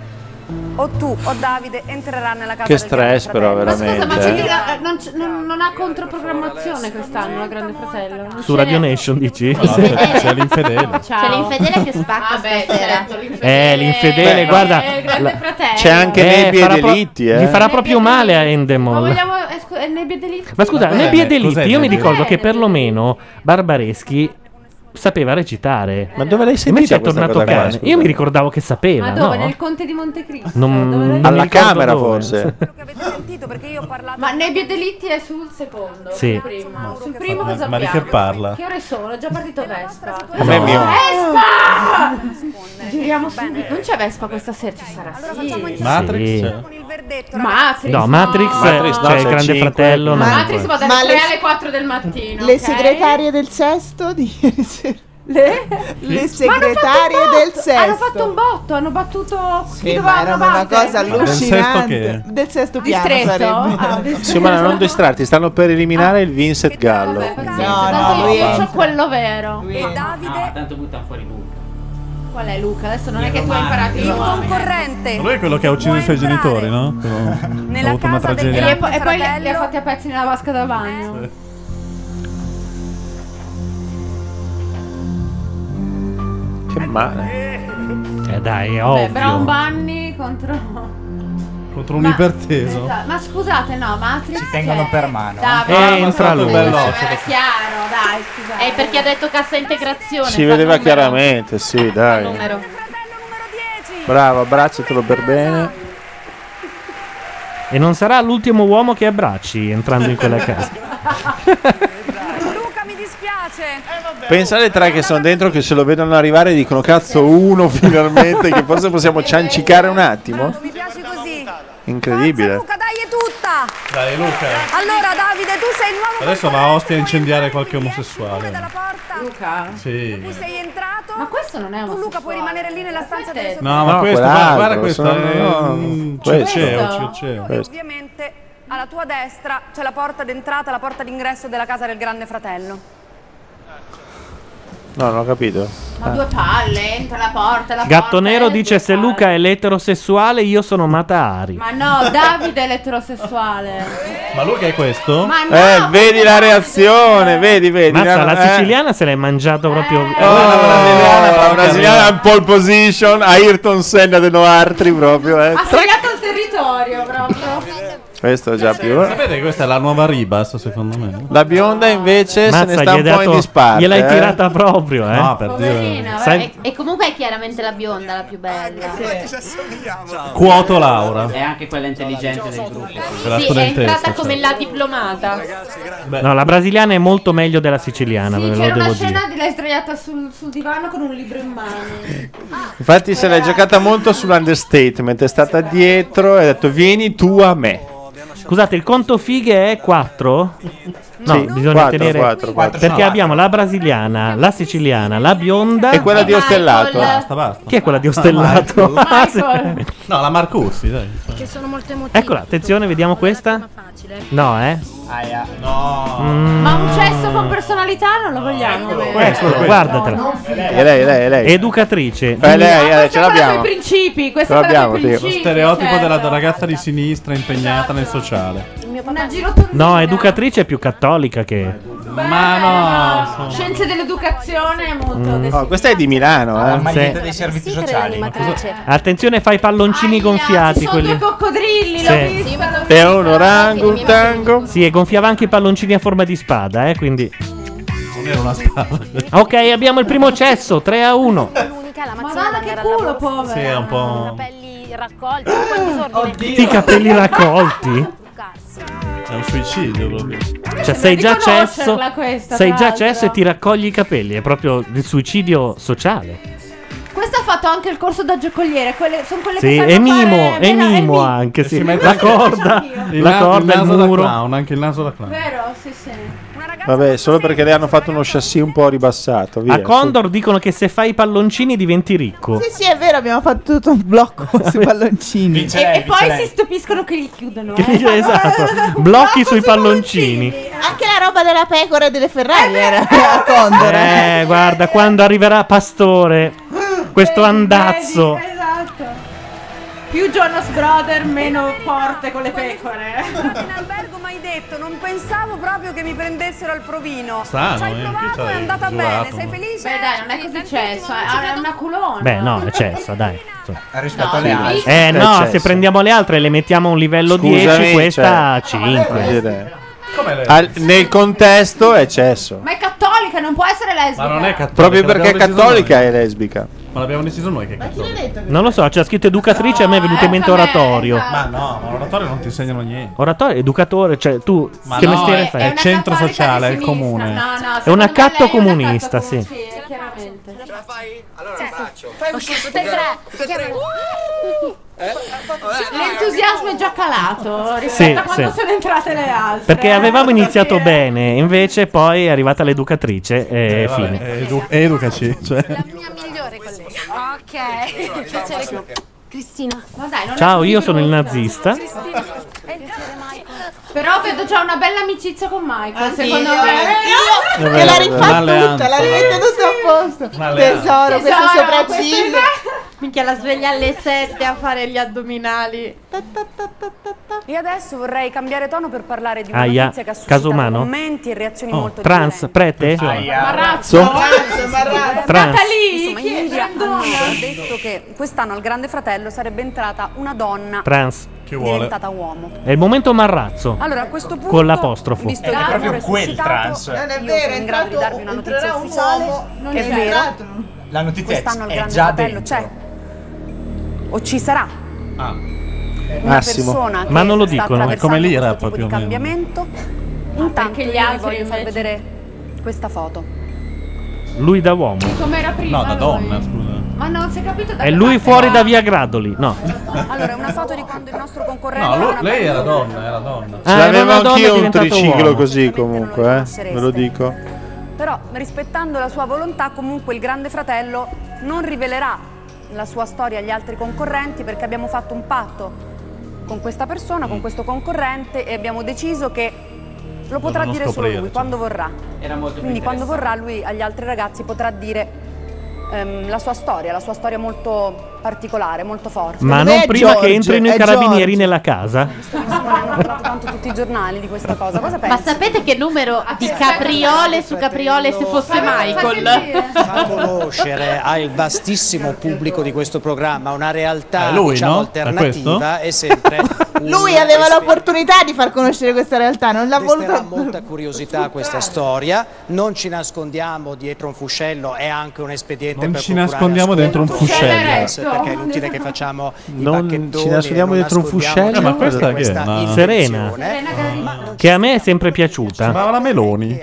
o tu o Davide entrerà nella casa Che del grande stress però fratello. veramente. Ma eh. c'è chi la- non, c'è- non- non ha controprogrammazione quest'anno, la Grande Fratello. Non Su ce Radio n'è. Nation dici? C'è l'infedele. C'è l'infedele che spacca stasera. Eh, l'infedele, Beh, guarda. eh, il Grande la- Fratello. C'è anche Nebbie farà ed pro- Elitti, eh. Gli farà proprio male a Endemol. Ma vogliamo... eh, scu- eh, nebbia delitti? Esatto. Ma scusa, Vabbè, Nebbia ed cos'è Elitti, io mi Nebbia? ricordo che perlomeno Barbareschi sapeva recitare. Ma dove l'hai sentita è questa tornato cosa qua, cane. scusa? Io mi ricordavo che Ma sapeva, dove? no? Nel Conte di Montecristo? Non- Dove- non mi Alla ricordo camera, dove. forse. Ma Nebbia Delitti è sul secondo. Sì. sul primo. Sul primo Ma- cosa ma di abbiamo? che parla? Che ore sono? È già partito Vespa. A me mio. Vespa! Giriamo subito. Non c'è Vespa questa sera, ci sarà. Sì. Matrix? Sì. Matrix. No, Matrix, Matrix, no, c'è il c'è Grande cinque. Fratello. no. Matrix va dalle Ma 3 le- alle 4 del mattino. Le ok? segretarie del sesto di ieri sera. Le, Eh? le Ma hanno fatto segretarie un del botto, Hanno sesto. fatto un botto, hanno battuto chi Sì, dovevano ma era una battere. cosa Ma- allucinante. che? Del sesto piano Distretto? sarebbe. Ah, Sì, ma non distratti, stanno per eliminare il Vincent Gallo. Tanto no, lui io faccio Eh, entra. quello vero. E Davide, Tanto buttano fuori Luca. Ah. Qual è Luca? Adesso non è che tu hai imparato i il nomi. concorrente. Eh, Lui è quello che ha ucciso i suoi genitori, no? Ha avuto una E, tragedia. poi- e poi li, li ha fatti a pezzi nella vasca da Eh. bagno. Che male. Eh dai, è Vabbè, ovvio. Brown Bunny contro. Contro un Ma- iperteso. Esatto. Ma scusate, no, Matrix. Ci tengono per mano, eh. Davide, Eh, ma entra lui. Bello. Veloce. Era chiaro, dai, scusate. È Eh, perché ha detto cassa integrazione. Si vedeva chiaramente, sì, dai. numero. Bravo, abbracciatelo per bene. E non sarà l'ultimo uomo che abbracci entrando in quella casa. Luca, mi dispiace. Pensa alle tre che sono dentro che se lo vedono arrivare e dicono cazzo uno finalmente che forse possiamo ciancicare un attimo. Mi piace così. Dai, Incredibile. è tutta. Dai, Luca. Allora, Davide, tu sei il nuovo Adesso va a Ostia a incendiare qualche omosessuale. porta. Luca. Tu Sì. sei entrato. Ma questo non è un. Tu Luca puoi rimanere lì nella stanza delle sorprese. No, ma No, questo, guarda, quell'altro, guarda questo. sono- è- no, no, mm, questo. Circeo, circeo. Questo. Ovviamente alla tua destra c'è la porta d'entrata, la porta d'ingresso della casa del grande fratello. No, non ho capito. Ma due palle, entra ah, la porta, la Gatto porta. Nero dice se Luca è l'eterosessuale io sono Mata Ari. Ma no, Davide è l'eterosessuale. Ma Luca è questo? Ma no, Eh, vedi la reazione, vedi, vedi. Mazza, la eh. siciliana se l'è mangiato proprio... Eh. Oh, brasiliana in pole position, Ayrton Senna de Noartri proprio, eh. Ha segnato il territorio proprio. Questo è già più. eh. Sapete che questa è la nuova Ribas, secondo me. La bionda invece se ne Mazza, sta gli un hai po' in dato- disparte. gliel'hai eh. tirata proprio, eh. No, per dire- Poverina, Sai- vabbè, e, e comunque è chiaramente la bionda la più bella. Ah. Cuoto Laura. È anche quella intelligente del diciamo gruppo. Quella Sì, è studentessa, entrata cioè. come la diplomata. No, la brasiliana è molto meglio della siciliana, ve lo C'era devo una dire. scena di lei sdraiata sul, sul divano con un libro in mano. Infatti se l'è giocata molto sull'understatement, è stata dietro e ha detto vieni tu a me. Scusate, il conto fighe è 4? No, Sì, bisogna quattro, tenere quattro, quattro. perché Quattro. abbiamo la brasiliana, la siciliana, la bionda E quella di Ostellato. Basta, basta. Chi è quella di Ostellato? Ah, sì. No, la Marcuzzi, dai. Che sono molto emotivi. Eccola, attenzione, vediamo questa. No, eh. Mm. No. Ma un cesso con personalità non lo vogliamo. Eh, scusa, guardatela. È lei, è lei, è lei. Educatrice. È Ah, lei, è lei, ce l'abbiamo. I principi, Ce questo è l'abbiamo, i principi. sì. Lo stereotipo certo. della ragazza di sinistra impegnata nel sociale. Una girotornata. No, educatrice è più cattolica che... Mm. Ma no. Scienze dell'educazione è Mm. molto adesso. Ah, Oh, questa è di Milano, eh. maglietta dei servizi sociali, Attenzione, fai palloncini gonfiati. Sono quelli. due coccodrilli, l'ho Sì. vista. l'ho È vista. un orango, un tango. Sì, e gonfiava anche i palloncini a forma di spada, eh, quindi. Non era una spada. Ok, abbiamo il primo cesso, 3 a 1. L'unica è la Madonna, mazzina che culo, povera. Sì, è un po'. Capelli raccolti, quanti sono? Ti capelli raccolti? È un suicidio proprio. Cioè, sei Eh, di già cesso. conoscerla questa, sei tra già l'altro. cesso e ti raccogli i capelli. È proprio il suicidio sociale. Questa ha fatto anche il corso da giocoliere. Quelle, sono quelle Sì, che e sanno mimo, fare e mela- mimo anche. Sì. si mette La anche- corda, Il la na- corda, il il naso da muro. clown, anche il naso da clown. Vero, sì, sì. Vabbè, solo perché le hanno fatto uno chassis un po' ribassato. Via. A Condor dicono che se fai i palloncini diventi ricco. Sì, sì, è vero, abbiamo fatto tutto un blocco sui palloncini. Vince lei, E poi vince lei. si stupiscono che li chiudono. Che eh. dice- esatto. Blocchi sui palloncini. Anche la roba della pecora e delle Ferrari era a Condor. Eh, guarda, quando arriverà Pastore, questo andazzo. Vedi, esatto. Più Jonas Brother, meno forte con le pecore. In albergo mi hai detto, non pensavo proprio che mi prendessero al provino. Strano, Ci hai eh, provato, chi è c'ha andata giurato, bene, ma- sei felice? Beh, dai, non è così cesso. eh. È una culona. Beh, no, è cessa, dai. insomma. Rispetto alle altre. Eh no, cesso. se prendiamo le altre e le mettiamo a un livello Scusami, 10, questa cioè, 5. dire, al- nel contesto è cesso. Ma è cattolica, non può essere lesbica. Proprio perché è l'abbiamo deciso cattolica e lesbica. Ma l'abbiamo deciso noi che cazzo. Non lo so, c'è scritto educatrice, a me è venuto in mente oratorio. Ma no, ma l'oratorio non ti insegnano niente. Oratorio, educatore, cioè tu Ma che no, mestiere è- fai? è una È centro cattolica di sociale, è il sinistra. comune. No, no, è secondo un me accatto lei è un comunista, accatto sì. Sì, chiaramente. Ce la fai? Allora Sì. l'abbraccio. Fai un Ok, susto, tutte e chiamala. tre, tutte e tre. Eh? L'entusiasmo è già calato rispetto Sì, a quando sì. sono entrate le altre. Eh, Perché avevamo iniziato bene, invece poi è arrivata l'educatrice e Eh, vabbè, fine. eh, edu- educaci, cioè. Mia migliore collega. Ok. Piacere con- Cristina. Ma dai, non è Ciao, così io sono il brutta. nazista. Però vedo già una bella amicizia con Michael. Ah, sì? secondo Io- me. Eh, io- È vero, che la è vero. rifà Un'alleanza. tutta, la rimette tutta a posto. Un'alleanza. Tesoro, questo Tesoro, sopracciglio. Minchia, la sveglia alle 7 a fare gli addominali. Io adesso vorrei cambiare tono per parlare di una Aia, notizia che ha suscitato caso umano? commenti e reazioni Oh, molto trans, prete? Marrazzo. Marrazzo, Marrazzo. Trans. Insomma, chi in è? media Brandona. hanno detto che quest'anno al Grande Fratello sarebbe entrata una donna Trans. Chi vuole. Ah. diventata uomo. È il momento marrazzo. Allora, a questo punto, Con l'apostrofo. visto È che proprio l'amore è quel suscitato, trans. io Non è sono vero, in grado di entrato- darvi una entrerà notizia un ufficiale. uomo, non è c'è. vero, La notizia è, quest'anno al è Grande già Fratello dentro. c'è. O ci sarà Ah. una persona che Ma non lo sta dicono, è attraversando come l'Ira questo tipo proprio. di cambiamento. Intanto perché gli io vi altri voglio far invece- vedere questa foto. Lui da uomo. Com'era prima? No, da lui? donna, scusa. Ma non si è capito da È che lui parte fuori va. da Via Gradoli. No. Allora, è una foto di quando il nostro concorrente No, era lui- una lei era bambina. donna, era donna. Ah, era L'avevo una donna anch'io è un diventato triciclo uomo. così comunque, eh. Ve lo dico. Però, rispettando la sua volontà, comunque il Grande Fratello non rivelerà la sua storia agli altri concorrenti perché abbiamo fatto un patto con questa persona, con questo concorrente e abbiamo deciso che lo potrà devono dire solo scoprire, lui cioè. quando vorrà. Era molto Quindi più quando vorrà lui agli altri ragazzi potrà dire ehm, la sua storia, la sua storia molto particolare, molto forte. Ma non prima che entrino i carabinieri nella casa. Hanno parlato tanto tutti i giornali di questa cosa. Cosa Ma pensi? sapete che numero di capriole su capriole se fosse Michael? conoscere al vastissimo pubblico di questo programma una realtà Eh, lui, diciamo, no? È questo? alternativa è sempre Lui aveva l'opportunità di far conoscere questa realtà, non l'ha Resterà voluto. molta curiosità a questa storia, non ci nascondiamo dietro un fuscello, è anche un espediente Non per ci procurare nascondiamo dentro un ascolto. fuscello. Certo. Sì, Perché è inutile che facciamo i Non pacchettoni ci nascondiamo e non dietro un nascondiamo Eh, fuscello. dietro Ma questa che è? questa Ma- Eh. intenzione. Che a me è sempre piaciuta. Ma la Meloni.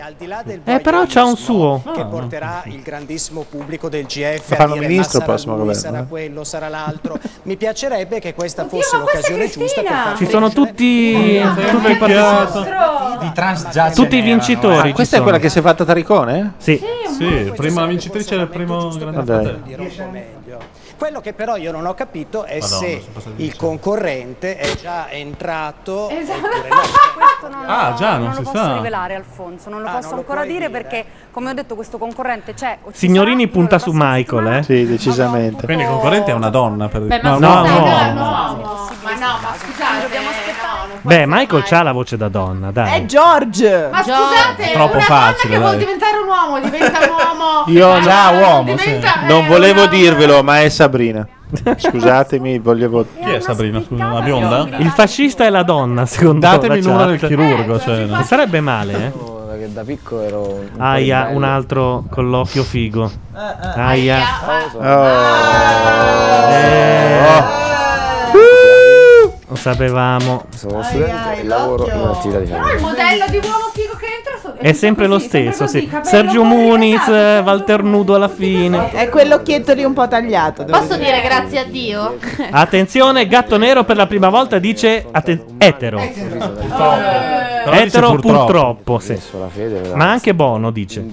Eh, però c'ha un Oh. suo. che porterà il grandissimo pubblico del GF Lo fanno a dire, ministro "Ma sarà prossimo lui, governo, sarà eh." quello, sarà l'altro. Mi piacerebbe che questa fosse ma questa è l'occasione giusta per far Ah. Ci sono tutti. tutti i partiti- di trans già Tutti i vincitori. Ah, questa è quella che si è fatta Taricone? Sì. Sì, prima la vincitrice del primo grande fratello. Quello che però io non ho capito è Madonna, se sono passati il concorrente è già entrato Esatto. Questo non Ah, lo, già, non non si lo posso sa. rivelare, Alfonso. Ah, Non lo posso ancora dire perché, come ho detto, questo concorrente cioè, c'è. o ci Signorini punta su Michael, eh? Sì, decisamente. Quindi il concorrente è una donna. Per... Beh, ma No, scusa, no. sarà. no. Impossibile. Ma no, ma scusate, dobbiamo aspettare. Beh, Michael c'ha la voce da donna, dai. George! Ma scusate, Troppo una facile, donna che vuol dai. diventare un uomo, diventa un uomo. Io Ma già non uomo. diventa- eh, Non volevo dirvelo, ma è Sabrina. Scusatemi, volevo. Chi è Sabrina, scusa, la bionda? Il fascista è la donna, secondo Datemi la il numero chat. del Eh, chirurgo, cioè, no. Non sarebbe male, eh? Che da piccolo ero un po' Aia, ribelle. un altro colloquio figo. eh. Aia. Oh. Eh. Lo sapevamo. Sono studente e lavoro in un'attività di Però il modello di uomo figo che entra so- È sempre lo stesso, sì. Sergio Muniz, eh, Walter Nudo alla fine. È quell'occhietto lì un po' tagliato. devo Posso dire grazie a Dio? Attenzione, gatto nero per la prima volta dice atten- etero. dice Etero purtroppo. purtroppo, sì. la fede verrà Ma anche Bono dice.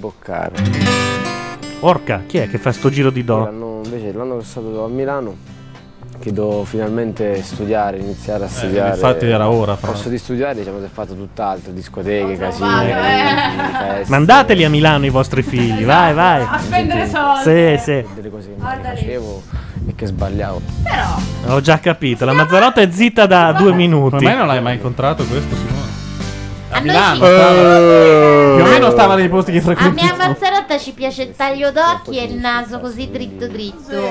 Orca, chi è che fa sto giro di do? L'anno, invece l'anno che sono stato a Milano che devo finalmente studiare, iniziare a studiare. Eh, infatti era ora, fra Posso di studiare, diciamo, si è fatto tutt'altro, discoteche, trovato, casine, eh. feste. Mandateli a Milano i vostri figli, vai, vai. A spendere soldi. Sì, sì. Delle cose che non facevo e che sbagliavo. Ho già capito, la Mazzarotta è zitta da due minuti. Come mai non l'hai mai incontrato questo, Simone? A Milano. sì. stava. Più o meno stava nei posti che A mia frequenti. mazzarotta ci piace il taglio d'occhi e il naso così dritto dritto.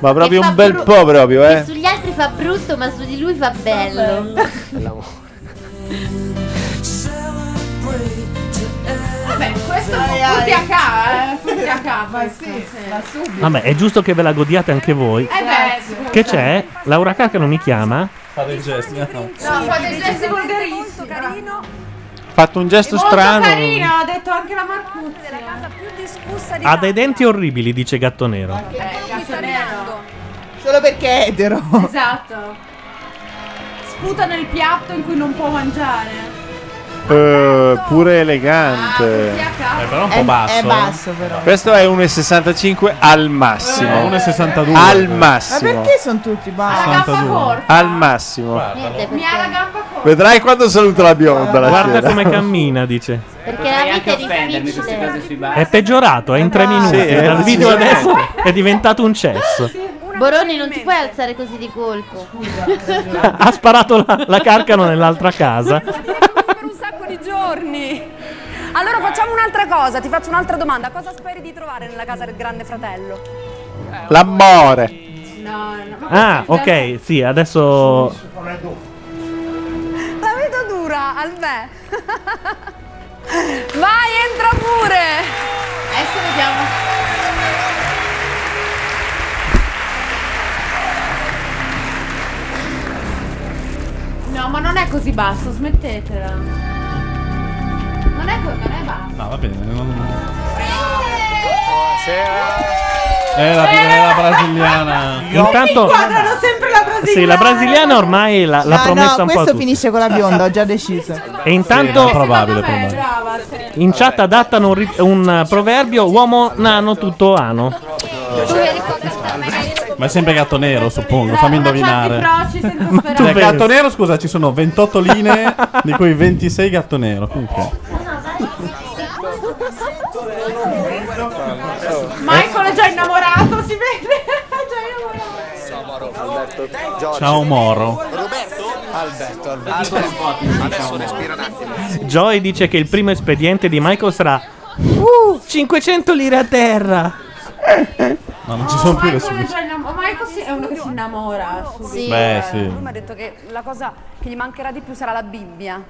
Ma proprio Che fa un bel bru- po' proprio, che eh. sugli altri fa brutto, ma su di lui fa bello. Vabbè, questo è un po' furti a ca, eh. Furti a ca, ma sì, ma subito. Vabbè, è giusto che ve la godiate anche voi. Eh beh, Che c'è? Laura Carca non mi chiama? Fa dei gesti. eh, no. No, fa dei gesti volgarissimi. Molto carino. Fatto un gesto molto strano. carino, ha detto anche la Marcuzzi. Della casa più discussa Ha dei denti orribili, dice Gatto Nero. Eh, Solo perché è etero. Esatto. Sputa nel piatto in cui non può mangiare. Eh, pure Ah, elegante. È però È- È basso però. Questo è 1,65 al massimo. Eh, 1,62. Al Ma massimo. perché sono tutti bassi? Al massimo. Mi ha la gamba Vedrai quando saluto la bionda la Guarda sera. come cammina, dice. Perché la vita è offendermi queste difficile. cose sui È bar. peggiorato, è in tre minuti. Sì, eh, Dal video adesso decisamente. è diventato un cesso. Boroni non ti puoi alzare così di colpo. Ha sparato la, la carcano nell'altra casa. per un sacco di giorni. Allora facciamo un'altra cosa, ti faccio un'altra domanda. Cosa speri di trovare nella casa del grande fratello? L'amore. Ah, ok, sì, adesso. La vedo dura, Albè. Vai, entra pure. Adesso vediamo. No, ma non è così basso, smettetela. Non è così, non è basso. No, va bene. non- Buonasera. È Eh, la, è la brasiliana. Intanto- Inquadrano sempre la brasiliana. Sì, la brasiliana ormai l'ha, l'ha Ah, no, promessa un po' a questo tutti. finisce con la bionda, ho già deciso. E intanto. In chat adattano un, ri- un proverbio: uomo nano, tutto ano. Eh, Ma è sempre gatto nero, suppongo. Fammi Eh, indovinare. Proci senza Cioè, sperare. gatto nero, scusa, ci sono 28 linee, di cui 26 gatto nero. Comunque. Michael è già innamorato, si vede. È già innamorato. Ciao Moro. Alberto, Alberto. Adesso respira un attimo. Joy dice che il primo espediente di Michael sarà. Uh, 500 lire a terra. Ma non ci sono Oh più Michael le è soluzioni. già innamorato. Michael si- è uno che si innamora. subito. Sì. Beh, sì. Lui mi ha detto che la cosa che gli mancherà di più sarà la Bibbia.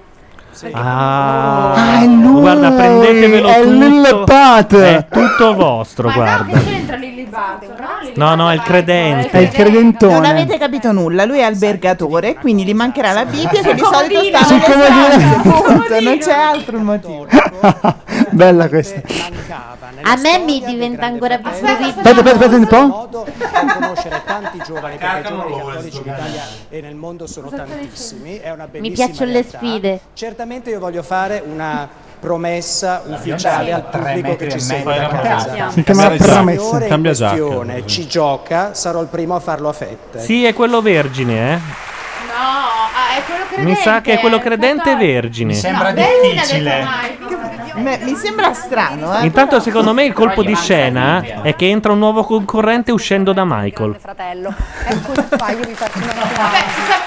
Perché- Ah, Ah, è lui, guarda, prendetevelo è tutto. Lille Pat. È tutto vostro, Che guarda. c'entra Lily Barton? No, no, è il credente. È il credentone. Non avete capito nulla, lui è albergatore, quindi gli mancherà la Bibbia che di solito Comodino. sta nelle Sul stanze, comodino. appunto, non c'è altro motivo. Bella questa. A me mi diventa ancora più sorridente. Aspetta, aspetta, aspetta un po'. modo per conoscere tanti giovani perché i giovani cattolici in Italia e nel mondo sono tantissimi è una Mi bellissima piacciono le realtà. sfide. certamente io voglio fare una promessa ufficiale Sì. al Tre pubblico metri che ci e segue mezzo da a casa casa. Si chiama se il promessa. signore in Cambia giacca. questione ci gioca sarò il primo a farlo a fette Sì, è quello vergine, eh. No, ah, è quello credente. Mi sa che è quello credente vergine. No, lei l'ha detto Michael. Me- mi sembra strano, eh. Intanto, secondo me, il colpo di scena è che entra un nuovo concorrente uscendo da Michael. Fratello, ecco qua, io vi faccio una domanda.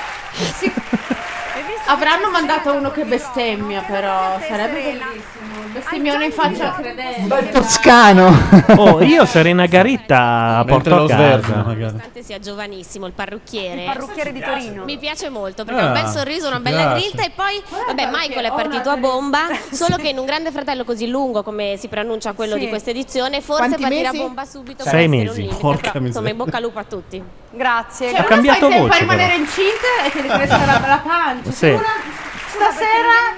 Avranno mandato uno che bestemmia, però sarebbe Serena. bellissimo. Il bestemmione in faccia al credente. Cioè, Toscano. Oh, io Serena Garitta a Mentre Porto lo a casa. sverga, magari. Nonostante sia giovanissimo il parrucchiere. Il parrucchiere di Torino. Mi piace molto perché ha Ah, un bel sorriso, una mi bella piace. grinta e poi vabbè, Michael è partito a bomba, solo che in un grande fratello così lungo come si pronuncia quello Sì. di questa edizione, forse Quanti partirà mesi? a bomba subito Sei per Esatto, essere mesi. un limite, Porca però, insomma, miseria. in bocca al lupo a tutti. Grazie. Cioè, Ha cambiato fai voce, rimanere però. incinta e ti ricresca la, la pancia. Sì. Se una- Stasera,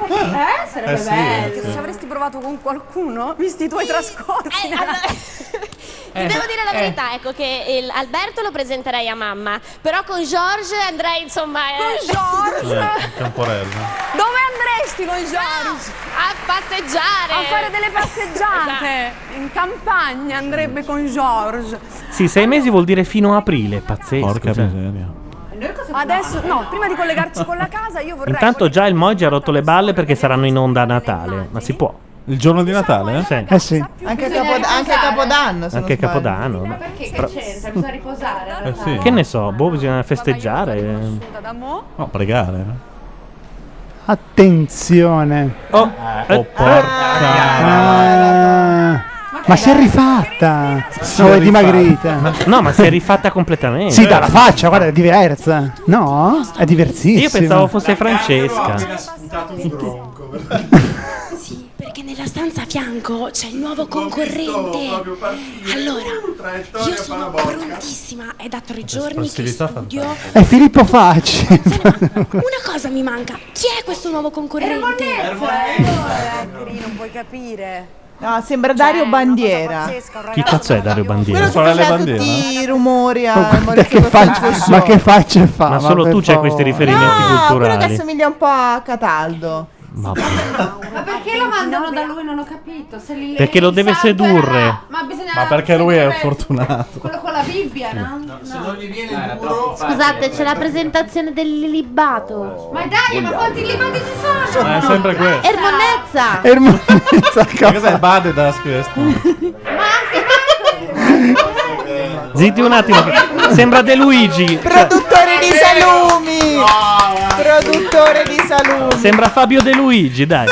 eh, sarebbe Eh sì, bello. eh Che sì. se avresti provato con qualcuno, visti i tuoi trascorsi. Ti Devo dire la Eh. verità, ecco che il- Alberto lo presenterei a mamma, però con George andrei insomma... Con Cioè, Eh, Camporella. Dove andresti con George? a passeggiare! Esatto. A fare delle passeggiate in campagna andrebbe con George. Sì, sei mesi vuol dire fino a aprile, pazzesco. cioè. Porca miseria. Adesso, no, prima di collegarci con la casa, io vorrei. Intanto già il Moggi ha rotto le balle perché saranno in onda a Natale, ma si può. Il giorno di Natale? Sì. Eh sì. Anche, Capod- anche Capodanno. se non Anche sbaglio. a Capodanno. ma- Perché che Però- c'entra? Bisogna riposare. Eh sì. Che ne so, boh, bisogna festeggiare. eh. No, pregare. Attenzione. Oh, eh, Ah, ma si è rifatta. No, è dimagrita. No, ma si è rifatta completamente. Sì, dalla faccia, guarda, è diversa. No? È diversissima. Io pensavo fosse Francesca. Sì, perché nella stanza a fianco c'è il nuovo concorrente. Allora, io sono prontissima, è da tre giorni che espressività studio. È Filippo Facci. Una cosa mi manca, chi è questo nuovo concorrente? Lì eh. non puoi capire. No, sembra Dario Bandiera. Chi cazzo è Dario Bandiera? Quello che faceva tutti i rumori a Maurizio eh? che faccia, Costanzo ma Show. che faccia fa? Ma solo per tu c'hai favore. questi riferimenti No, quello che culturali. assomiglia un po' a Cataldo. Ma perché lo mandano da lui? Non ho capito. Se li- Perché lo il deve santo era- sedurre. Ma bisogna. Ma perché lui è sedurre fortunato. Quello con la Bibbia, no? Se non gli Ah, viene il muro. Scusate, c'è la presentazione del libato. Ma dai, ma quanti libati ci sono? Ma Eh, è sempre questo. Ermonnezza! Ma cos'è Badedas questo? Zitti un attimo. che- Sembra De Luigi. cioè, Produttore di salumi. Produttore di salumi. Sembra Fabio De Luigi, dai.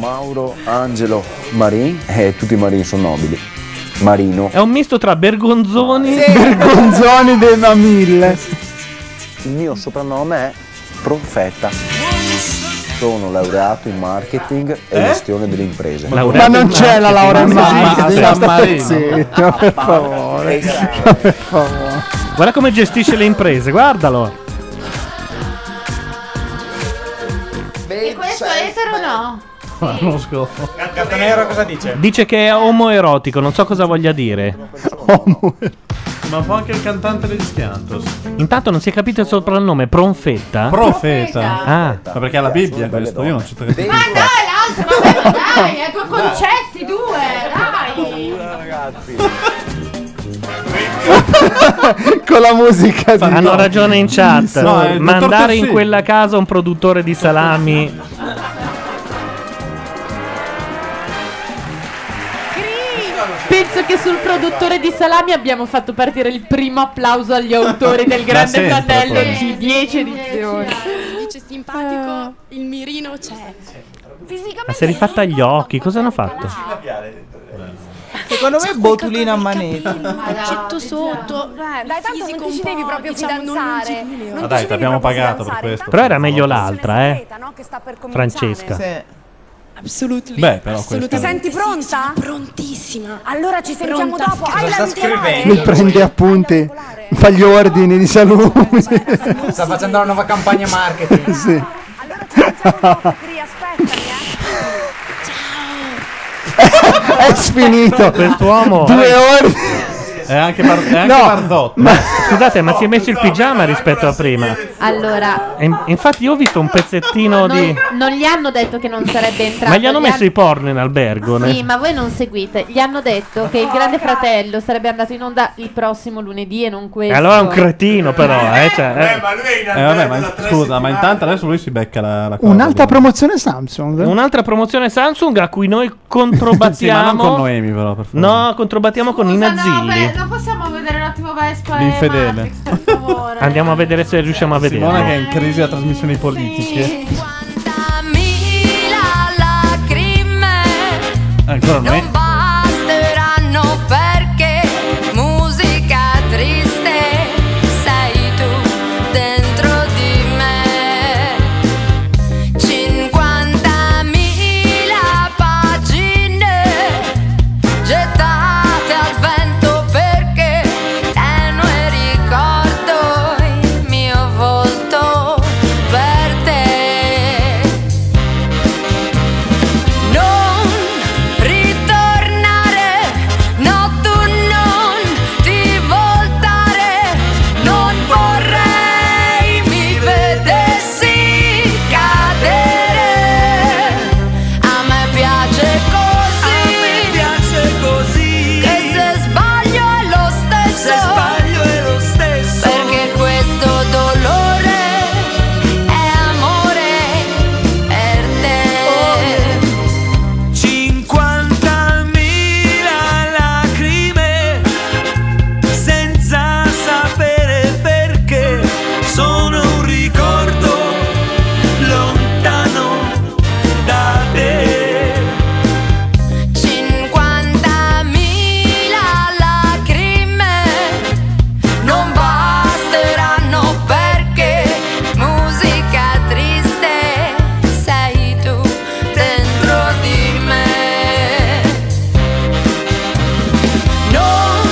Mauro, Angelo, Marin e tutti i Marini sono nobili. Marino. È un misto tra Bergonzoni Bergonzoni dei Mamille. Il mio soprannome è Profeta. Sono laureato in marketing e Eh? gestione delle imprese. Ma non c'è la laurea in Ma- marketing, basta Marino. pezzetto, per favore. Per favore. Guarda come gestisce le imprese, guardalo. E questo è etero o no? Conosco. Gattanero cosa dice? Dice che è omoerotico, non so cosa voglia dire. Ma fa anche il cantante degli Ah, Schiantos. Intanto non si è capito il soprannome, Pronfetta. Profeta. Ah. Ma perché è la Bibbia questo? Io non ci credo. Ma dai, l'altro, vabbè, ma dai, hai due concetti, due, dai. ragazzi. Con la musica di Hanno ragione in chat. eh, No, è il dottor Mandare in Torsini. quella casa un produttore di salami. Penso che sul produttore di salami abbiamo fatto partire il primo applauso agli autori del Ma Grande sempre, Fratello poi. di 10 Eh, edizioni. Dice simpatico, Eh. il mirino c'è. Ma si è rifatta gli occhi, cosa hanno fatto? eh, Secondo Cioè, me botulina a manetta. Accetto sotto. Dai, tanto non ti ci devi proprio diciamo, fidanzare. Non Ma ti Ah, dai, ci devi t'abbiamo proprio pagato per fidanzare. questo. Intanto Però era questa meglio relazione l'altra, eh. segreta, no, che sta per cominciare. Francesca. Sì. Absolutely. Beh, però questa- Ti senti pronta? prontissima. Allora ci sentiamo Pronta. dopo. Hai la Cosa sta luteinale? Lui prende appunti, fa gli ordini di salumi. Sta facendo la nuova campagna marketing. Sì. È finito. Quest'uomo. Due ore. È anche, Bar- è anche Barzotto. scusate, ma si è messo il pigiama rispetto a prima. Allora, E in- infatti, io ho visto un pezzettino di. non, non gli hanno detto che non sarebbe entrato. Ma gli hanno messo i porno in albergo. ne- Sì, ma voi non seguite. Gli hanno detto che il Grande Fratello sarebbe andato in onda il prossimo lunedì e non E questo. allora è un cretino, però. Eh, cioè, eh. Eh vabbè, ma scusa, ma intanto adesso lui si becca la, la cosa. Un'alta promozione Samsung. Un'altra promozione Samsung a cui noi controbattiamo. Sì, ma non con Noemi, però, per favore. No, controbattiamo con i Nazzilli. ma possiamo vedere un attimo Vespa eh, e L'infedele. Matrix, per favore? Andiamo a vedere se riusciamo a vedere. Simona che è in crisi a trasmissioni politiche. Mila lacrime Eh, Ancora non è. non basteranno perché musica triste sei tu dentro di me. 50.000 pagine gettate al vento perché tenue ricordo il mio volto per te. Non ritornare, no tu non ti voltare, non vorrei mi vedessi cadere. A me piace così, a me piace così, che se sbaglio è lo stesso, se sbaglio è lo stesso, perché questo dolore è amore per te. 50.000 lacrime senza sapere perché sono un ricordo lontano da te. 50.000 lacrime non basteranno perché musica triste sei tu dentro di me. Non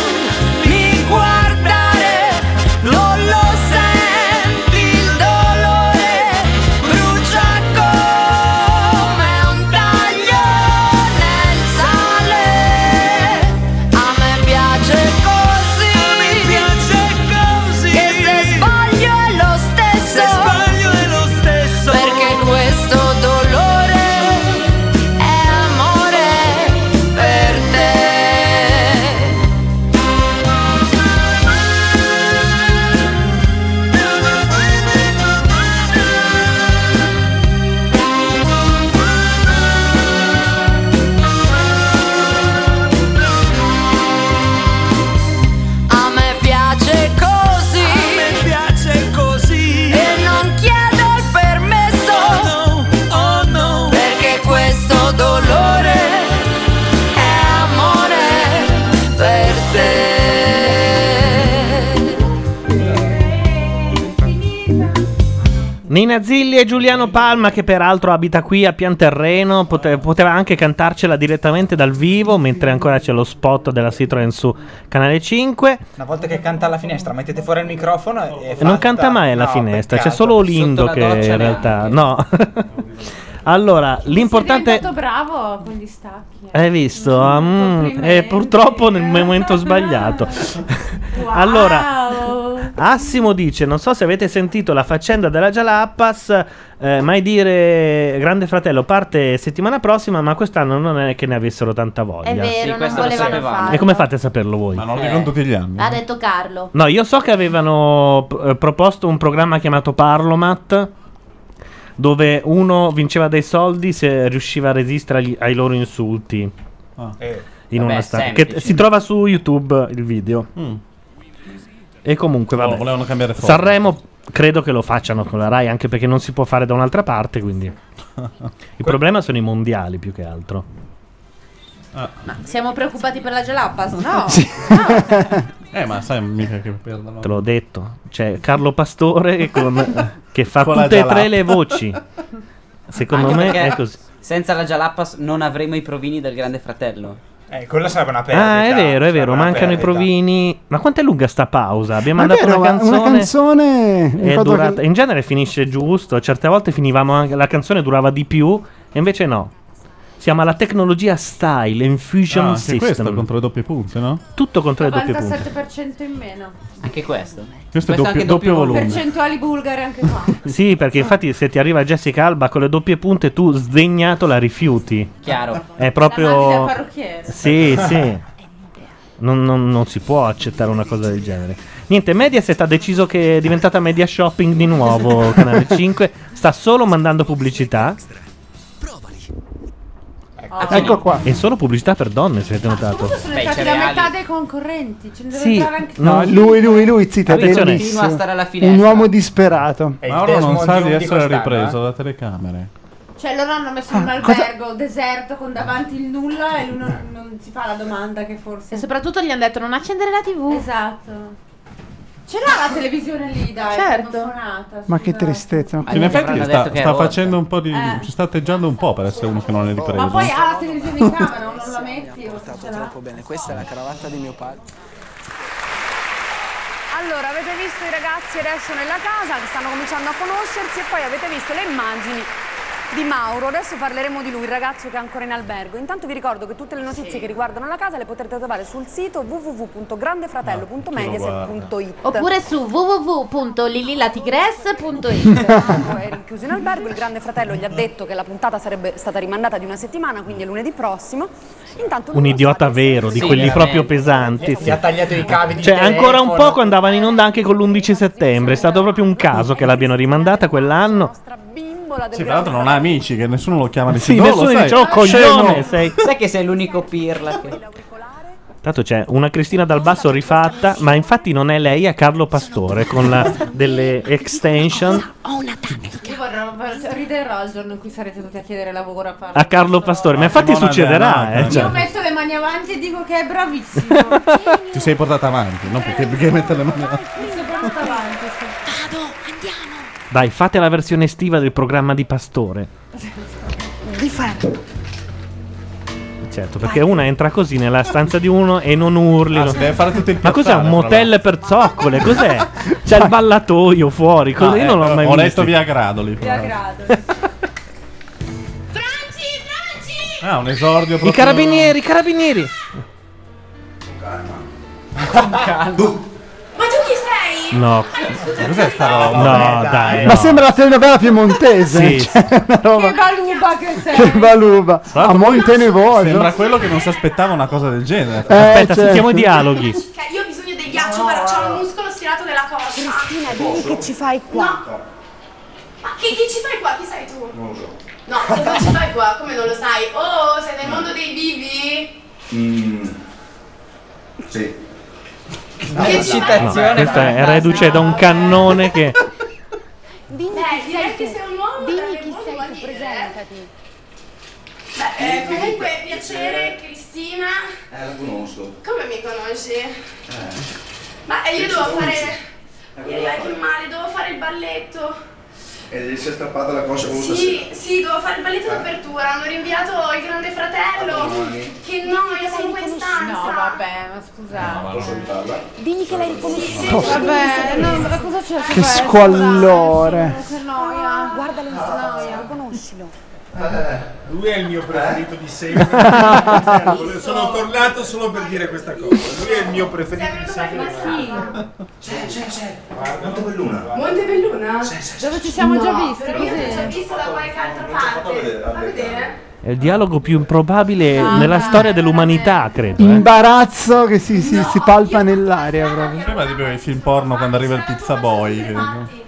mi guardare, non lo senti il dolore, brucia come un taglio nel sale. A me piace così, mi piace così, che se sbaglio è lo stesso, se sbaglio è lo stesso, perché questo dolore è amore per te. A me piace così, a me piace così e non chiedo il permesso, oh no, oh no, perché questo dolore è amore per te. Nina Zilli e Giuliano Palma, che peraltro abita qui a Pianterreno, pote- poteva anche cantarcela direttamente dal vivo, mentre ancora c'è lo spot della Citroen su Canale 5. Una volta che canta alla finestra, mettete fuori il microfono e. E non canta mai alla finestra, c'è solo Olindo che in realtà. No. allora, Sei l'importante. diventato bravo con gli stacchi. Hai visto? Ah, mm, eh, purtroppo nel momento sbagliato. allora, Wow. Assimo dice: Non so se avete sentito la faccenda della Jalapas. eh, mai dire Grande Fratello parte settimana prossima, ma quest'anno non è che ne avessero tanta voglia. È Eh. vero, non questo lo volevano sapevamo. farlo. E come fate a saperlo voi? Ma non lo dicono tutti gli anni. L'ha detto Carlo. No, io so che avevano eh, proposto un programma chiamato Parlomat. Dove uno vinceva dei soldi se riusciva a resistere agli- ai loro insulti. Ah. In Eh, Vabbè, una stanza. semplice. Che t- si trova su YouTube il video. E comunque, vabbè. Oh, Mm. volevano cambiare forma. Sanremo credo che lo facciano con la Rai, anche perché non si può fare da un'altra parte, quindi... Il problema sono i mondiali più che altro. Ah. Eh, Siamo preoccupati per la Jalapas? No. Eh, ma sai mica che perdono. Te l'ho detto. C'è Carlo Pastore che con- che fa Con la tutte e Jalap. tre le voci. Secondo Anche me perché è così. Senza la Jalapas non avremo i provini del Grande Fratello. Eh, quella sarebbe una perdita. Ah, è vero, cioè, è vero, sarebbe una mancano i perdita. provini. Ma quanto è lunga sta pausa? Abbiamo Ma è mandato vero, una ma canzone. una canzone. mi è ricordo durata- che- In genere finisce giusto, certe volte finivamo anche la canzone durava di più, e invece no. Siamo alla tecnologia style infusion Ah, anche system. questo contro le doppie punte, no? Tutto contro le doppie punte. 97% in meno. Anche questo. Questo è doppio- anche doppio volume. Percentuali bulgare anche qua. Sì, perché infatti se ti arriva Jessica Alba con le doppie punte tu sdegnato la rifiuti. Chiaro. È proprio... La mandi dal parrucchiere. Sì, sì. Non, non- non si può accettare una cosa del genere. Niente, Mediaset ha deciso che è diventata media shopping di nuovo, Canale 5. Sta solo mandando pubblicità. Ecco qua. E solo pubblicità per donne, se avete notato. Ah, Sono entrati la metà dei concorrenti. Ce ne deve Sì, entrare anche no, lui, lui, lui, zitta, Attenzione. bellissimo. Continua a stare alla Un finestra. uomo disperato. Mauro non sa di essere ripreso da telecamere. Cioè, loro hanno Ah, messo un albergo deserto con davanti il nulla e lui non, non si fa la domanda che forse. E soprattutto gli hanno detto non accendere la tv. Esatto. Ce l'ha la televisione lì, dai. Certo. non suonata, Ma che tristezza. Ah, ma In che- effetti detto sta, che è sta rotta. facendo un po' di. Eh. ci sta atteggiando un po' per essere uno che non è ripreso. Ma poi ha la televisione in camera, o non la metti o se ce l'ha. troppo bene. Questa è la cravatta di mio padre. Allora, avete visto i ragazzi adesso nella casa che stanno cominciando a conoscersi e poi avete visto le immagini di Mauro. Adesso parleremo di lui, il ragazzo che è ancora in albergo. Intanto vi ricordo che tutte le notizie che riguardano la casa le potrete trovare sul sito www.grandefratello.mediaset.it. Oppure su www.lililatigress.it. eri chiuso in albergo, il grande fratello gli ha detto che la puntata sarebbe stata rimandata di una settimana, quindi è lunedì prossimo. Intanto Un idiota vero, di Sì, quelli veramente. proprio pesanti. Gli sì. ha tagliato i cavi di Cioè, telefono. ancora un poco andavano in onda anche con l'11 settembre. È stato proprio un caso che l'abbiano rimandata quell'anno. Sì, tra l'altro non ha amici, che nessuno lo chiama dice, Sì, "Oh, lo nessuno sai, dice, "Oh, scemo". coglione, sei. Cioè, Sai che sei l'unico pirla che... Tanto c'è una Cristina dal basso rifatta, ma infatti non è lei, è Carlo Pastore con la- delle extension Io vorrò, vorrò- riderò il giorno in cui sarete tutti a chiedere lavoro a farlo. a Carlo Pastore. Ma infatti Simona succederà, Giannata. eh. Certo. cioè. Io metto le mani avanti e dico che è bravissimo. Ti sei portata avanti, non perché, perché mettere le mani avanti. Mi sono portato avanti. Vado, andiamo. Dai, fate la versione estiva del programma di Pastore. Di fatto. Certo, perché una entra così nella stanza di uno e non urli. Ah, non- si deve fare tutto il Ma cos'è un piazzale, però, motel per zoccole? Cos'è? C'è il ballatoio fuori, così Ah, io non l'ho eh, mai ho visto. letto via Gradoli. però. Ah, un esordio proprio. I carabinieri, i carabinieri. Ma tu chi sei? No. Cos'è sta roba? No, dai. Ma no. sembra la telenovela piemontese. Sì, cioè, una roba Che baluba che che sei. baluba. A Montenevoglio. Sembra quello che non si aspettava una cosa del genere. Eh, Aspetta, certo. sentiamo i dialoghi. Cioè, io ho bisogno del ghiaccio, guarda, c'ho un muscolo stirato nella coscia. Cristina, dimmi che ci fai qua. Ma che, che ci fai qua? Chi sei tu? Non lo so. No, che cosa ci fai qua? Come non lo sai? Oh, sei nel mondo dei vivi? Mm, Sì. Che No, eh, questa è reduce da un cannone che. Dimmi chi sei Eh, che sei un uomo Dimmi chi sei tu, presentati. Beh, eh, comunque, piacere, Cristina. Eh, la conosco. Come mi conosci? Eh. Ma eh, io Sì, devo sono fare... amici. Ieri vai che male, devo fare il balletto. E gli si è strappata la coscia con Sì, sì, devo fare il balletto Eh. d'apertura. Hanno rinviato il grande Ah, fratello. domani. Che noia, siamo in stanza. No, vabbè, ma scusate. Ma lo salutarla. Digli che l'hai riconosciuta. Posso- Vabbè, no, ma cosa c'è? Cioè, Che eh, squallore. Che noia. Guardalo in silenzio, conoscilo. Lui è il mio preferito di sempre. Sono tornato solo per dire questa cosa. Lui è il mio preferito di sempre. C'è, c'è, c'è. Guarda quell'una. Ah, Montebelluna? Dove ci siamo già visti, Perché io cos'è? ci ho visto da qualche altra parte. A vedere. È il dialogo più improbabile nella storia dell'umanità, credo. eh. Imbarazzo che si, si- si palpa nell'aria proprio. Sembra tipo i film porno quando arriva il pizza boy. che-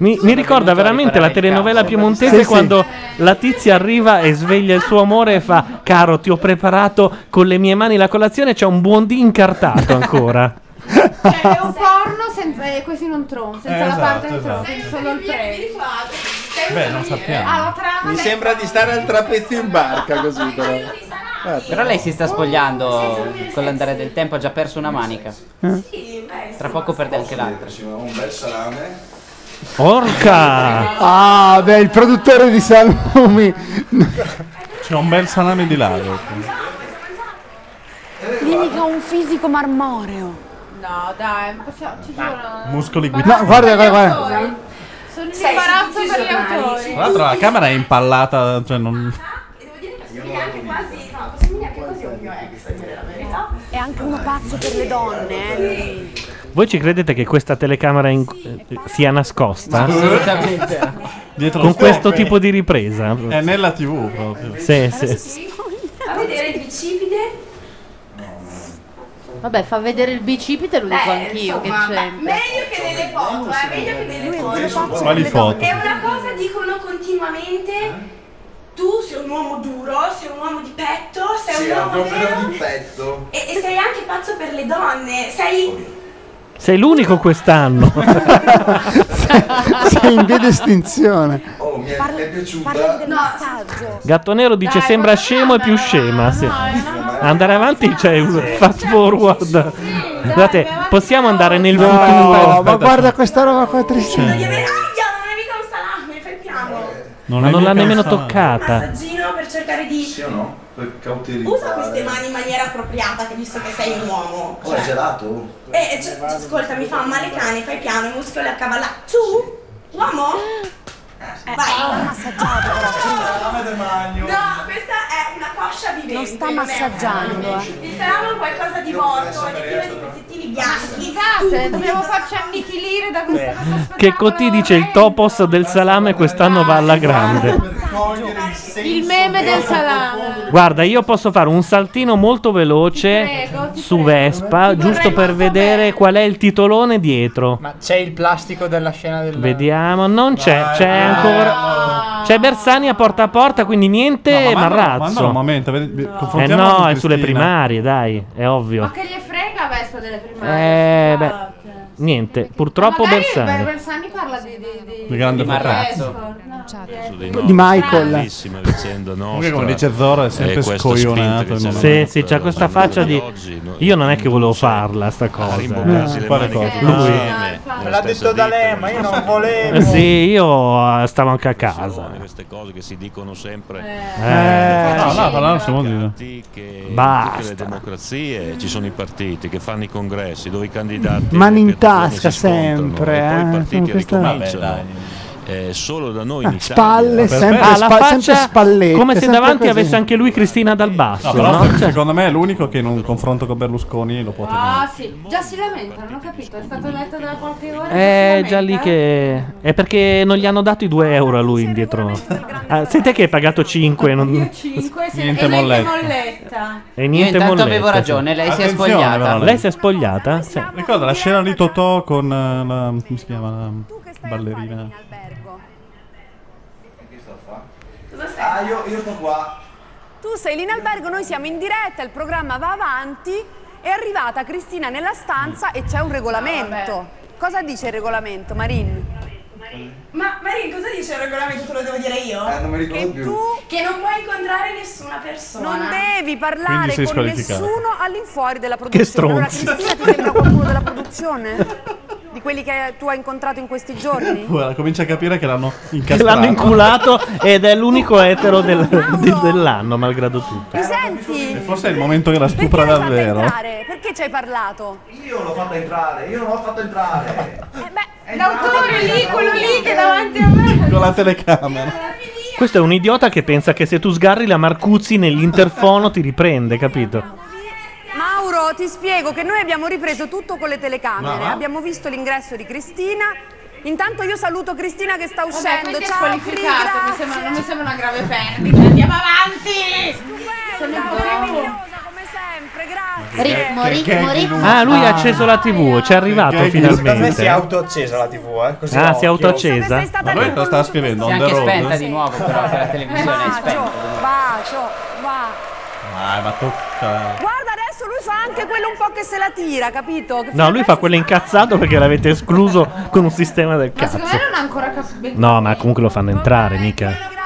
Mi, mi ricorda veramente la telenovela piemontese Sì, sì. quando la tizia arriva e sveglia il suo amore e fa: Caro, ti ho preparato con le mie mani la colazione, c'è un buondì incartato ancora. Cioè, è un porno senza, e questi non tron, senza Eh, la parte esatto, del tron, esatto. solo il pre. Beh, non sappiamo. Ah, la trama Mi del- sembra di stare al trapezio in barca così però. Però lei si sta spogliando con l'andare del tempo, ha già perso una manica. Eh? Tra poco perde anche l'altra. Un bel salame. Porca! Ah, beh, il produttore di salumi. C'è un bel salame di ecco. lago. Dimmi che ho un fisico marmoreo. No, dai, ma possiamo, ci giuro. Ah, Muscoli No, guidati. guarda, guarda, guarda. Autori. Sono in Sei imbarazzo su tutti per i gli giornali. autori. Tra l'altro la camera è impallata, cioè non... Somiglia anche quasi. No, somiglia anche quasi a un mio ex, a dire la verità. È anche uno pazzo per le donne, eh. Voi ci credete che questa telecamera in- eh, sia nascosta? Assolutamente. Dietro Con lo questo scope. tipo di ripresa? È nella tv proprio. Sì, sì, sì. A vedere il bicipite. Vabbè, fa vedere il bicipite, lo Eh, dico Beh, anch'io che insomma, c'è. Meglio che delle foto, eh, meglio che delle foto. Quali foto? E una cosa dicono continuamente tu sei un uomo duro, sei un uomo di petto, sei Sì, un ha uomo proprio vero di petto. e, e sei anche pazzo per le donne, sei... Sei l'unico quest'anno. Sei in via di estinzione. Oh, mi è, mi è piaciuta. no, Gatto Nero dice sembra scemo e più scema. sì. Andare avanti c'è un fast forward. Guardate, possiamo andare nel No, futuro. ma guarda questa roba qua Cioè, tristissima. Ma non l'ha nemmeno toccata. Massagino per cercare di... Per cauterizzare. Usa queste mani in maniera appropriata, che visto che sei un uomo. Cioè, Oh, è Cioè, gelato? Eh, c- c- ascolta, mi fa male cane, fai piano, i muscoli a cavalla. Tu, uomo? Eh, Vai. massaggiato No, questa è una coscia vivente. Non sta è- massaggiando, eh. Ti saranno qualcosa di morto, è piena di pezzettini bianchi. Scusate, Esatto, dobbiamo farci annichilire da questa cosa Che Cotti dice il topos del salame quest'anno va alla grande. Il meme del salame. Guarda, io posso fare un saltino molto veloce Ti prego, ti su prego. Vespa, Ti giusto vorrei per molto vedere qual è il titolone dietro. Ma c'è il plastico della scena del... Vediamo, non c'è, c'è dai, ancora. C'è Bersani a porta a porta, quindi niente Ah. ma mandalo- Marrazzo. mandalo un momento, vedi- vi- Eh confrontiamo con no, è sulle Cristina. primarie, dai, è ovvio. Ma che gli frega Vespa delle primarie? Eh, beh, niente, purtroppo Magari Bersani. Bersani parla di, di, di, Di grande di fratello. Vespa, no. Di Michael. Bellissima vicenda nostra. Comunque, come dice Zorro, è sempre E questa spinta scoglionato. che il ci ha momento. Sì, sì, c'ha questa faccia di. oggi, no, Ah, Io non è che volevo farla, sta eh, cosa. Eh, rimboccarsi le eh, Quale maniche cosa? tutti Lui. insieme, Eh, nella L'ha stessa detto vita, D'Alema, io non volevo. Eh Sì, io eh, stavo anche a casa. Queste cose che si dicono sempre. Eh. No, no, però non si può dire. In tutte le democrazie ci sono i partiti che fanno i congressi dove i Cioè, candidati Mani in tasca si scontrano, sempre, e poi eh, i sono partiti questa- Ah, ricominciano. Eh, solo da noi in Italia spalle, sempre Ah, la spa- sempre faccia spallette, come se sempre davanti così. avesse anche lui Cristina dal No, basso. però no? Cioè- secondo me è l'unico che in un confronto con Berlusconi lo può tenere. Ah, sì. Già si lamenta, non ho capito. È stato letto da qualche ora. È e si già lì lamenta. Eh, che. È perché non gli hanno dato i 2 euro a lui indietro. Ah, siete che hai pagato 5 non... Cinque, sei- Niente e lei che molletta. molletta. e niente Io intanto mollette, avevo sì. ragione, lei si è Attenzione, spogliata. però, lei. Lei si è spogliata? Sì. Ricorda la scena di Totò con eh, la, come si chiama la ballerina? Che sta a fare? Ah, io, io sto qua. Tu sei lì in albergo, noi siamo in diretta, il programma va avanti, è arrivata Cristina nella stanza e c'è un regolamento. Cosa dice il regolamento, Marin? Ma Marin, cosa dice il regolamento? Te lo devo dire io? Eh, non mi ricordo più. Che non puoi incontrare nessuna persona. Non devi Quindi parlare sei con squalificata. nessuno all'infuori della produzione. Allora stronzi. Cristina ti sembra qualcuno della produzione? Di quelli che tu hai incontrato in questi giorni? Guarda, comincia a capire che l'hanno Che incastrato. l'hanno inculato ed è l'unico etero del- de- dell'anno, malgrado tutto. Eh, Mi senti? E forse è il momento che la stupra Perché l'hai fatta davvero. entrare? Perché ci hai parlato? Io l'ho fatta entrare, io non l'ho fatta entrare. L'autore lì, quello lì che è davanti a me. Con la telecamera. Questo è un idiota che pensa che se tu sgarri la Marcuzzi nell'interfono ti riprende, capito? Mauro, ti spiego che noi abbiamo ripreso tutto con le telecamere. Ma va? Abbiamo visto l'ingresso di Cristina. Intanto io saluto Cristina che sta Vabbè, uscendo. quindi è Ciao, squalificato. Mi Cri, sembra, grazie. Cioè, non mi sembra una grave perdita. Andiamo avanti. Sono bravo. Ritmo, Che- che- ritmo, che- ritmo. Ah, lui ha acceso la TV, ci è arrivato Secondo me si è finalmente. eh? autoaccesa la TV, eh. Così Ah, si occhio. è autoaccesa? Ma lui lo stava scrivendo Si è on the anche road. spenta di nuovo, però, che la televisione è spenta. Bacio, va. Ah, ma tocca. Guarda, adesso lui fa anche quello un po' che se la tira, capito? Che No, lui fa quello incazzato perché l'avete escluso con un sistema del Ma secondo cazzo. me non ha ancora capito. No, ma comunque lo fanno entrare, mica. Grazie.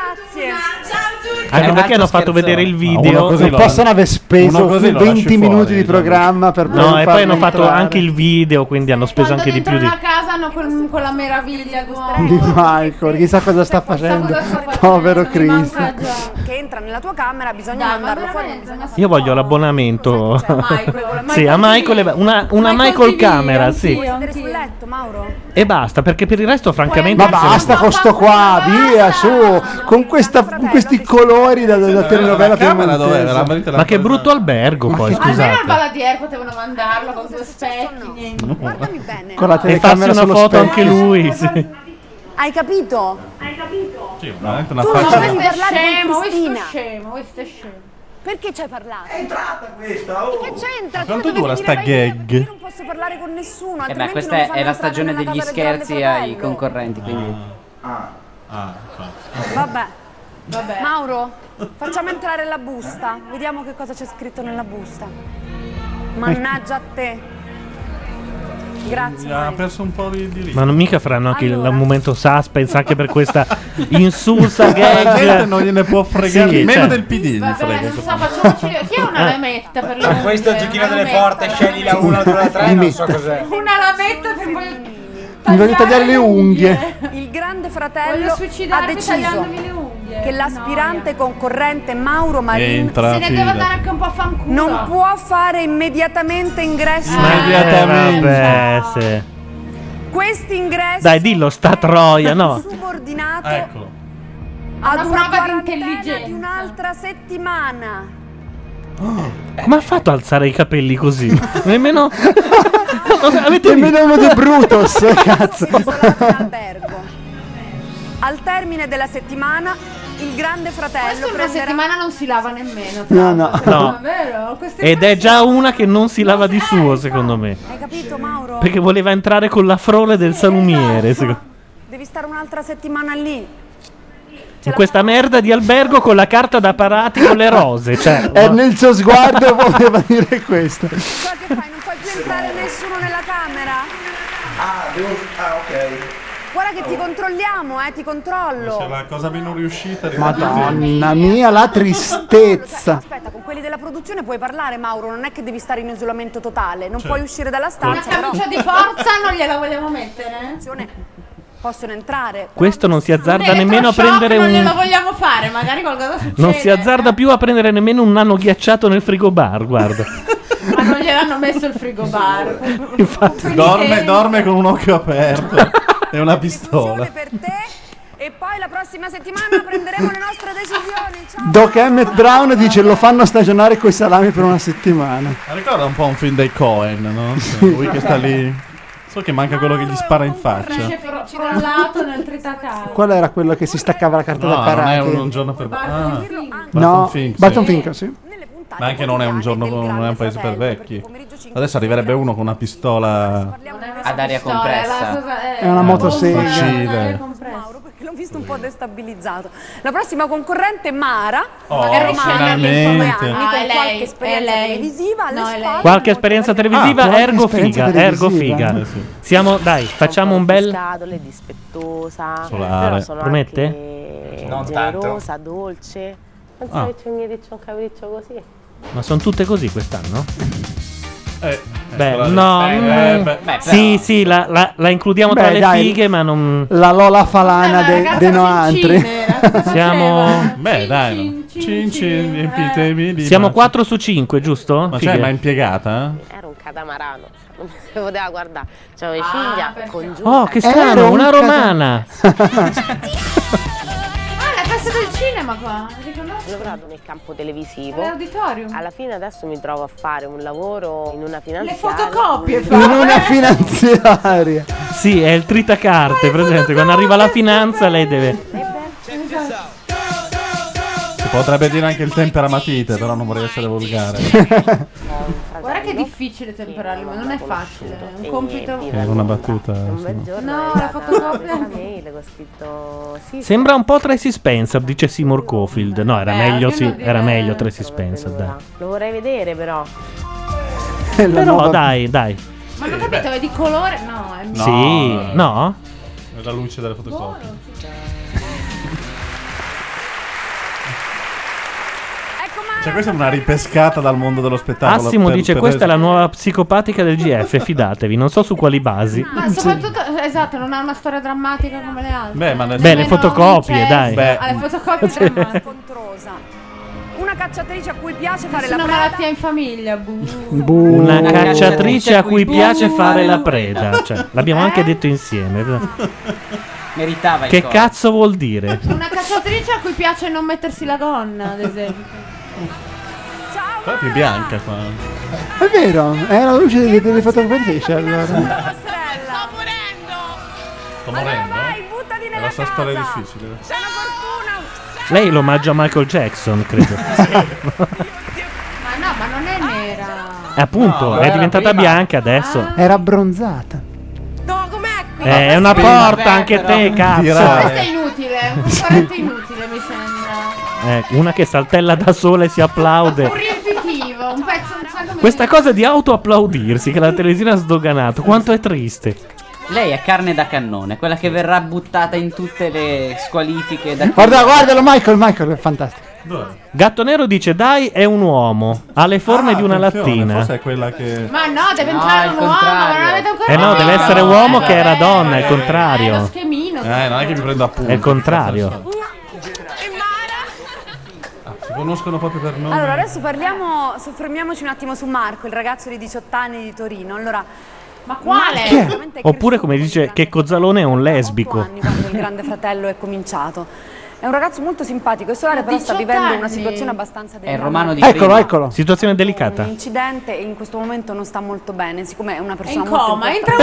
Anche perché hanno fatto vedere il video. non possono aver speso uno così lo lasci 20 minuti fuori, di diciamo. programma per No, e poi farlo hanno fatto entrare. anche il video, quindi hanno speso anche di più di. Entrano a casa hanno quel- quella meraviglia di d'uomo. Michael, chissà cosa sta facendo. Povero Cristo. Che entra nella tua camera, bisogna mandarlo fuori. Bisogna Io voglio l'abbonamento. Cioè, Michael? Sì, a Michael e ba- una, una Michael camera, sì. Vuoi sedere sul letto, Mauro? E basta, perché per il resto, francamente. Ma basta con sto qua, via su, con, questa- con questi colori da, da- da telenovela piemontese. Ma che brutto albergo, poi, Almeno al scusate. Baladier potevano mandarlo con due specchi. niente. Con la E farsi telecamera una sullo foto specchio. anche lui. sì. Hai capito? Hai capito? Sì, veramente una Tu non faccia. devi Questo è parlare scemo, con questo è Cristina. scemo, questo è scemo. Perché ci hai parlato? È entrata questa, oh! Che c'entra? Quanto Tu dovevi dura dire, sta "Ma io gag? Non posso parlare con Eh nessuno, E altrimenti beh, questa non mi è, fanno è la entrare stagione nella degli casa del Grande scherzi ai Ah. Fratello". Ah, concorrenti, quindi... Vabbè. Mauro, facciamo entrare la busta. Vediamo che cosa c'è scritto nella busta. Mannaggia a te. Grazie. Ha perso un po' di diritto. Ma non mica faranno anche il- il momento suspense anche per questa insulsa La gente gag. non gliene può fregare Sì, nemmeno cioè. del PD. gli Vabbè, frega, non so, secondo me. facciamoci. Chi è una lametta per Con l'amore? Eh. Ah, questo giochino Una delle lametta. porte, scegli la 1, la 2, la 3, non so cos'è. Una lametta per poi Mi voglio tagliare le unghie. Il grande Voglio fratello ha suicidarmi deciso tagliandomi le unghie. che l'aspirante concorrente Mauro Marin Entra, Se ne deve fidati. andare anche un po' a fanculo. Non può fare immediatamente ingresso. Immediatamente. Eh, vabbè, Ah. sì. Questo ingresso Dai, dillo, sta troia, no? subordinato Ecco. Eccolo. ad una, prova Eh. di quarantena di un'altra settimana. Eh. Come ha fatto a alzare i capelli così? Nemmeno. Avete Nemmeno uno di Brutus, cazzo. Al termine della settimana il grande fratello Questo in una prenderà settimana non si lava nemmeno. No, no. No, No. vero? Queste Ed è già una che non si lava di suo, secondo me. Hai capito Mauro? Perché voleva entrare con la frole del salumiere. secondo- Devi stare un'altra settimana lì. Esatto. In questa merda di albergo con la carta da parati con le rose. Eh, Cioè, E Eh, nel suo sguardo voleva dire questo. entrare nessuno nella camera? Ah, devo. Ah, ok. Guarda che ti controlliamo, eh, ti C'è controllo. Cioè, la cosa meno riuscita. di Madonna mia, la tristezza. Aspetta, con quelli della produzione puoi parlare, Mauro, non è che devi stare in isolamento totale, non Cioè, puoi uscire dalla stanza. Una però- camicia di forza non gliela vogliamo mettere. eh? Possono entrare. Questo non si azzarda Un nemmeno a elettroshock prendere non glielo un. vogliamo fare, magari qualcosa succede. Non si azzarda più a prendere nemmeno un nano ghiacciato nel frigobar. Guarda. Ma non gliel'hanno messo il frigobar. Infatti. Dorme, dorme con un occhio aperto e una pistola. E poi la prossima settimana prenderemo le nostre decisioni. Ciao. Doc Emmett Brown dice lo fanno stagionare coi salami per una settimana. Ma Ricorda un po' un film dei Cohen, no? Cioè, Lui che sta lì. So che manca quello che gli spara in faccia. Esce fro- frollato nel tritacale. Qual era quello che si staccava la carta No, da non è parati? un, un giorno per. Ah. Barton No, Fink, sì. Barton Fink, sì. Ma anche non è un giorno, non è un paese per vecchi. Adesso arriverebbe uno con una pistola. Eh, Ad aria compressa. eh. È una motosega. Uccide. eh, Mauro, perché l'ho visto un po' destabilizzato. La prossima concorrente Mara Oh, è romana, finalmente. con Ah, qualche è lei, esperienza è lei. televisiva alle spalle. Qualche esperienza Ah, televisiva, qualche ergo esperienza figa. Ergo televisiva. Eh, figa. Siamo, dai, facciamo un bel. scatole, dispettosa, Solare. però sono Promette? anche Non generosa, dolce. Non so Ah. che c'è un riccio, un capriccio così. Ma sono tutte così quest'anno? Eh, Beh, allora, no. eh, mm, beh, beh, sì, sì, la, la- la includiamo tra Beh, le dai. fighe, ma non. La Lola Falana de- de Noantri. Siamo. Beh, dai. Cin eh. cin, riempitemi di. Siamo 4 su 5, giusto? Ma c'è, ma è impiegata? Era un catamarano, non mi si poteva guardare. C'avevo Ah, i figlia, congiunta. Oh, che strano, una romana. Ah, la festa del cinema qua. Ho lavorato nel campo televisivo. All'auditorium. Alla fine adesso mi trovo a fare un lavoro in una finanziaria. fotocopie In una finanziaria. sì, è il tritacarte, presente. Quando arriva la finanza, lei deve. Esatto. Si potrebbe dire anche il temperamatite, però non vorrei essere volgare. Guarda che è difficile temperarlo, ma non è facile. È un compito. Eh, Era una battuta. sì. No, la fotocopia. Sembra un po' Tracy Spencer, dice Seymour Cofield. No, era Beh, meglio, almeno sì, dire- era meglio Tracy Spencer, dai. Lo vorrei vedere però. Però dai, dai. Ma non ho capito, è di colore? No, è Sì, no? È la luce delle fotocopie. Cioè, questa è una ripescata dal mondo dello spettacolo. Massimo per- dice: per- Questa è la nuova psicopatica del GF, fidatevi, non so su quali basi. Ma soprattutto, esatto, non ha una storia drammatica come le altre. Beh, ma adesso Beh, le fotocopie, dai. Beh. Alle fotocopie Sì. drammatiche. Una cacciatrice a cui piace fare la Una preda. malattia in famiglia, buh. Una Buh. cacciatrice a cui piace fare la preda. Cioè, l'abbiamo anche detto insieme. Meritava il Che gol. cazzo vuol dire? Una cacciatrice a cui piace non mettersi la gonna, ad esempio. Però è più bianca qua. È vero, è la luce delle, delle fotocopie. Allora. Sto morendo. eh. È la sua storia difficile. Lei lo mangia a Michael Jackson, credo. Ma no, ma non è nera. E Appunto, No, è era diventata prima. Ah. bianca adesso. Era abbronzata. Eh, è una porta anche te, cazzo. Questo è inutile, è un componente inutile, mi sembra. Eh, una che saltella da sola e si applaude. Un riempitivo, un pezzo non so come Questa cosa di autoapplaudirsi che la televisione ha sdoganato, quanto è triste. Lei è carne da cannone, quella che verrà buttata in tutte le squalifiche da Guarda, guardalo, Michael, Michael, è fantastico. Gatto Nero dice: Dai, è un uomo. Ha le forme di una Ah, attenzione, lattina. forse è quella che. Ma no, deve entrare un uomo, ma non avete ancora Eh no, deve essere uomo che era donna, è il È lo contrario. schemino. Eh, non è che mi prendo appunto. È il contrario. ah, Si conoscono proprio per nome. Allora, adesso parliamo, soffermiamoci un attimo su Marco, il ragazzo di 18 anni di Torino. Allora, ma quale? Chi è? Oppure, come dice che Cozzalone è un lesbico. quando il grande fratello è cominciato. È un ragazzo molto simpatico e solare, però sta 18 vivendo una anni. situazione abbastanza delicata. Eccolo, eccolo. Situazione Un delicata. incidente e in questo momento non sta molto bene, siccome è una persona in molto coma, entra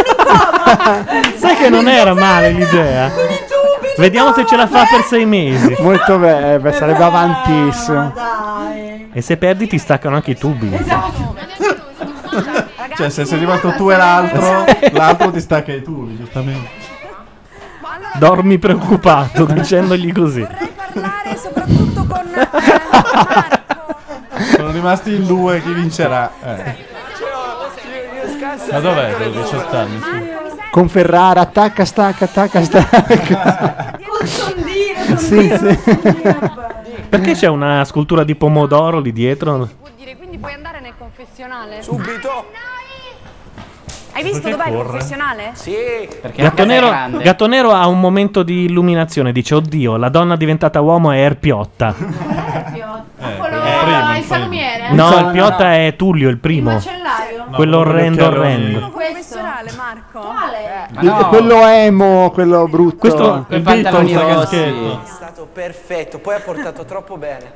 Sai che non era male l'idea. Vediamo se ce la fa per sei mesi. Molto bene, beh, sarebbe avantissimo. E se perdi ti staccano anche i tubi. Cioè, se sei rimasto tu e l'altro, Esatto. l'altro ti stacca i tubi, giustamente. Dormi preoccupato dicendogli così. eh, eh, Sono rimasti in due, chi vincerà? Eh. Ma dov'è quello di 18 anni? Con Ferrara, attacca, stacca, attacca, stacca. Col sondino, Sì, sì. Perché c'è una scultura di pomodoro lì dietro? Quindi puoi andare nel confessionale? Subito. Hai visto Perché dov'è il corre? confessionale? Sì. Perché Gatto anche se è Nero, grande. Gatto Nero ha un momento di illuminazione. Dice: Oddio, la donna diventata uomo è Erpiotta. Quello il primo, il il salumiere? Eh, No, Erpiotta è Tullio, il primo. macellaio? No, quello quello orrendo, con gli occhiali orrendo. Confessionale, Marco. Eh. Quale? Il- Quello emo, quello brutto. Questo- è il pantaloni Beatles, rossi. caschetto. È stato perfetto, poi ha portato troppo bene.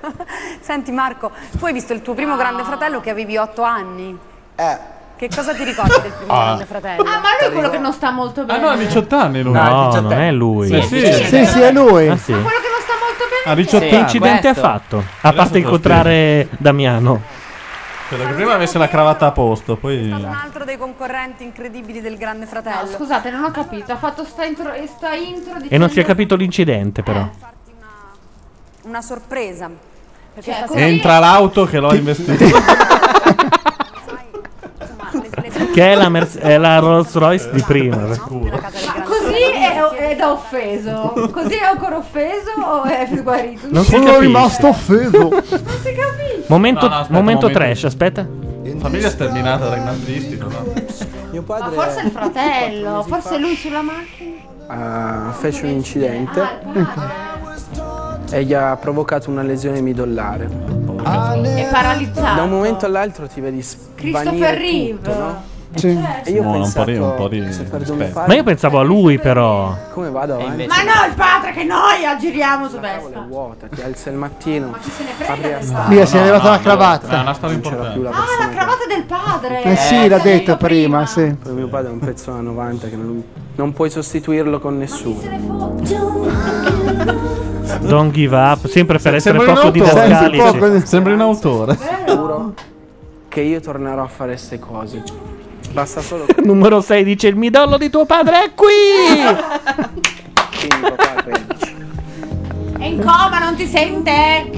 Senti Marco, tu hai visto il tuo primo grande fratello che avevi 8 anni? Eh. Che cosa ti ricordi del primo Ah. grande fratello? Ah, ma lui è quello che non sta molto Ah bene. no, ha 18 anni lui. No, non è lui. Sì, sì. Sì, sì, è lui. Ah, sì. Quello che non sta molto bene. Ha 18 Che anni. incidente ha questo. fatto? A Adesso parte te lo incontrare Damiano. Credo che prima avesse la cravatta a posto, poi... Un altro dei concorrenti incredibili del grande fratello. No, scusate, non ho capito. Ha fatto sta intro, sta intro di E non si è capito l'incidente, però. Una sorpresa. Perché Eh, Cioè, stasera- Entra l'auto che l'ho investito. Che è la, Merce- è la Rolls Royce di prima. Ma Ah, così è, è da offeso. Così è ancora offeso o è guarito? Non si Sono capisce. rimasto offeso. Non si capisce. Momento, No, no, aspetta, momento momento. trash, aspetta. Famiglia sterminata dal grandristico, no? Ma forse è il fratello, forse è lui sulla macchina. Ah, fece un incidente e gli ha provocato una lesione midollare. Eh, È paralizzato. Da un momento all'altro ti vedi svanire Christopher tutto, Reeve. no? Sì. E io ho Buono, un po' pensato, di- un po' se perdo un Aspetta. infarto, Ma io pensavo a lui, però. come vado avanti? Eh, Ma no, il padre, che noia, giriamo su Vespa. Vuota, ti alza il mattino, apri la Lì si è levata la cravatta. No, non c'era più la Ah, ma la persona. cravatta del padre. Eh sì, l'ha detto prima, sì. Poi mio padre è un pezzo da 90 che non, non puoi sostituirlo con nessuno. Don't give up, sempre per essere Sembra un poco autore. Sembra didascalici. poco- Sembra un autore. Giuro che io tornerò a fare queste cose. Basta solo Numero 6 dice il midollo di tuo padre è qui. È in coma, non ti sente.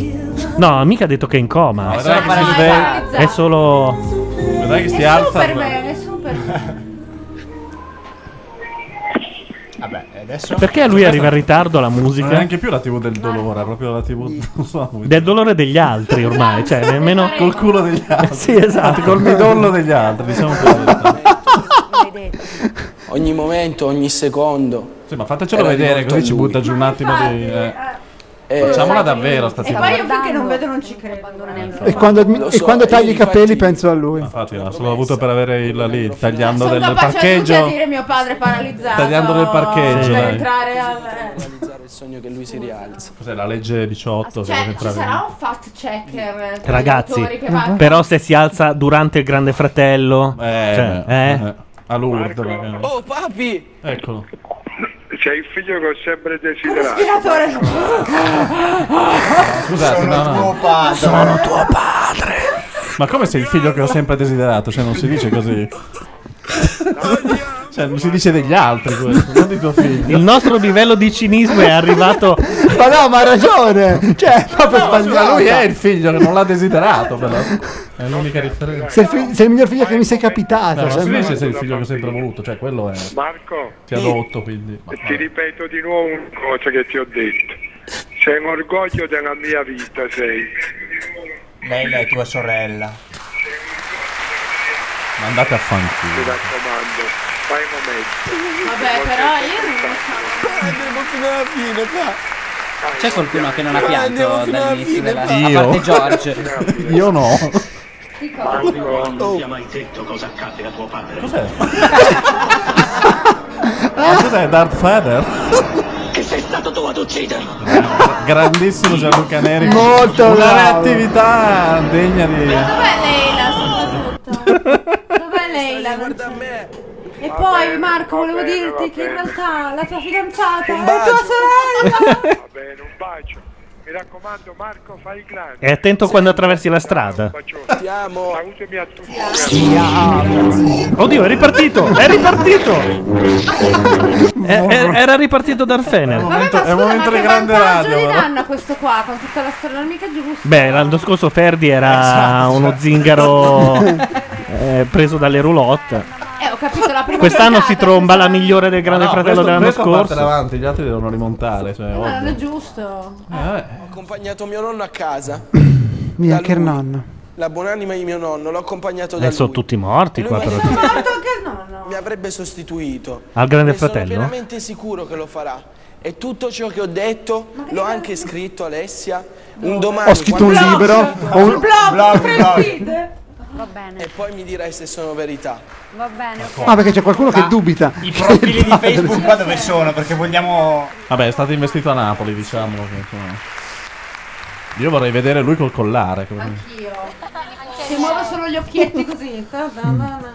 No, mica ha detto che è in coma. È solo paralizzato. È solo... Guarda che si È alza. Superman, è Superman. Vabbè, e adesso. Perché lui arriva in ritardo alla Non musica? è Neanche più la TV del dolore, è proprio la TV. non so, Del dolore degli altri ormai, cioè nemmeno... Col culo degli altri. Sì, esatto, col midollo degli altri, diciamo così. ogni momento, ogni secondo. Sì, ma fatecelo Era vedere, rivolto così a ci lui. butta giù un attimo di. eh. Facciamola davvero sta E TV. poi io finché non vedo non ci credo. Eh, E quando, mi- Lo e so, quando io tagli i infatti- capelli penso a lui. Infatti, l'ha solo avuto per avere il lì, tagliando Sono del capace anche a parcheggio. dire mio padre paralizzato. Tagliando del parcheggio, Per dai. entrare al... Realizzare il sogno che lui si rialza. Cos'è la legge 18? che deve Cioè, ci entrare in- sarà un fact checker. tra i Ragazzi, genitori che vanno- però se si alza durante il grande fratello... cioè, beh, eh? A Lourdes, magari. Oh Ah, papi! Eccolo. C'è il figlio che ho sempre desiderato. Scusate, no, no. padre. Sono tuo padre. Ma come sei il figlio che ho sempre desiderato? Cioè, non si dice così. Cioè, si dice degli altri questo, non di tuo figlio. Il nostro livello di cinismo è arrivato. ma no, ma ha ragione. Cioè, è proprio Ma scusa, sbagliato. lui è il figlio che non l'ha desiderato, però. È l'unica differenza. Sei il, fi- sei il miglior figlio che mi sei No, Ah, capitato. non cioè, sembra- si Tu dice sei il figlio che ho sempre voluto, cioè quello è. Marco, Ti adotto, quindi. Ma- ti ripeto di nuovo una cosa che ti ho detto. Sei un orgoglio della mia vita, sei. Lei è tua sorella. Ma andate a fanculo. Mi raccomando, fai un momento. Vabbè, Eh, C'è qualcuno però io non lo Andiamo fino alla fine, che non ha Andiamo pianto fino alla dall'inizio fine, della... va. A parte Io. Ah, George. Io no. Non ti ha mai detto cosa accadde a tuo padre. Cos'è? Ma cos'è Ah, Darth Vader? Che sei stato tu ad ucciderlo. Grandissimo Gianluca Neri. Molto Una bravo. reattività degna di. Dov'è Leila soprattutto? Dov'è Leila? E poi Marco volevo dirti che in realtà la tua fidanzata è tua sorella. Va bene, un bacio. Mi raccomando, Marco, fai il grande. E attento quando attraversi la strada. Ti amo. Salutami a tutti. Oddio, è ripartito! È ripartito! È- è- era ripartito dal Fener. Vabbè, ma scusa, ma che vantaggio gli danno a questo qua con tutta la storia non è mica giusta? Beh, l'anno scorso Ferdi era uno zingaro eh, preso dalle roulotte. Eh, ho capito la prima Quest'anno puntata, si tromba la migliore del Grande No, Fratello questo- dell'anno questo parte scorso. davanti, gli altri devono rimontare. Eh. Cioè, Ma non ovvio. è giusto. Eh, Ho accompagnato mio nonno a casa. Mia che nonna. La buonanima di mio nonno l'ho accompagnato da Eh, sono lui. tutti morti qua però. Mi avrebbe sostituito. Al Grande Ne sono Fratello? pienamente sicuro che lo farà. E tutto ciò che ho detto l'ho anche scritto Alessia. Un domani. Ho scritto un quando- libro, ho un- Blog, blog, blog. Va bene, E poi mi dirai se sono verità. va bene. ok. Ah, perché c'è qualcuno che dubita. i profili Di Facebook qua dove sono? Perché vogliamo. Vabbè, è stato investito a Napoli, diciamolo. che, insomma. Io vorrei vedere lui col collare. come- Anch'io. Si muove solo gli occhietti così. Ta- ta- na- na-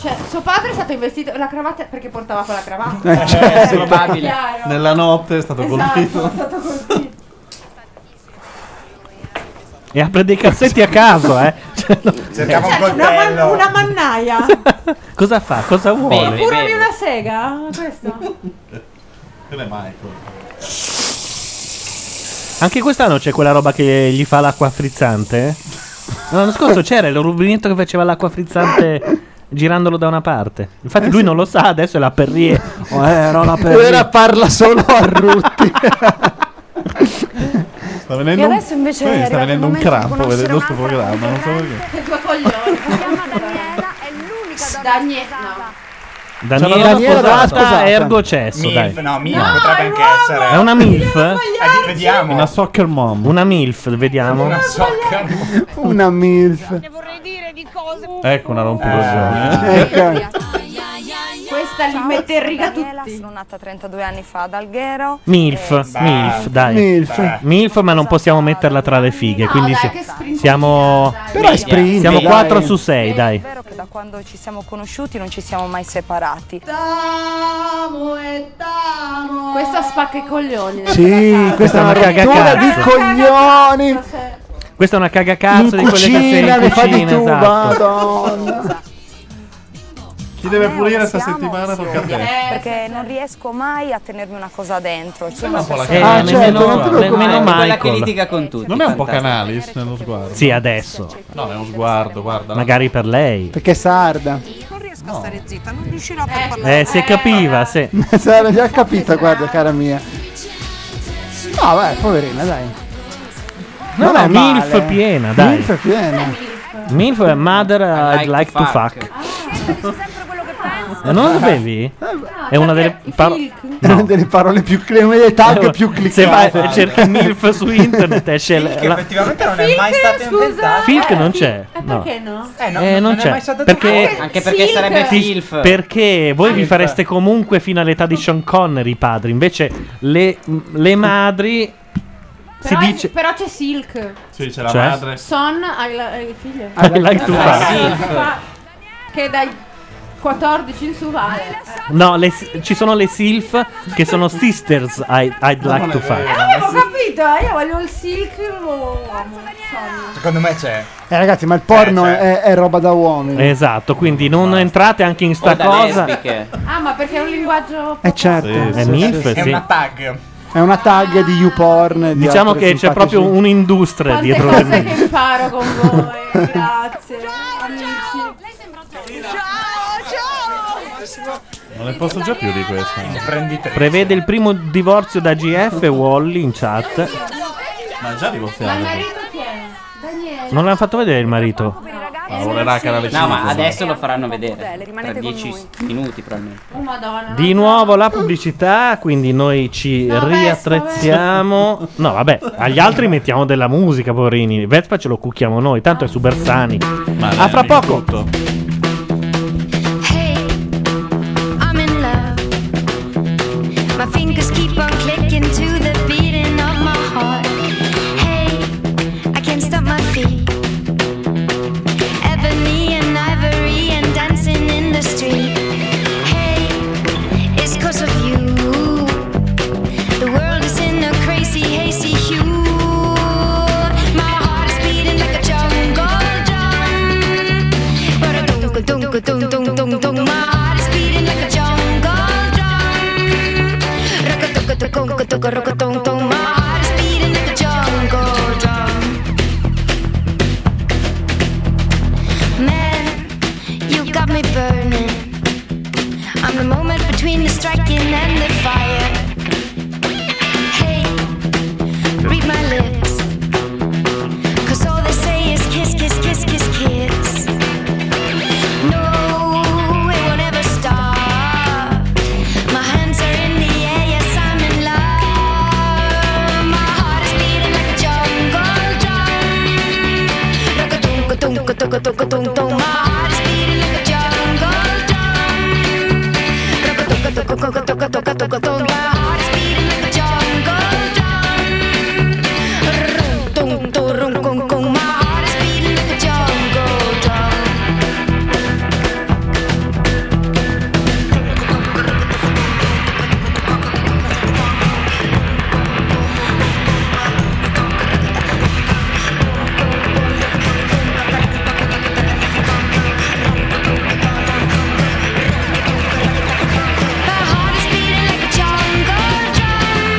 Cioè, suo padre è stato investito la cravatta perché portava quella cravatta. Eh, certo. È Probabile. chiaro. Nella notte è stato Esatto, colpito. è stato colpito. E apre dei cassetti a caso, eh. Cioè, no. Cercava un Eh, Una, man- coltello. una mannaia. Cosa fa? Cosa vuole? Curami una sega. Questo. Che ne mai quello? Anche quest'anno c'è quella roba che gli fa l'acqua frizzante? No, L'anno scorso c'era il rubinetto che faceva l'acqua frizzante girandolo da una parte. Infatti lui non lo sa, adesso è la Perrier. Eh, Oh, eh, no, la Perrier. Ora parla solo a Rutti. Sta venendo E un- adesso invece Sì, sta è arrivato venendo il un momento di crampo conoscere vedendo sto un'altra programma. Non so perché. Che due coglioni. Si chiama Daniela, è l'unica Daniela. Cioè, Daniela, C'è la Cioè, Daniela sposata, sposata. ergo cesso, Milf, dai. no, Milf potrebbe anche essere. È una MILF? Eh, vediamo. Una soccer mom. Una MILF, vediamo. Una socca. Una MILF. Ecco una Eh, rompucoglione. ecco. Questa li mette in riga tutti. Sono nata 32 anni fa ad Alghero. MILF, Beh, MILF, dai. MILF. MILF, ma non possiamo metterla tra le fighe, quindi dai, si- che sprint- siamo Però è sprint, Siamo dai. 4 su 6, È dai. vero che da quando ci siamo conosciuti non ci siamo mai separati. Questa spacca i coglioni. Sì, questa è una rottura di cagacazzo. coglioni. Questa è una cagacazzo di quelle che sei Cucina, in ne fa di cucina, tu, esatto. madonna. Chi deve pulire sta settimana tocca a eh. te. Perché non riesco mai a tenermi una cosa dentro. Cioè, Ci sono un po' la persone- Ah, certo, nemmeno- non te lo nemmeno comando. Michael. Quella che litiga con tutti. Non è un po' Canalis nello sguardo. Sì, adesso. No, è uno sguardo, guarda. Magari per lei. Perché è sarda. riesco a stare zitta, non riuscirò a parlare. Eh, si capiva, sì. Sarà già capita, guarda, Esatto. cara mia. No, vai, poverina, dai. No, Non è no, MILF male. piena, dai. MILF piena. MILF è Mother uh, I'd like to fuck. Eh, non lo sapevi? È una delle parole. Una delle parole più cl- una delle tag più Se vai cliccate. e cerchi MILF su internet esce la, la- Effettivamente non è mai stato inventato. Filk non c'è. no. Perché no? Eh, no, Eh, non, c'è. perché Anche perché Silk. sarebbe Sì, filf. Perché voi vi Filf. fareste comunque fino all'età di Sean Connery padri, invece le, le madri si Però, dice però c'è Silk. Sì, c'è la Cioè? madre. Son hai la- hai il figlio. I like to Allora, fuck. si fa- Che dai 14 in su va. Eh, Eh, No, le- ci sono le Silf che sono Sisters I- I'd like to fuck. eh, Avevo capito. capito? eh, Io voglio il silk oh, o... Secondo me c'è. Eh, ragazzi, ma il porno è, è roba da uomini. Esatto, quindi non entrate anche in sta O da cosa. lesbiche. Ah, ma perché è un linguaggio... Eh, certo. Sì, È sì, MILF, sì. È sì. una tag. È una tag di YouPorn. e di Diciamo altre che c'è simpatici- proprio un'industria Quante dietro. cose che imparo con voi, grazie. Amici. Non ne posso già più di questo. Prevede il primo divorzio da GF Wally in chat. Ma Ma già il divorziato. marito chi è? Daniele. Non l'hanno fatto vedere il marito. lavorerà a Canale cinque, No, ma sennò. adesso lo faranno vedere. Tra rimanete con 10 minuti probabilmente. Oh madonna. Di nuovo la pubblicità, quindi noi ci riattrezziamo. No, vabbè, agli altri mettiamo della musica, poverini. Vespa ce lo cucchiamo noi, tanto è su Bersani. a fra poco. Hey, I'm in love. My fingers keep on clicking to the beating of my heart. Hey, I can't stop my feet. Ebony and ivory and dancing in the street. Hey, it's cause of you. The world is in a crazy, hazy hue. My heart is beating like a jungle drum. Man, you got me burning. I'm the moment between the striking and the fire. Hey, read my lips. Cause all they say is kiss, kiss, kiss, kiss, kiss. No, it won't ever stop. My hands are in the air, yes, I'm in love. My heart is beating like a jungle drum. Rock-a-dunk-a-dunk-a-dunk-a-dunk-a-dunk-dunk. My heart is beating like a jungle drum. Rock-a-dunk-a-dunk-a-dunk-a-dunk-a-dunk-a-dunk. My heart is beating like a jungle drum. Rum-tum-tum-rum-cum-cum. My heart is beating like a jungle drum. My heart is beating like a jungle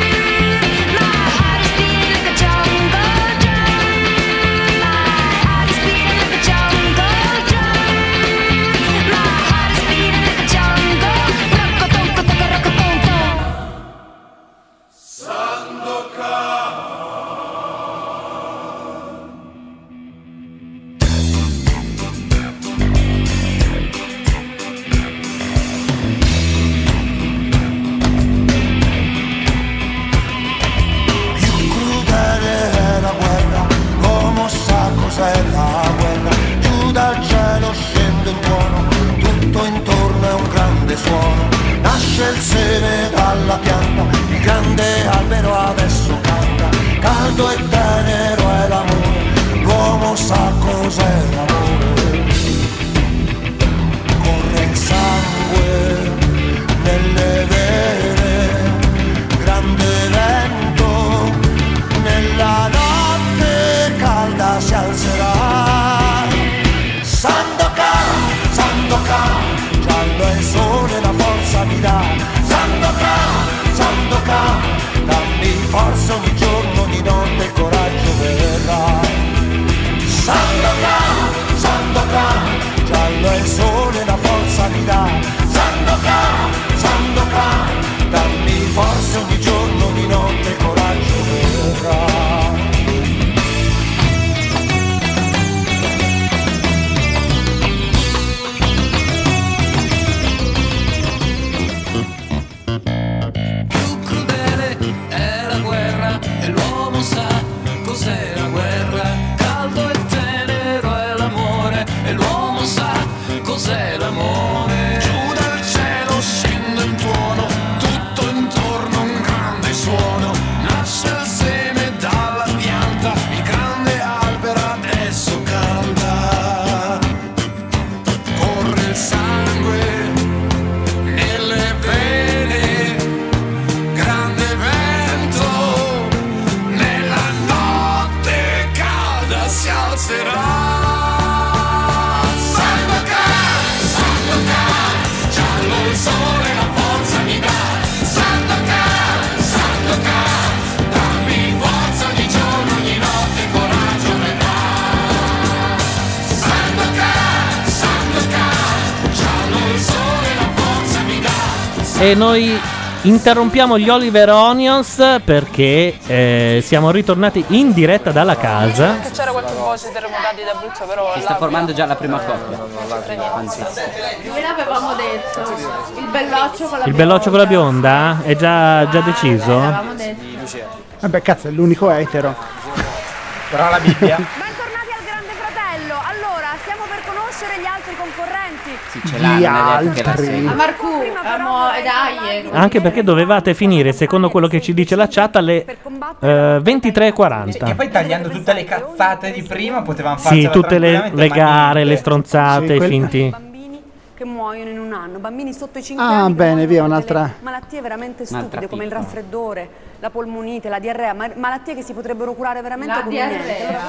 E noi interrompiamo gli Oliver Onions perché eh, siamo ritornati in diretta dalla casa. Che c'era qualche voce dei terremotati d'Abruzzo, però Si sta là- formando già la prima coppia. Anzi, Noi l'avevamo detto. Il belloccio con la Il belloccio con la bionda è già, già deciso? L'avevamo detto. Vabbè, cazzo, è l'unico etero. Però la Bibbia. Fratello, allora, stiamo per conoscere gli altri concorrenti. ce l'ha, Gli non è detto che la altri. segui. A Marcù, a Mo e eh, dai. Anche perché dovevate finire, secondo quello che ci dice la chat, alle eh, Ah. E 23.40. poi tagliando tutte le cazzate di prima potevamo farcela Sì, tutte le, tranquillamente, le ma gare, le niente. stronzate, Sì, i quel- finti. Che muoiono in un anno, bambini sotto i 5 Ah, anni. che bene, via, muoiono per un'altra. delle Malattie veramente Un'altra stupide come il pippa. raffreddore, la polmonite, la diarrea, ma- malattie che si potrebbero curare veramente La con niente. diarrea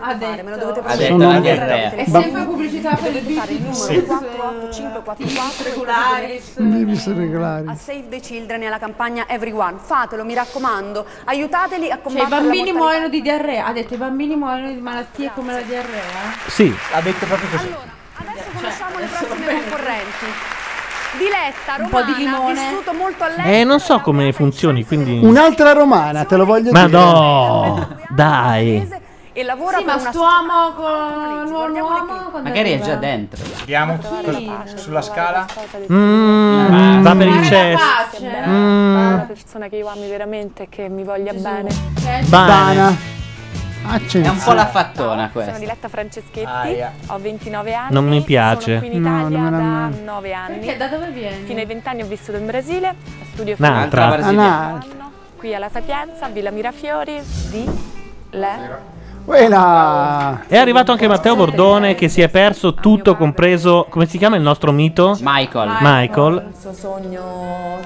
ha Me lo dovete detto. promettere. detto la Sono- diarrea. È È sempre sempre pubblicità per il fare il numero Sì. 48544 Regolaris. Bibis regolari. a Save the Children e alla campagna Everyone. Fatelo, mi raccomando, aiutateli Cioè, a i combattere bambini la mortalità. muoiono di diarrea. Ha detto i bambini muoiono di malattie come la diarrea. Sì. Ha detto proprio così. Adesso conosciamo le prossime concorrenti. Diletta, Eh, Un po' di romana, limone. vissuto molto a lei. Eh, non so come funzioni, quindi... Un'altra romana, te lo voglio Ma dire. no, dai. e lavora sì, per ma una Ah, st'uomo con un uomo quando magari è arriva. già dentro. Vediamo cosa- sulla scala. Mm, va per il cesso. Pace. Mm, Una persona che io ami veramente e che mi voglia bene. Bana. È un po' la fattona Sono questa. Diletta Franceschetti, Aia. ho 29 anni. Non mi piace. Sono qui in No, Italia non me la- da 9 anni. Perché? Da dove vieni? Fino ai 20 anni ho vissuto in Brasile, studio Un'altra. Ah. filosofia. Un'altra. Anno, Qui alla Sapienza, Villa Mirafiori, di Le. Quella. È arrivato anche Matteo Bordone che si è perso tutto, compreso. Come si chiama il nostro mito? Michael. Michael. Il suo sogno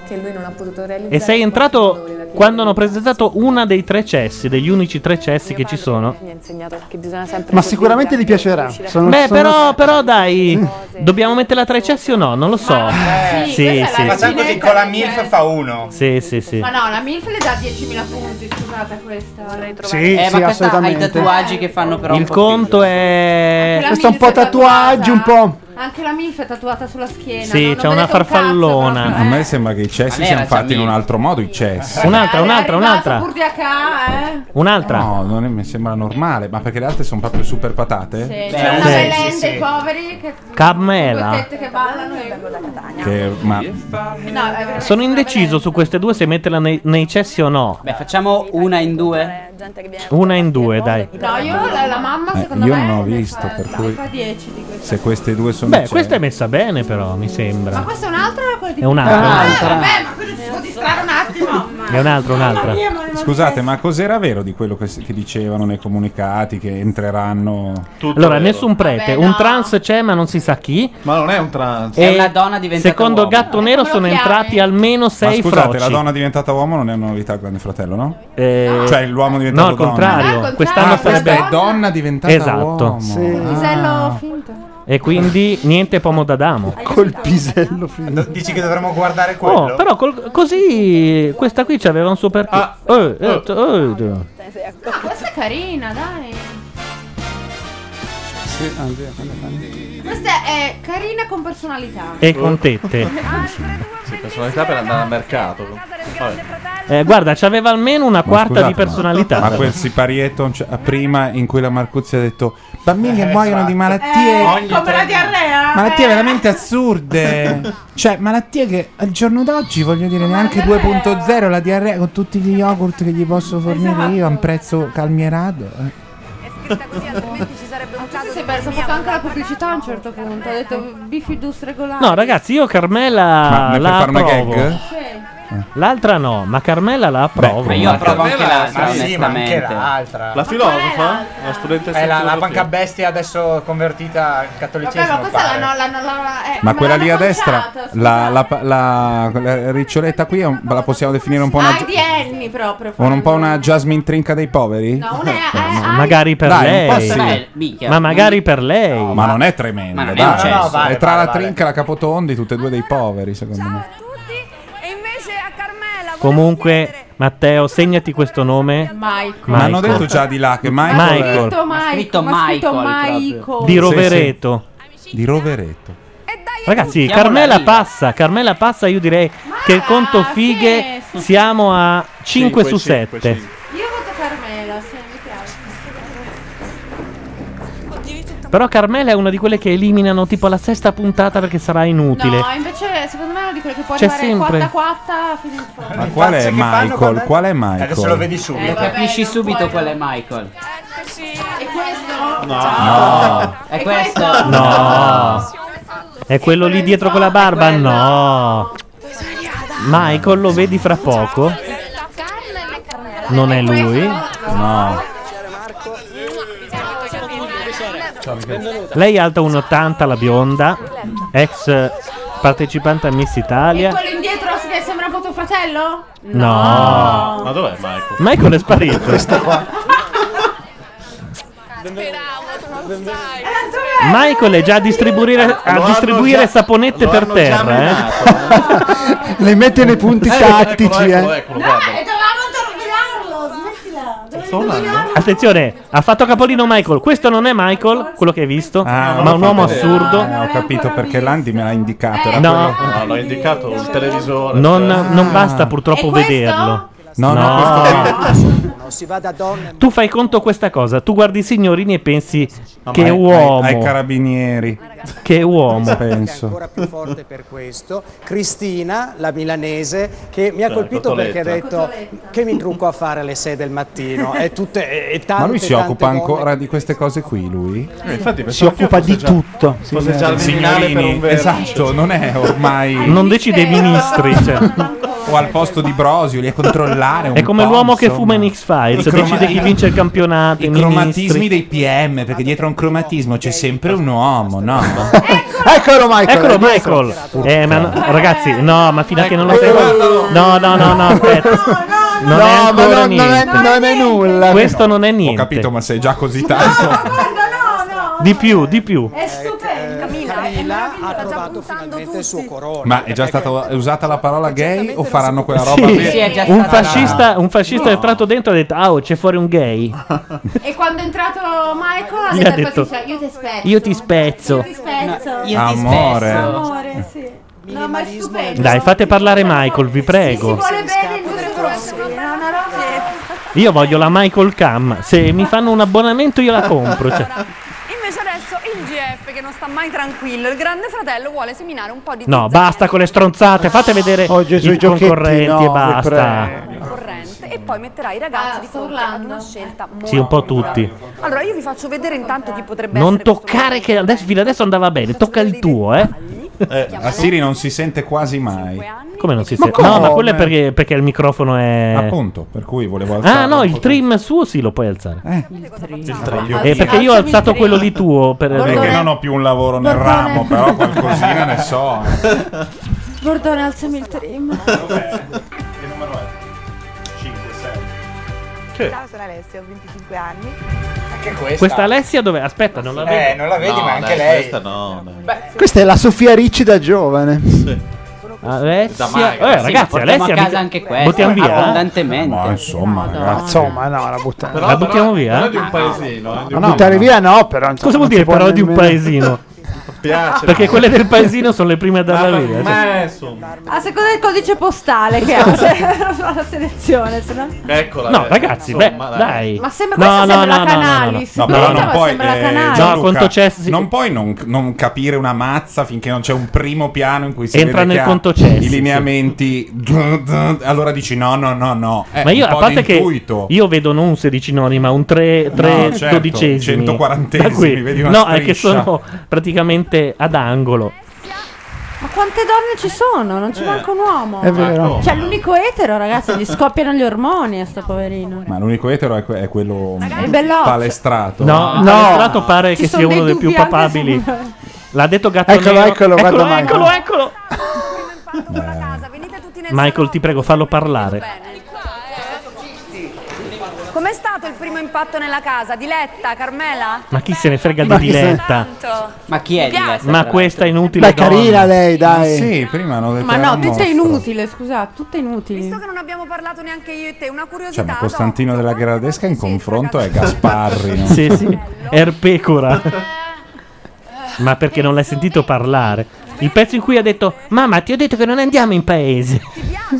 che lui non ha potuto realizzare. E sei entrato quando hanno presentato una dei tre cessi, degli unici tre cessi che ci sono. Mi ha insegnato che bisogna sempre. Ma sicuramente gli piacerà. Sono- Beh, sono- però, però dai, dobbiamo metterla tra i cessi o no? Non lo so. Eh, sì, questa è la Facciamo così con la MILF fa uno. Sì, sì, sì. Ma no, la MILF le dà 10.000 punti, scusate questa. Sì, eh, sì, ma questa ha i assolutamente. tatuaggi che fanno però. Il conto è. Anche la Questo è un po' MILF è tatuaggi, un po'. Anche la MILF è tatuata sulla schiena. Sì, Eh, no? Non c'è vedete una un cazzo, farfallona. proprio, eh. me sembra che i Ma cessi lei era siano già fatti in un mille. altro modo. I cessi. Un'altra, Eh, un'altra, è arrivato un'altra. pur di acá, eh. Un'altra. No, non è- mi sembra normale, ma perché le altre sono proprio super patate? Sì, c'è una bellenda i poveri che Carmela. due tette che ballano e... Che, ma No, è vero. Sono indeciso su queste due se metterla nei, nei cessi o no. Beh, facciamo una in due. Una in due, dai. No, io la, la mamma eh, secondo io me non ho visto, per cui fa 10 di queste. se queste due sono Beh, cioè- cessi- questa è messa bene, però, mi sembra. Ma questa è un'altra o quella di È un'altra. prima? Un'altra. Ah, vabbè, ma quello si può distrarre un attimo. È un'altra, un'altra. Mamma mia, ma non- Scusate, ma cos'era vero di quello che, che dicevano nei comunicati che entreranno? Allora, nessun prete, Vabbè, un no. trans c'è, ma non si sa chi. Ma non è un trans. E Secondo Gatto Nero sono entrati almeno Ma sei scusate, froci. la donna diventata uomo non è una novità al Grande Fratello, no? Eh, Cioè l'uomo diventato no, al donna. contrario. No, al contrario. Quest'anno Ah, questa sarebbe- è donna diventata Esatto. uomo. Sì. Pisello finto. E quindi niente pomo d'Adamo. Col pisello finito. Dici che dovremmo guardare quello? Oh, però col- così questa qui c'aveva un super. Ah. Eh, eh, t- eh. No, Ah, questa è carina, dai. Sì, ah, via, quella fa- Questa è carina con personalità. Ah, E con tette. Sì, personalità per andare al mercato. Vabbè. Eh, guarda, c'aveva almeno una Ma quarta scusate, di ma- personalità. Ma quel siparietto cioè, prima in cui la Marcuzzi ha detto bambini che muoiono di malattie. Eh, esatto. come la diarrea. Malattie eh. veramente assurde. cioè, malattie che al giorno d'oggi, voglio dire, neanche 2.0 la diarrea con tutti gli yogurt che gli posso fornire Esatto. io a un prezzo calmierato. eh. Ma Ah, tu ti sei perso, ha fatto anche la pubblicità a un certo punto. Ha detto bifidus regolare. No, ragazzi, io Carmela Ma- ma per la fare una approvo. gag? L'altra no, ma Carmela la approvo. ma io approvo anche Carmela- l'altra, ma sì, ma anche onestamente. l'altra. La filosofa? La studentessa È la, di la filosofia. banca bestia adesso convertita al Vabbè, cattolicesimo. ma questa pare. la no, la no, la- la- eh, Ma me quella lì a l'hanno destra, conciato, scusa. la, la, pa- la- la riccioletta qui, è un- la possiamo definire un po' una, Ah, di Annie proprio. un po' una Jasmine Trinca dei poveri? Eh, No, una è- è- Ma Magari per Dai, un po' lei. sì. Beh, Ma magari per lei. Ma non è tremenda, Ma non è dai. un cesso. è Vale, tra vale, la vale. trinca e la capotondi, tutte e due dei poveri, secondo me. Comunque, Matteo, segnati questo nome. Michael. Ma hanno detto già di là che Michael, è- Scritto Michael. scritto ma scritto Michael Michael. Sì, Di Rovereto. sì. Di Rovereto. E Ragazzi, Diamo la Carmela riva. passa, Carmela passa, io direi che il conto fighe sì, sì. siamo a Cinque, 5, su cinque, 7. Io voto Carmela, se mi piace. Oddio, Però Carmela è una di quelle che eliminano tipo alla sesta puntata perché sarà inutile. No, invece secondo me è una di quelle che può C'è arrivare quarta sempre. quarta fino in fondo. Ma qual è Michael? Qual è Michael? Adesso lo vedi subito. Eh, Lo Eh, capisci subito qual è Michael. E questo? No. È questo? No. È quello lì dietro con la barba? No. Michael lo vedi fra poco. Non è lui. No. Lei è alta 1,80 la bionda, ex partecipante a Miss E Italia. quello indietro che sembra un po' tuo fratello? No. Ma dov'è Michael? Michael è sparito. Michael è già a distribuire, a Lo hanno distribuire già- saponette lo per hanno già terra. eh. Le mette nei punti Ecco, tattici, eccolo, eh. eccolo, E dovevamo terminarlo, smettila. Dovevamo terminarlo. Attenzione, ha fatto capolino Michael. Questo non è Michael, quello che hai Ah, visto, ma un uomo assurdo. ho capito perché Landi me l'ha indicato. era No. quello- Ah. No, l'ho indicato il televisore. Non, cioè. non basta purtroppo E questo? vederlo. No, no, Non si va da donna. tu fai conto questa cosa. Tu guardi i signorini e pensi che ai- ai- uomo. ai carabinieri. Che uomo. Penso. ancora più forte per questo. Cristina, la milanese, che mi ha Certo, Eh, colpito perché ha cotoletta. detto che mi trucco a fare alle 6 del mattino. E tutte, e, e tante, Ma lui si tante occupa donne- ancora di queste cose qui, lui? Eh, infatti si pensavo occupa che di fosse già- tutto. fosse già il Signorini, Vignale per un verso. Esatto, non è ormai... Non decide i ministri. cioè. O al posto di Brosio, lì a controllare un È come po', l'uomo che insomma. fuma in X-Files. I croma- Decide chi vince il campionato. I cromatismi dei PM, perché dietro a un cromatismo c'è sempre un uomo, no? Eccolo Michael, Eccolo è Michael. Eh, ma no- ragazzi, no, ma fino a che non lo sei. No, no, no, no, aspetta. Non è No, ma ancora non- non è- niente. non è nulla. Questo non è niente. Ho capito, ma sei già così tanto. Di più, di più. È stupendo. Eh, Camilla, ha trovato finalmente il suo corone. Ma è già stata usata la parola gay o faranno quella Sì. roba? per- un fascista, un fascista è entrato dentro e ha detto: Ah, oh, c'è fuori un gay. E quando è entrato Michael, Gli ha la detto- detto, io ti spezzo. Io ti spezzo. Ti spezzo. Io ti Amore. spezzo. Amore, sì. No, ma è stupendo. Dai, fate parlare Michael, vi prego. Vuole bene il giusto prossimo. È una roba Io voglio la Michael Cam. Se mi fanno un abbonamento, io la compro. cioè. Invece adesso il GF che non sta mai tranquillo, il grande fratello vuole seminare un po' di No, basta con le stronzate. Fate vedere Oh, Gesù, i i giochetti, concorrenti no, e vi basta. prego. corrente e poi metterà i Ah, ragazzi di fronte ad una scelta molto Sì, un po' tutti. Allora io vi faccio vedere intanto chi potrebbe Non essere toccare, che adesso, fino adesso andava bene. Tocca il tuo, eh. a Siri non si sente quasi mai. Come non si Ma sente? No, ma come? quello è perché, perché il microfono è. Appunto, per cui volevo alzare. Ah, no, il trim suo sì, lo puoi alzare. Il Eh, perché io ho alzato quello lì tuo. Per... Perché non ho più un lavoro nel Bordone. ramo, però qualcosina ne so. Gordone, alzami il trim. Che numero è? 5, 6. Ciao, sono Alessia, ho 25 anni. Anche questa. Questa Alessia dove? Aspetta, non la vedo. Eh, non la vedi, ma anche lei. Questa no. Questa è la Sofia Ricci da giovane. Alessia, Da Magra. eh, ragazzi, Sì, ma portiamo Alessia, a casa vi- anche questa. buttiamo via. eh? Abbondantemente. Ma insomma, Ma Insomma, no, la buttiamo La buttiamo via? Però di un paesino, eh, di La un- buttare via no, però. insomma, Cosa vuol non dire si può però di un nemmeno- paesino? Piace. Perché quelle del paesino sono le prime a darla via. cioè. Ma insomma. A seconda del codice postale che ha se- la selezione, se no. Eccola. No, eh, ragazzi, insomma, beh, dai. Ma sembra questa sembra la Canalis. No, Questa però non ma puoi, sembra la eh, Canalis. Gianluca, No, conto Cessi- non puoi non, non capire una mazza finché non c'è un primo piano in cui si Entra vede nel che ha conto Cessi, i lineamenti. Allora dici no, no, no, no. Eh, Ma io, un a po' parte di che intuito. io vedo non 16 noni, ma un 3, No, certo, dodicesimi. 140esimi, Da qui. vedi una No, è che striscia. sono praticamente ad angolo. Ma quante donne ci sono? Non ci Eh. manca un uomo. È vero. Cioè, l'unico etero, ragazzi, gli scoppiano gli ormoni a sto poverino. Ma l'unico etero è, que- è quello È bello. palestrato. No, no. Palestrato pare Ci che sono sia uno dei dei più dubbi anche papabili. su- L'ha detto Gatto Eccolo, Nero. eccolo, guarda eccolo, Michael. eccolo, eccolo. Michael, ti prego, fallo parlare. Com'è stato il primo impatto nella casa? Diletta, Carmela? Ma chi se ne frega di Diletta? Ma chi è Diletta? Ma questa è inutile. Beh, carina lei, dai. Sì, prima hanno detto eh, Ma era no, un tutte mostro. inutili, scusate, tutte inutili. Visto che non abbiamo parlato neanche io e te, una Cioè, curiosità. ma Costantino della Gradesca in confronto è Gasparri. no? Sì, sì, Erpecora. Ma perché non l'hai sentito parlare? Il pezzo in cui ha detto: Mamma, ti ho detto che non andiamo in paese.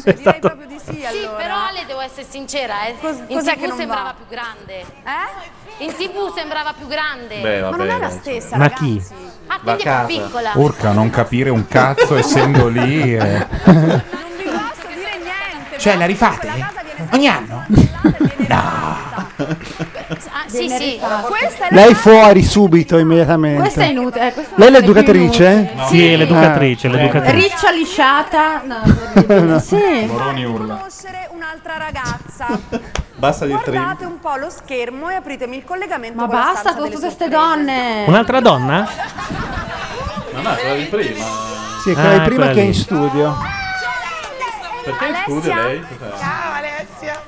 È stato- Sì, però le devo essere sincera, eh. in cos'è TV che non sembrava va? più grande. Eh? In TV sembrava più grande. Beh, Ma non vabbè, è la dai. stessa. Ma ragazzi. chi? Ah, quindi è più piccola. Urca, non capire un cazzo essendo lì. eh. Cioè, la rifate? Ogni anno? Ah, sì, sì. Questa Lei fuori subito, immediatamente. Questa è inutile. eh, questa Lei è è proprio l'educatrice? inutile. eh? Sì, è l'educatrice, Ah. inutile. l'educatrice. Riccia lisciata. No, No. sì. Moroni urla. Conoscere un'altra ragazza. Basta di Guardate un po' lo schermo e apritemi il collegamento. Ma con la basta stanza con delle tutte queste sorprese. donne. Un'altra donna? No, no, quella di prima. Sì, è quella Ah, di prima quella che è lì. in studio. Perché esclude lei? Cos'è? Ciao Ah, Alessia.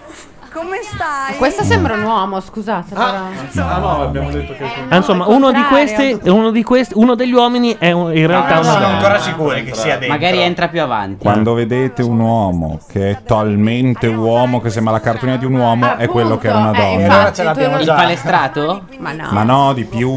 Come stai? Questa sembra un uomo, scusate. Ah, no, abbiamo detto che. Ah, Insomma, Al uno di, contrario. questi, uno, di questi, uno degli uomini è un- in realtà no, una no, donna. ancora sicuri che sia dentro. Magari entra più avanti. Quando vedete un uomo che è talmente uomo che sembra la cartolina di un uomo, è quello che è una Appunto, eh, donna. infatti, tu non- Il palestrato? Ma no. Ma no, di più.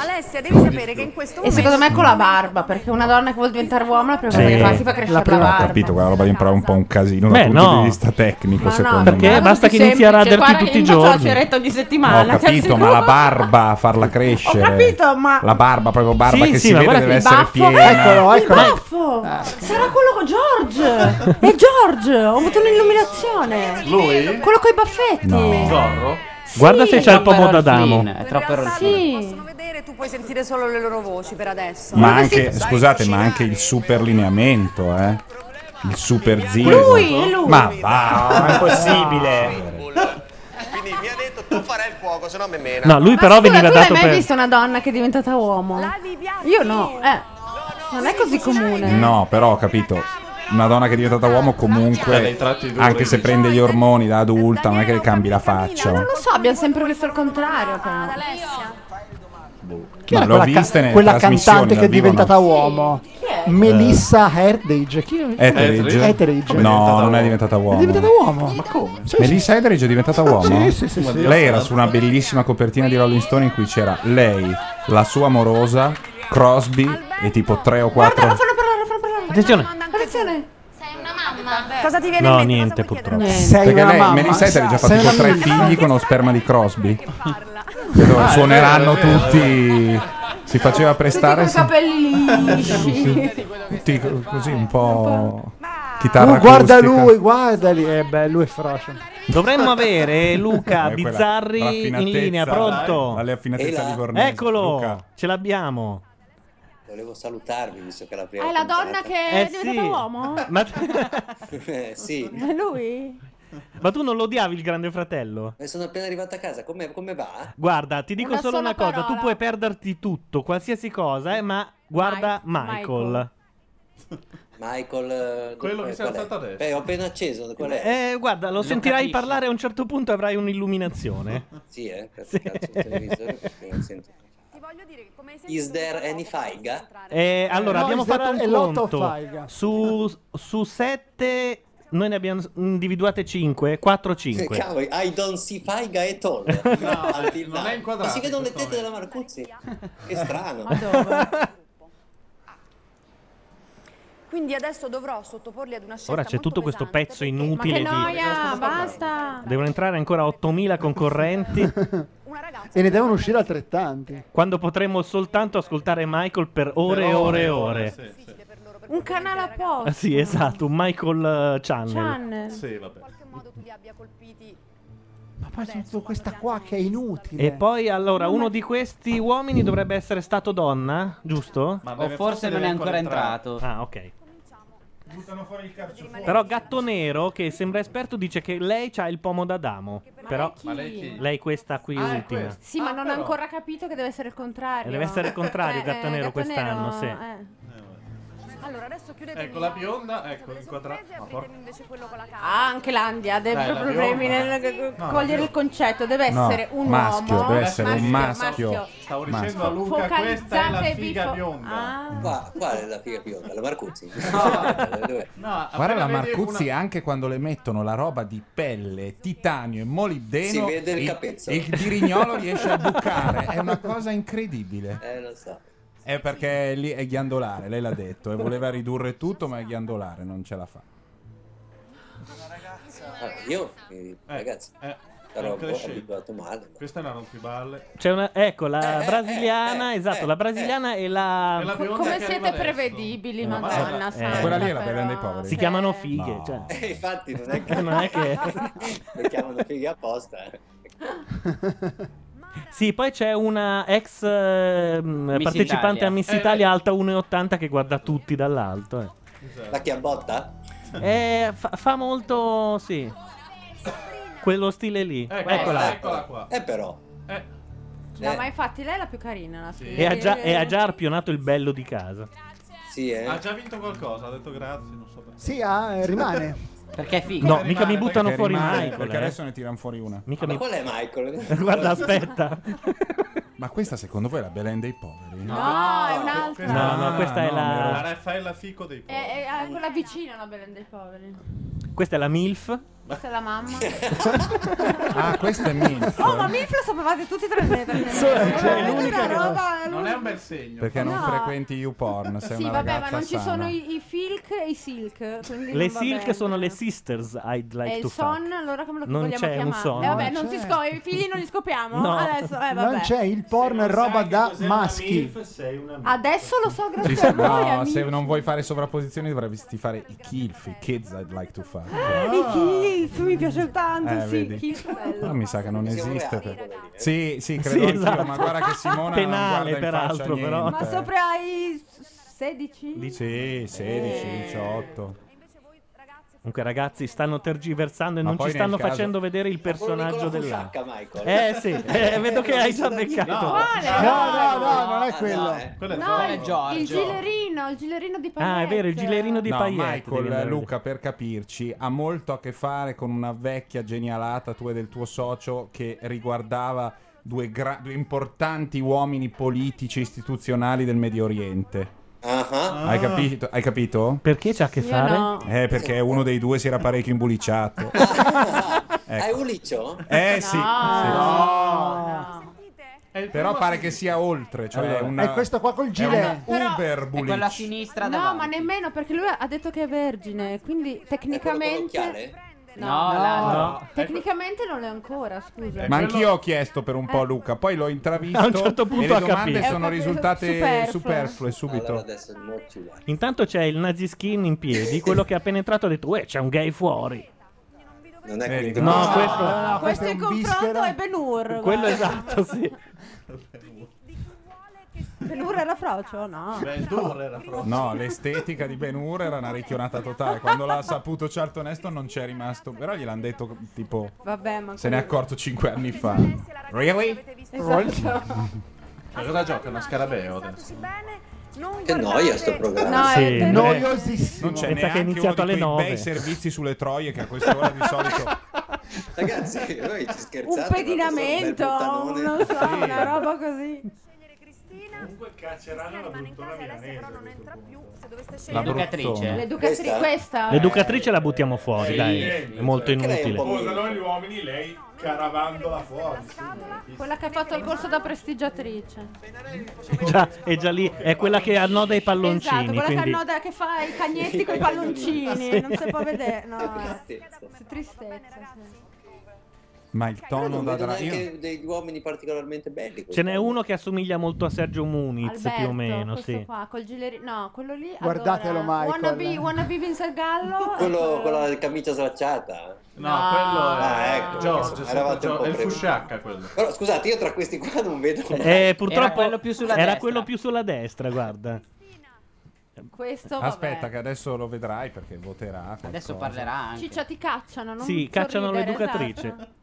Alessia, devi sapere che in questo E momento. secondo me con la barba, perché una donna che vuole diventare uomo la prima cosa che fa si fa La crescere la, prima ho barba. capito, quella roba di imparare un po' un casino Beh, da un punto no. di vista tecnico, secondo Perché me. basta che inizi a raderti tutti i Guarda, giorni. che ceretta ogni No, ho settimana. ti capito, ma assicuro. la barba, farla crescere. cioè, Ho capito, ma- La barba, proprio barba Sì, che sì, si ma vede guarda deve che essere baffo- piena. Eccolo, ecco, eccolo. Baffo! Sarà quello con George! È George! Ho avuto un'illuminazione! Lui? Quello coi baffetti! Guarda se c'è il Troppo pomodo Rolfin, d'amo. È troppo Rolfin. Sì! vedere, tu puoi sentire solo le loro voci per adesso. Ma anche, scusate, ma anche il super lineamento, eh. Il super zio. Lui, è lui. Ma va, Ma è Eh, possibile. Quindi mi ha detto tu farai il fuoco, se no me mena. No, lui però Scusa, veniva tu hai dato mai per. visto una donna che è diventata uomo? Io no, eh. Non è così comune. No, però ho capito. Una donna che è diventata uomo Ha dei comunque, tratti duri. anche se prende gli ormoni da adulta, non è che le cambi la faccia. Non lo so, abbiamo sempre visto il contrario però. Chi Ma era l'ho quella, ca- vista nelle quella trasmissioni cantante che è dal vivo, no? diventata uomo? Melissa Herdage. Chi chi è? Etheridge? Etheridge. No, non è diventata È uomo. diventata uomo. Ma come? Melissa Etheridge è diventata uomo? Sì, sì, sì, sì. Lei era su una bellissima copertina di Rolling Stone in cui c'era lei, la sua amorosa, Crosby e tipo tre o quattro. Attenzione. Attenzione! Cosa ti viene No, in mente? niente purtroppo. Perché una lei, mamma. Melissa Etheridge ha fatto Sei tipo una tre mamma. figli con lo sperma di Crosby. Che dove Ah, è suoneranno eh, vero, è vero, tutti. Si faceva Tutti prestare con i sì, capelli lisci. tutti co- così un po'. Chitarra Oh, guarda acustica. lui, guarda lì. Eh beh, lui è feroce. Dovremmo avere Luca Eh, quella- la Bizzarri in raffinatezza, linea, dai, pronto? Eh, Dalle affinatezza di Cornese. Eccolo, Luca. ce l'abbiamo. Volevo salutarvi visto che è la prima È la donna puntata. che Eh, è diventata sì. uomo? Ma, Eh, sì. È lui? ma tu non lo odiavi il grande fratello? Ma Sono appena arrivata a casa, come, come va? Guarda, ti dico Una solo sola una cosa, tu parola. puoi perderti tutto, qualsiasi cosa, eh, ma guarda Mi- Michael. Michael... eh, Quello qual- che si è qual è? alzato adesso. Beh, ho appena acceso, qual è? Eh, guarda, lo, Lo sentirai capisci. parlare a un certo punto avrai un'illuminazione. Sì, eh, cazzo, Sì. cazzo, il televisore, perché non sento. Is there any faiga? Eh, allora, No, abbiamo is that fatto a un lot of conto. faiga? Su, su sette, noi ne abbiamo individuate 5, 4 5. Cavoli, I don't see faiga at all. Until non now. è Ma inquadrato si vedono in le questo tette della Marcuzzi? Che strano. Ma dove? Quindi adesso dovrò sottoporli ad una scelta. Ora c'è tutto questo pezzo Ma che inutile di... noia, basta! Devono entrare ancora 8000 concorrenti E ne devono uscire altrettanti. quando potremo soltanto ascoltare Michael per ore e ore e ore. Sì, Un canale apposta. esatto, un Michael eh, Channel. Channel. vabbè. Ma poi sento questa qua che è inutile. E poi allora uno di questi uomini dovrebbe essere stato donna, giusto? O forse non è ancora entrato. Ah, ok. Buttano fuori il calcio fuori. Però Gatto Nero, che sembra esperto, dice che lei ha il pomo d'Adamo. Però Ma lei chi? lei questa qui Ah, è ultima. questa. Sì, ma Ah, non però. ha ancora capito che deve essere il contrario. E deve essere il contrario, Eh, Gatto eh, Nero quest'anno, sì. eh. Allora, adesso chiudete Ecco la bionda, ecco inquadrata. Ma porca- Ecco, invece quello con la cara. Ah, anche l'Andia deve Dai, la proprio problemi bionda. nel Sì. No, cogliere io- il concetto, deve No, essere un maschio, uomo. deve essere un maschio. Stavo Maschio. dicendo a Luca, questa è la Focalizzate e figa bifo- bionda. Qua, qual è la figa bionda? La Marcuzzi? No, Guarda la appena vedi Marcuzzi una- anche quando le mettono la roba di pelle, titanio e molibdeno. Si vede il il, capezzolo. il dirignolo riesce a bucare. È una cosa incredibile. Eh, lo so. È perché lì è ghiandolare, lei l'ha detto. E voleva ridurre tutto, ma è ghiandolare, non ce la fa. Allora, io, eh, Ecco. ragazzi, sarò un po' cresciuto. abituato male. Questa è una rompiballe. C'è una, ecco, Eh, la brasiliana, esatto, la brasiliana e la... E la bionda Come che siete arriva Cioè, adesso. prevedibili, Eh, madonna eh, santa. quella lì è la però. bella dei Si chiamano fighe, No. cioè. Eh, infatti, non è Non è che- Le chiamano fighe apposta. eh. Sì, poi c'è una ex eh, mh, Miss partecipante Italia. a Miss Eh. Italia alta 1,80 che guarda tutti dall'alto. eh. Esatto. La chiambotta? Eh, fa, fa molto, sì. Quello stile lì. Eh, Eccola, Eccola. eccola qua. Eh, però. No, ma infatti lei è la più carina. La figlia. E ha già, e ha già arpionato il bello di casa. Sì, eh. Ha già vinto qualcosa, ha detto grazie, non so perché. Sì, ah, eh, rimane. Perché è figo. No, mica mi buttano Perché fuori rimane, Michael. Perché eh. adesso ne tirano fuori una. Mica Ma qual è Michael? Guarda, aspetta. Ma questa secondo voi è la Belen dei poveri? No, è un'altra. No, no, questa è la- me La l'ero- Raffaella Fico dei È, è- è quella vicina la bella dei poveri. Questa è la MILF. Questa è la mamma. Ah, questa è MILF. Oh, ma Milf lo sapevate tutti tranne tranne Solo- me. cioè, Veramente l'unica una che- roba- Non è un bel segno. Perché non No. frequenti YouPorn, sei Sì, una vabbè, ma ragazza non ci sana. sono i, i filk e i silk. quindi Le non va Silk bene. sono le sisters I'd like e to il fuck. son, allora come lo Non vogliamo c'è un chiamare? son. Eh, vabbè, No, non si scopre, i figli non li scopriamo. No. Adesso, eh, vabbè. Non c'è il porno, è roba da maschi. Adesso lo so Ci grazie sa- a voi, no, amici. se non vuoi fare sovrapposizioni dovresti fare i Kilfi, Kids I'd like to fuck. Eh, I Kilf, mi piace tanto, Eh, sì, vedi. Kilf, bello. Però Ah, mi sa che non Siamo esiste. reali, per- Sì, sì, credo Sì, anch'io, esatto. ma guarda che Simona Penale, non guarda in faccia peraltro, però. Ma niente. sopra i 16? Sì, 16, 18. Comunque, ragazzi, stanno tergiversando e Ma non ci poi nel stanno caso- facendo vedere il personaggio quello Nicola della. Fusciacca, Michael. Eh sì, eh, vedo che hai già No, beccato. no, No, no, no, non è no, quello. eh. No, il, il gilerino, il gilerino di Paglietta. Ah, è vero, il gilerino no, Payette, devi andare a Michael, Luca, per capirci, ha molto a che fare con una vecchia genialata tua e del tuo socio che riguardava due, gra- due importanti uomini politici e istituzionali del Medio Oriente. Hai, capito? Hai capito? Perché c'ha a che Io fare? no. Eh, perché uno dei due si era parecchio imbulicciato. Hai un liccio? Ecco. Eh sì. sì. È il Però primo pare che sia oltre, cioè Allora, una- è questo qua col è gilet. una Però- Uber bulic. sinistra No, ma nemmeno perché lui ha detto che è vergine, quindi tecnicamente No, la- no. Tecnicamente non è ancora, scusa. Ma anch'io ho chiesto per un Eh. po' a Luca, poi l'ho intravisto A un certo punto e ha le domande capito. sono Ho capito, risultate superflue. superflue, subito. Allora adesso non ci vuole. Intanto c'è il naziskin in piedi, quello che è appena entrato ha detto, uè, c'è un gay fuori. Non è Vedi, quello. Ah, no, questo- questo, in confronto è Benur. Quello esatto, sì. Benur era frocio, no? Benur era No, l'estetica di Ben Hur era una ricchionata totale. Quando l'ha saputo Charlton Heston non c'è rimasto, però gliel'hanno detto tipo Vabbè, ma se ne è accorto 5 anni fa. Really? Esatto. Cioè, cosa gioca? Una scarabeo adesso. Che noia sto programma. No, è Sì, Non Pensa c'è che è neanche uno iniziato di alle quei nove. bei servizi sulle troie che a quest'ora di solito Ragazzi, voi ci scherzate. Un ma pedinamento, questo è un bel non so, una roba così. Comunque cacceranno la brutona milanese. La L'educatrice. L'educatrice, questa. L'educatrice la buttiamo fuori, Eh, Sì, dai. sì, È molto perché lei è un po' inutile. Posano gli uomini, lei caravandola fuori. Quella che ha fatto il corso da prestigiatrice. eh, Già, è già lì, è quella che annoda i Esatto, palloncini. quella quindi... che annoda che fa i cagnetti con i palloncini, non si può vedere, no. eh. Sì, Tristezza. sì. Ma il tono Non da vedo dra- io- neanche degli uomini particolarmente belli. Ce n'è uno che assomiglia molto a Sergio Muniz, Alberto, più o meno, questo sì. qua, col gileri- no, quello lì. Guardatelo, allora, Michael. Wannabe, wannabe Vincent Gallo. Quello con la camicia slacciata? No, No. quello è Ah, ecco, Giorgio, insomma, sotto eravate un Giorgio, po' è il preparati. Fusciacca quello. Però scusate, io tra questi qua non vedo. Eh, purtroppo Era quello più sulla era destra. quello più sulla destra, guarda. Questo, vabbè. Aspetta che adesso lo vedrai perché voterà. qualcosa. Ciccia, ti cacciano, non Sì, cacciano sorridere, l'educatrice. esatto.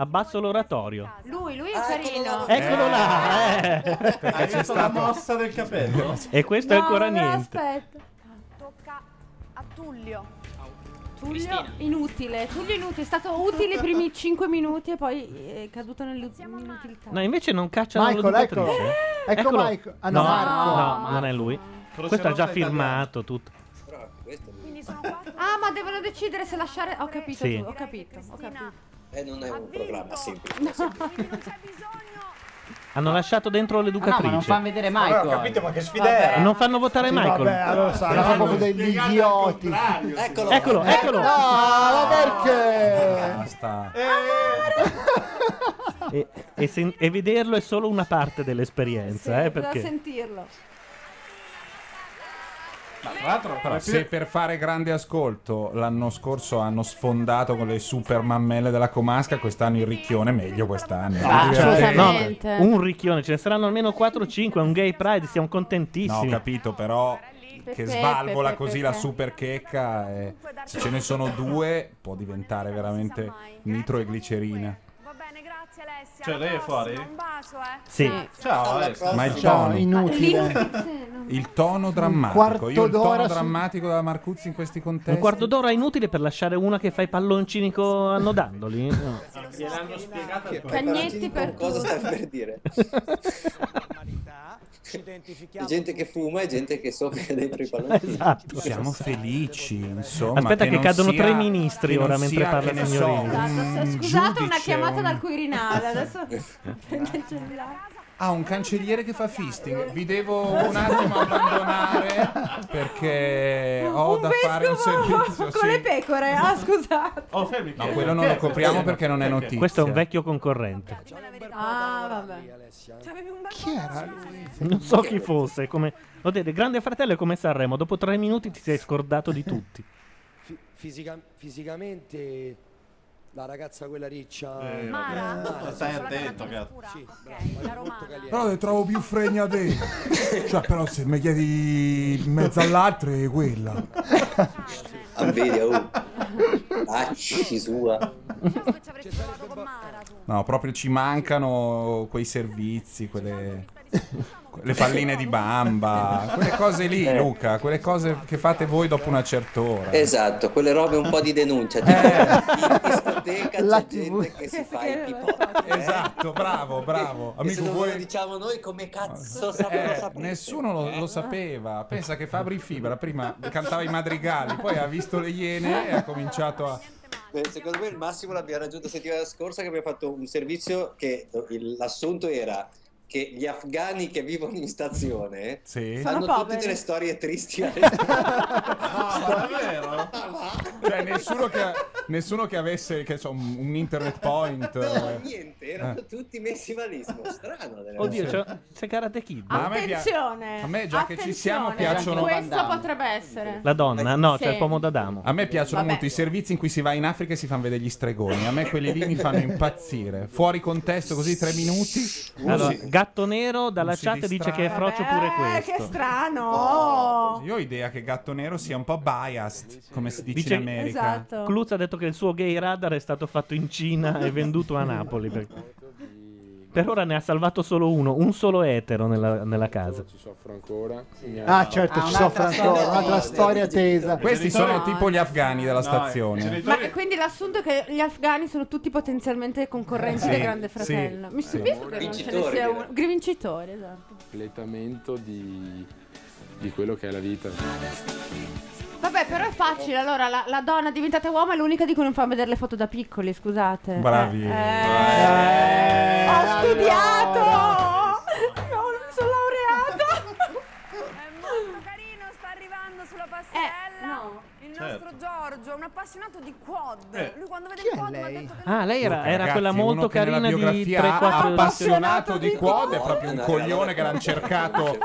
Abbasso l'oratorio. Lui, lui è carino. Eccolo là! eh. Hai visto la mossa del capello? E questo è No, ancora non me niente. l'aspetto. tocca a Tullio. Tullio inutile, Tullio inutile, è stato utile i primi 5 minuti e poi eh, è caduto nell'inutilità. No, invece non cacciano Michael, l'educatrice. ecco. Ecco Eccolo. Michael. Ah, no, no, no, Marco. non è lui. Però Questo siamo ha già stati firmato tutto. Ah, ma devono decidere se lasciare. Ho capito, Sì. tu, ho capito, ho capito. Eh, non è un programma semplice. Hanno lasciato dentro l'educatrice. Ah, no, ma non fanno vedere mai Michael. Vabbè, ho capito, ma che sfida è? Non fanno votare Sì, Michael. Vabbè, allora sarà Hanno proprio degli idioti. Eccolo, eccolo. Eh, No, ma perché? Basta. E, e sen- e vederlo è solo una parte dell'esperienza, eh, Devo perché... sentirlo. Eh, Però se per fare grande ascolto l'anno scorso hanno sfondato con le super mammelle della Comasca, quest'anno il ricchione è meglio quest'anno. Ah, Cioè, no, un ricchione, ce ne saranno almeno 4 o 5, è un gay pride, siamo contentissimi. No, capito, però che svalvola così la super checca. eh, se ce ne sono due può diventare veramente nitro e glicerina. Cioè, lei è fuori? Sì. Ciao, Alla Alessia. Ma il tono. Inutile. Il tono drammatico. quarto Io il tono d'ora su- drammatico della Marcuzzi in questi contesti. Un quarto d'ora inutile per lasciare una che fa i palloncini co- annodandoli? eh, No. Gliel'hanno spiegata Cagnetti per Cosa tutti. stai per dire? Ci identifichiamo. C'è gente che fuma e gente che soffia dentro i palloncini. Esatto. Siamo felici, insomma. Aspetta che non cadono sia- tre ministri che non ora mentre sia, parla che ne signorini. so, un Esatto, Scusate, una giudice, chiamata un- dal Quirinale. Adesso prende il cellulare. Ah, un cancelliere che fa fisting. Vi devo un attimo abbandonare perché ho da fare un servizio. con le Sì. pecore. Ah, scusate. Oh, fermi. No, quello non lo copriamo perché non è notizia. Questo è un vecchio concorrente. Ah, vabbè. eh. Chi Ah, era lui? Non so chi fosse. Come... Ho detto, Grande Fratello è come Sanremo. Dopo tre minuti ti sei scordato di tutti. Fi- fisica- fisicamente la ragazza quella riccia Eh, vabbè. Stai attento, cazzo. Sì, brava, ma molto caliente. Però le trovo più fregnate. cioè, però se mi chiedi in mezzo all'altro è quella. Ah, vedi, oh. Acci sua. No, proprio ci mancano quei servizi, quelle. Le palline di bamba, quelle cose lì, Luca, quelle cose che fate voi dopo una certa ora. Esatto, quelle robe un po' di denuncia. Tipo, in discoteca c'è gente che si fa i pipotti. Esatto, bravo, bravo. Amico, se Amico, non vuoi- lo diciamo noi come cazzo sappiamo Eh, sapere? nessuno lo, lo sapeva. Pensa che Fabri Fibra prima cantava i madrigali, poi ha visto le iene e ha cominciato a. Beh, Secondo me il massimo l'abbiamo raggiunto settimana scorsa che abbiamo fatto un servizio che il- l'assunto era che gli afghani che vivono in stazione Sì. hanno Sono tutte poveri. delle storie tristi. Ah, Cioè, nessuno che, nessuno che avesse che so, un un internet point. No, eh. niente, erano Eh. tutti messi malissimo. Strano. delle Oddio, Cioè, volte. c'ho- sei karate kid. Ma a me pia- Attenzione. a me già che ci siamo attenzione. piacciono- Questo potrebbe essere. La donna, no, c'è Sì. il pomodadamo. A me piacciono Vabbè. molto i servizi in cui si va in Africa e si fanno vedere gli stregoni. A me quelli lì mi fanno impazzire. Fuori contesto, così tre minuti. Allora, Sì. Gatto Nero dalla Non si chat dice distrae. che è frocio pure Eh, questo. che Oh. strano. Io ho idea che Gatto Nero sia un po' biased, come si dice, Dice in America. Esatto. Cluz ha detto che il suo gay radar è stato fatto in Cina e venduto a Napoli. per- Per ora ne ha salvato solo uno, un solo etero nella, nella casa. Ci soffro ancora. Mi ha- Ah, certo, ci soffre ancora. Un'altra storia tesa. Questi sono tipo gli afghani della stazione. Ma quindi l'assunto è che gli afghani sono tutti potenzialmente concorrenti Sì, del Grande sì, Fratello. Mi sì. stupisco che non ce ne Vincitori, sia direi. uno. Gri- Vincitori, esatto. Completamento di, di quello che è la vita. Vabbè, però è facile. Allora, la, la donna diventata uomo è l'unica di cui non fa vedere le foto da piccoli, scusate. Bravi. Eh, eh, ho studiato! No, non sono laureata! È molto carino, sta arrivando sulla Eh, passerella. Il nostro Certo. Giorgio è un appassionato di quad. Eh. Lui quando vede il quad mi ha detto che Ah, lei era, Luca, era ragazzi, quella uno molto che nella carina di biografia 3-4 appassionato di quad è proprio un coglione che l'hanno cercato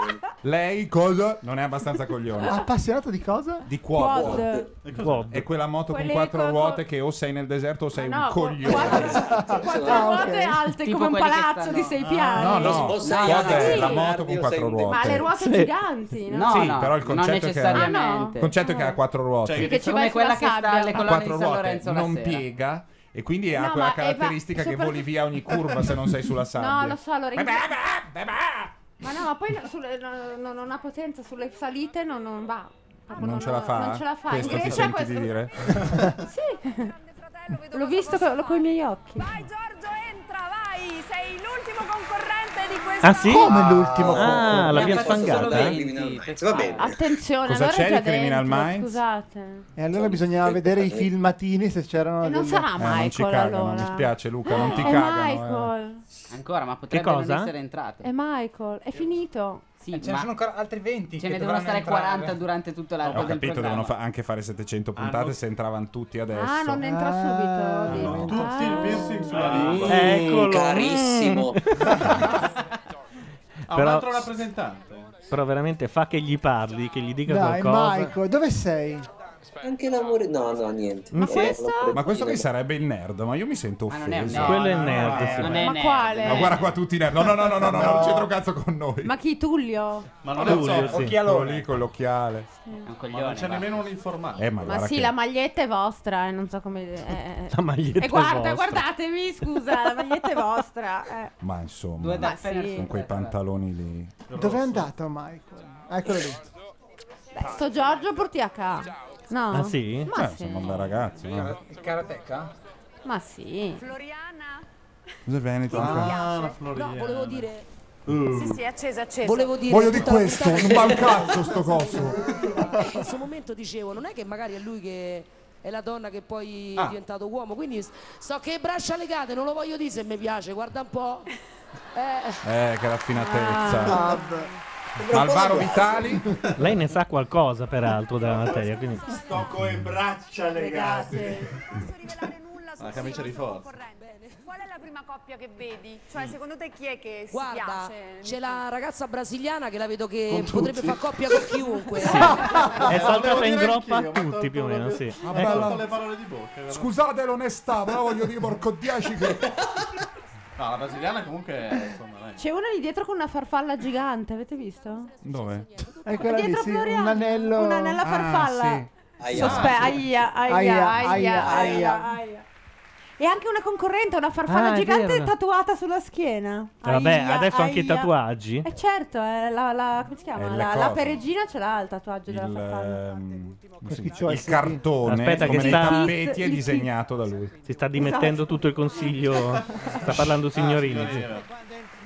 lei cosa non è abbastanza coglione Appassionato di cosa? di quad, Quad. è quella moto Quelle con quattro con- ruote che o sei nel deserto o sei Ah, No, un qu- coglione Quattro Ah, ok. ruote alte Tipo come un quelli che palazzo di sei piani. no no O quad sei è Alex la Berardi moto con o quattro sei un- ruote Ma le ruote giganti, no? sì, no, però il non concetto è che necessariamente. Ah, no? il concetto è che ha quattro ruote Cioè, che ci Come vai quella sulla che sta sabbia. alle colonne quattro di San ruote, Lorenzo la non sera. piega e quindi ha No, quella ma- eh, va- caratteristica che voli soprattutto- via ogni curva se non sei sulla sabbia No, lo so, allora. in- Ma no, ma poi no, sulle- no, no, non ha potenza sulle salite, no, non va. non, ce la fa? non ce la fa. In Questo ti Grecia senti di questo- dire? Sì. L'ho visto co- con i miei occhi. Ah sì? Come l'ultimo? Ah, l'abbiamo Abbiamo fatto solo sfangata. venti, Va bene. Attenzione, Cosa allora c'è è già di Criminal dentro, Minds? Scusate. E Eh, allora bisognava vedere i filmatini se c'erano. Eh. E non delle- sarà Eh, non ci Ah, Michael cagano, allora. mi spiace Luca, non ti È cagano. eh. Michael. Ancora, ma potrebbe Che cosa? non essere entrate. È Michael. È finito. Eh, Sì, ce ne sono ancora altri 20. Ce che ne devono dovranno stare entrare. 40 durante tutto l'arco Eh, Ho del capito, devono programma. fa- anche fare 700 puntate se entravano tutti adesso. Ah, non entra subito. no. Tutti il piercing eh? sulla lingua. Eccolo. carissimo. Ah, un altro rappresentante. Però veramente fa che gli parli, che gli dica Dai, qualcosa. Eh, Michael, dove sei? Anche l'amore, no, no, niente. Ma questo? Ma questo qui sarebbe il nerd, ma io mi sento Ma non è un offeso. nerd. Quello è il nerd, sì. no, Non è no. nerd. Ma quale? Ma guarda qua tutti i nerd. No, no, no, no, no, no, non c'entra un cazzo con noi. Ma chi? Tullio? Ma non non lo lo so, so, occhialone. quello lì con l'occhiale. Ma non c'è nemmeno un informale. Eh, ma, Ma guarda sì, che- la maglietta è vostra, eh, non so come. eh, eh. La maglietta E è guarda, vostra. guardatemi, scusa, la maglietta è vostra. eh. ma insomma, Due da- Ma sì. con quei pantaloni lì. Dov'è andato Michael? Eccolo lì. Beh, sto Giorgio porti a casa. No. Ah, sì? Ma Eh, sì. insomma, un bel ragazzo. eh. Il karateka? Ma sì. Cos'è Veneto? Ah, la No, volevo dire. Uh. Sì, sì, è acceso, è acceso. Volevo dire Voglio di tutta la questo, puntata- non va un cazzo sto coso. In questo momento dicevo, non è che magari è lui che è la donna che poi Ah. è diventato uomo, quindi s- so che braccia legate, non lo voglio dire se mi piace, guarda un po'. Eh. Eh, che raffinatezza. Ah. Alvaro Vitali? Lei ne sa qualcosa, peraltro, della materia. Quindi... Sto con le braccia legate. La camicia di forza. Qual è la prima coppia che vedi? Cioè, secondo te chi è che si Guarda, piace? c'è la ragazza brasiliana che la vedo che potrebbe far coppia con chiunque. È saltata in dire groppa a anch'io, ma tutti più o meno, sì. Ah, Ecco. bella. Le parole di bocca. guarda. Scusate l'onestà, però voglio dire porco 10 che... No, la brasiliana comunque è, insomma, dai. C'è una lì dietro con una farfalla gigante, avete visto? Dove? Ah, È quella lì, Dietro sì, Floriana. un anello. Un anello Ah, a farfalla. Sospe- aia, aia, aia, aia, aia, aia. aia. E anche una concorrente, una farfalla Ah, è gigante vero. tatuata sulla schiena. Eh, vabbè, Aia, adesso anche i aia. tatuaggi. Eh certo, eh, la, la- come si Eh, chiama? la La, la cosa. peregina ce l'ha il tatuaggio della Il, farfalla. ehm, come si dice? c'ho il il cartone Aspetta come che nei sta- tappeti Il kit. è disegnato da lui. Si sta dimettendo tutto il consiglio. Sta parlando signorini. sì. Gli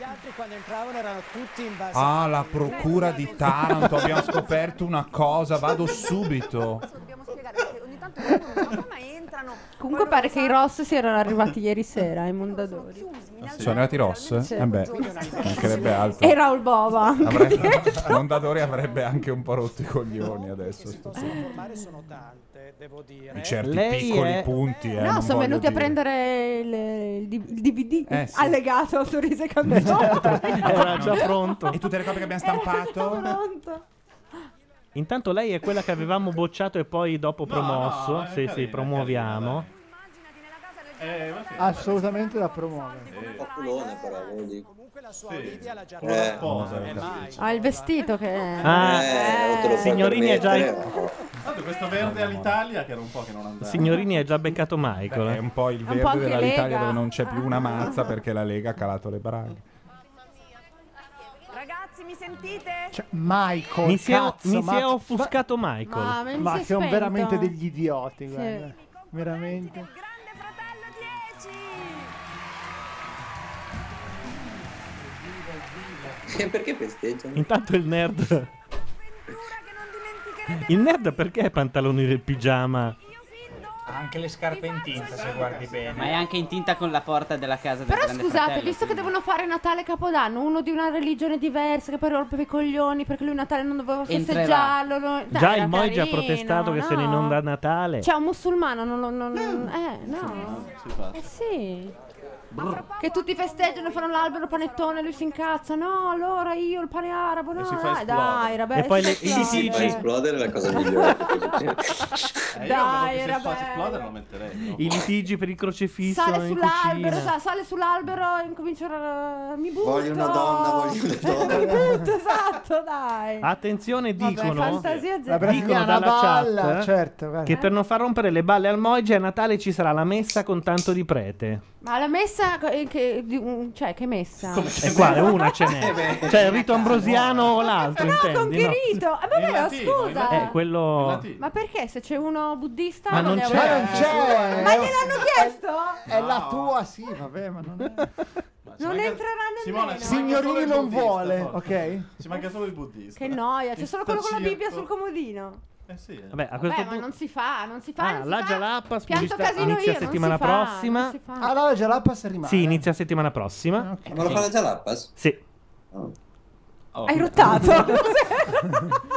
altri quando entravano erano tutti in base Ah, la procura di Taranto, abbiamo scoperto una cosa, vado subito. Dobbiamo spiegare perché ogni tanto qualcuno, ma come entrano? Comunque pare che i Ross siano arrivati ieri sera ai Mondadori. Sono arrivati i Ross? Sì. Eh beh, mancherebbe altro. E Raul Bova. Avrebbe, Mondadori avrebbe anche un po' rotto i coglioni adesso. sto- informare sono tante, devo dire. In certi Lei piccoli è- punti. Eh, No, non sono voglio venuti a dire. prendere il, il D- il DVD Eh, sì. Certo. allegato su Rise e Candelone. Era già pronto. Ecco, E tutte le copie che abbiamo stampato? Pronto. Intanto lei è quella che avevamo bocciato e poi dopo promosso. no, è sì, sì, carina, promuoviamo. Eh, ma sì. Assolutamente da Eh, promuovere. Un po' culona, però, voglio dire. Olivia la già Eh, Ah, il vestito che... Ah, Eh. te lo signorini è già- Tanto questo verde all'Italia che era un po' che non andava. Signorini ha già beccato Michael. eh? È un po' il po' verde anche dell'Italia Lega. dove non c'è più una mazza perché la Lega ha calato le braghe. Ragazzi, mi sentite? Cioè, Michael, Mi si è, cazzo, mi si ma- è offuscato Michael. Ma- mi Ma si è sono spento. veramente degli idioti, Sì. guarda. Veramente. Perché festeggiano? Intanto il nerd. Il nerd perché ha i pantaloni del pigiama? Anche le scarpe in tinta, se guardi bene. Ma è anche in tinta con la porta della casa del Esatto. Però Grande scusate, Fratello, visto che quindi- devono fare Natale e Capodanno, uno di una religione diversa che poi rompeva i coglioni perché lui Natale non doveva Entrerà. festeggiarlo. no- Dai, Già era il Moigi ha carino, protestato che se ne no? inonda a Natale. C'è un musulmano, non lo. non- eh, no. Si fa. Eh sì. Boh. Che tutti festeggiano, fanno l'albero, il panettone, lui si incazza. No, allora io il pane arabo, no, E si fa dai, esplodere. dai, era bello. E poi si le- fa i Si fa esplodere. esplodere è la cosa migliore. Eh, io Dai, dopo che era si fa bello. esplodere lo metterei. I litigi per il eh, crocefisso Sale in sull'albero, sa- cucina. sale sull'albero e incomincia a... Mi butto! Voglio una donna, voglio una donna. Mi butto, esatto, dai! Ah. Attenzione, Vabbè, dicono, fantasia zero. dicono brasiliana dalla balla, chat certo, guarda. che per non far rompere le balle al Moigi a Natale ci sarà la messa con tanto di prete. Ma la messa messa, co- eh, che, di un- cioè che messa? E quale? eh, Una ce n'è. Eh, Cioè il rito ambrosiano o l'altro, Con intendi? che No. rito? Eh, vabbè, però, scusa. Eh, quello... Ma perché se c'è uno buddista Ma non ne c'è. avrà- Ma non c'è. Ma gliel'hanno chiesto? È la tua, sì, vabbè, ma non è. Non entreranno Simona, nemmeno. ci manca solo il non vuole, ok? Ci manca solo il buddista. Che noia, c'è solo quello con la Sto Bibbia circo. sul comodino. Eh sì. eh. Vabbè, a questo Vabbè, ma punto... non si fa, non si fa. Ah, non si la fa. Jalapas Pianto pubblicità casino io, inizia non settimana si fa, non prossima. si fa. Ah, no, la Jalapas rimane. Sì, inizia settimana Ah, prossima. Ma lo fa la Oh. Jalapas? Sì. Hai ruttato? Ah.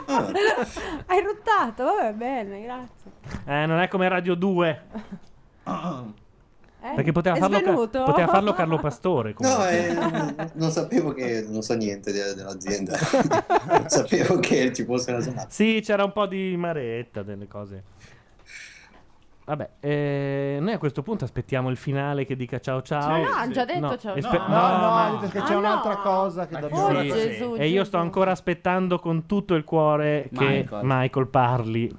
Ah. Hai ruttato? Vabbè, bene, grazie. Eh, non è come Radio 2. Ah. Eh, Perché poteva è farlo, svenuto? poteva farlo Carlo Pastore. No, comunque. eh, non sapevo che non so niente de- dell'azienda. non sapevo che ci fosse una Jalapas. Sì, c'era un po' di maretta delle cose. Vabbè, eh, noi a questo punto aspettiamo il finale che dica ciao ciao. Sì, No, no, sì. hanno già detto No, ciao espe- ciao. No, no, hanno detto che c'è Ah, un'altra no. cosa che da Sì, dire. sì. Oh, Gesù, E io sto ancora aspettando con tutto il cuore che Michael. Michael parli.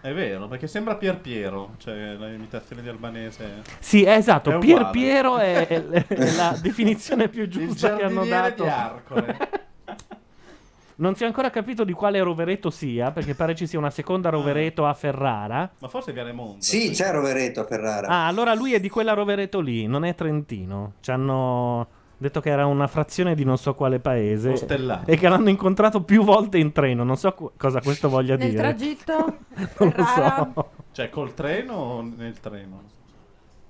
È vero, perché sembra Pier Piero, cioè l'imitazione di albanese. Sì, è esatto, È Pier uguale. Piero è, è- è la definizione più Il giusta che hanno giardiniere dato. di Arcore. Non si è ancora capito di quale Rovereto sia, perché pare ci sia una Ah. seconda Rovereto a Ferrara. Ma forse viene Monza. Sì, c'è Rovereto a Ferrara. Ah, allora lui è di quella Rovereto lì, non è Trentino. Ci hanno detto che era una frazione di non so quale paese. Ostellato. E che l'hanno incontrato più volte in treno. Non so cu- cosa questo voglia Nel dire. tragitto? non lo so. Cioè, col treno o nel treno?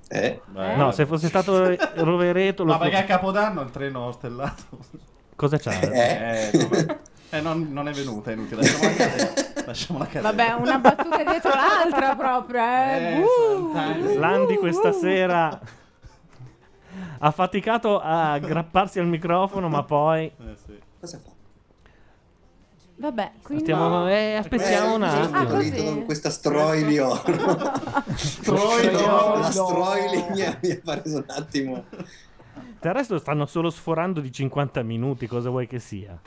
Eh? No, se fosse stato eh, Rovereto... Lo Ma perché a Capodanno il treno stellato? Cosa c'ha? Eh, vabbè. Eh, non, non è venuta, è inutile. Lasciamola cadere. Lasciamola cadere. Vabbè, una battuta dietro l'altra proprio, eh. Eh, Uh. Landi questa sera ha faticato a aggrapparsi al microfono, ma poi... Cosa fa? Vabbè, quindi Stiamo- eh, aspettiamo un attimo. Ah, così? Ridono con questa stroilio. stroilio. La stroilio mi ha mi ha preso un attimo. Del resto stanno solo sforando di 50 minuti, cosa vuoi che sia?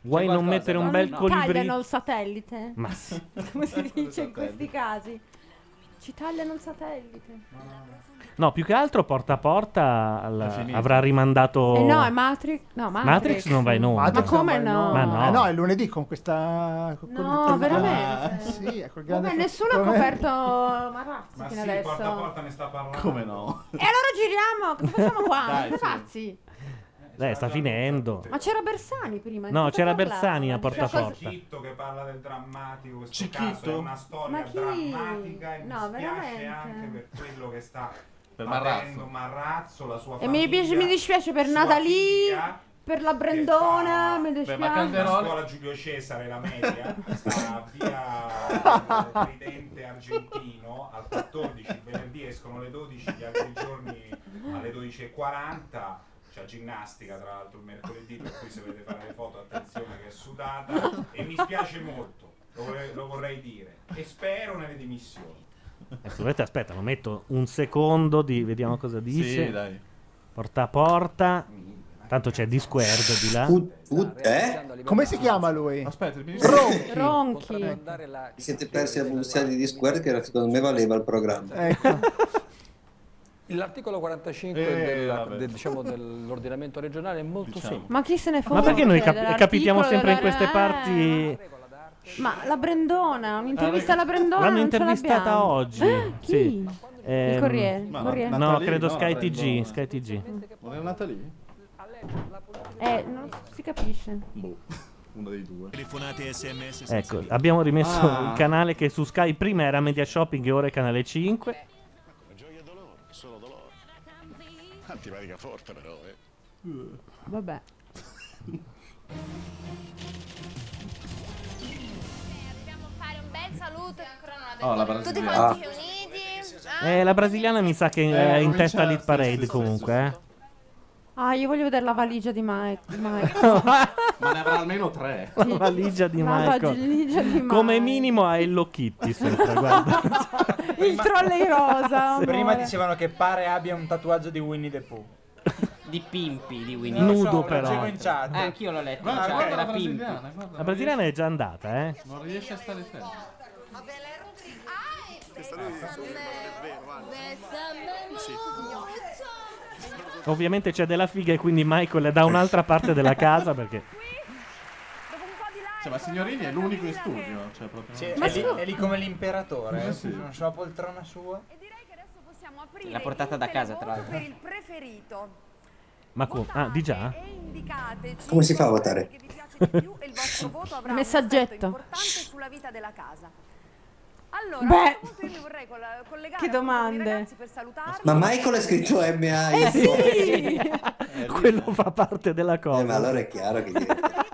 Vuoi non qualcosa, mettere un non bel Tagliano colibrì? il satellite. Ma sì. Come si dice in questi casi? Ci tagliano il satellite. No, più che altro porta a porta al- È finito. avrà rimandato... Eh no, è Matrix. No, Matrix. Oh. Matrix non va in onda. Ma come no? Ma no. Eh no, è lunedì con questa. con- No, con- veramente? Eh, sì, è col grande Vabbè, fa- nessuno ha come- coperto Marazzi Ma fino sì, adesso. porta a porta ne sta parlando. Come no? E allora giriamo. Cosa facciamo qua? Dai, Siete sì. pazzi? Dai, Eh, sta finendo. Ma c'era Bersani prima. di No, cosa c'era parlava? Bersani a Di porta a cosa- porta. Cicchitto che parla del drammatico, questo caso Cicchitto? è una storia Ma chi? drammatica e No, mi spiace veramente. anche per quello che sta Per patendo Marrazzo, la sua E famiglia. mi, piace- mi dispiace per Natalie, per la Brendona, mi dispiace. La scuola Giulio Cesare, la media, sta via eh, Tridente Argentino al 14, il venerdì escono le 12, gli altri giorni alle 12.40. C'è ginnastica tra l'altro il mercoledì, per cui se volete fare le foto attenzione che è sudata e mi spiace molto, lo vorrei, lo vorrei dire, e spero nelle dimissioni. Aspetta, Eh, aspetta, lo metto un secondo, di, vediamo cosa dice. dai. Porta a porta. Tanto c'è Disquerdo di là. Eh? Come si chiama lui? Aspetta, il Ronchi. Ronchi. Vi Siete persi la pubblicità di Discord che era- secondo me valeva il programma. Eh, L'articolo 45 Eh, della- vabbè. del- diciamo, dell'ordinamento regionale è molto semplice. Ma chi se ne Diciamo. Ma frega? perché noi cap- dell'articolo, capitiamo sempre in della- queste eh, parti? Ah, Ma la Brendona, un'intervista alla Brendona. L'hanno non ce intervistata l'abbiamo. Ah, oggi. chi? Sì. Ehm, Corriere, Ma Corriere. No, Natalie, credo no, Sky prendo- TG. Sky TG. Voleva Natalie? Eh, non si capisce. Boh, Uno dei due. Telefonate sms. Ecco, abbiamo rimesso Ah. il canale che su Sky prima era Media Shopping e ora è canale 5. Solo dolore. Antipatica forte però, eh. Vabbè. fare un bel saluto che ancora non Oh, la abbiamo detto. Tutti brasiliana. quanti uniti. Eh, la brasiliana mi sa che Eh, è in comincia- testa all'Hit sì, Parade comunque. Ah, io voglio vedere la valigia di Mike. di Mike. Ma ne avrà almeno tre. eh. La eh. valigia di La Michael. valigia di Come minimo ha Hello Kitty sopra, Eh, guarda. Il trolley rosa. amore. Prima dicevano che pare abbia un tatuaggio di Winnie the Pooh. Di Pimpi di Winnie. Nudo Lo so, lo però. leggevo in chat. Eh, anch'io l'ho letto. in Guarda, chat, guarda era la Pimpi. brasiliana, guarda. La brasiliana è già andata, eh. Non riesce a stare fermo. questa lui non è vero, guarda. Sì. Ovviamente c'è della figa e quindi Michael è da un'altra parte della casa perché... Cioè, ma Signorini è l'unico in studio. Cioè, proprio... Sì, Ma è, lì, scusa. è lì come l'imperatore, Ma eh, sì. non c'è la poltrona sua. Possiamo aprire L'ha portata il da casa, televoto tra l'altro. Per il preferito. Ma come? Ah, di già? Indicateci Come si fa a votare? e il vostro voto avrà un effetto Messaggetto. importante sulla vita della casa. Allora, Beh. a questo punto io mi vorrei colla- Che collegare a tutti i domande. ragazzi per salutarvi. Ma Michael ha scritto MA. Eh sì! Quello fa parte della cosa. Eh, ma allora è chiaro che diventa-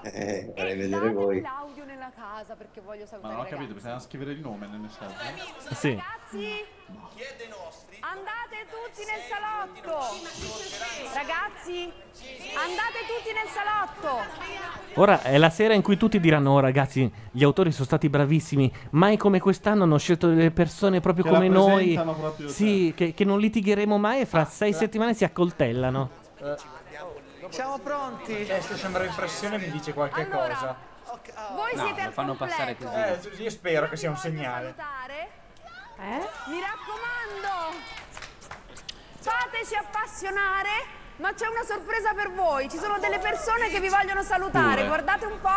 eh, vorrei vedere voi. L'audio nella casa perché voglio Ma salutare non ho i ragazzi. capito, bisogna scrivere il nome eh. nel messaggio. Sì. Ragazzi, andate tutti nel salotto. Ragazzi, andate tutti nel salotto. Ora è la sera in cui tutti diranno: Oh, ragazzi, gli autori sono stati bravissimi. Mai come quest'anno hanno scelto delle persone proprio Che come noi. rappresentano proprio cioè. Ah, te." sì, che, che non litigheremo mai e fra sei settimane si accoltellano. Siamo pronti! Cioè, Eh. se sembra impressione mi dice qualche cosa. oh. Voi siete al completo. Eh, io spero che sia un segnale. Eh? Mi raccomando, fateci appassionare, ma c'è una sorpresa per voi. Ci sono delle persone che vi vogliono salutare. Due. Guardate un po'.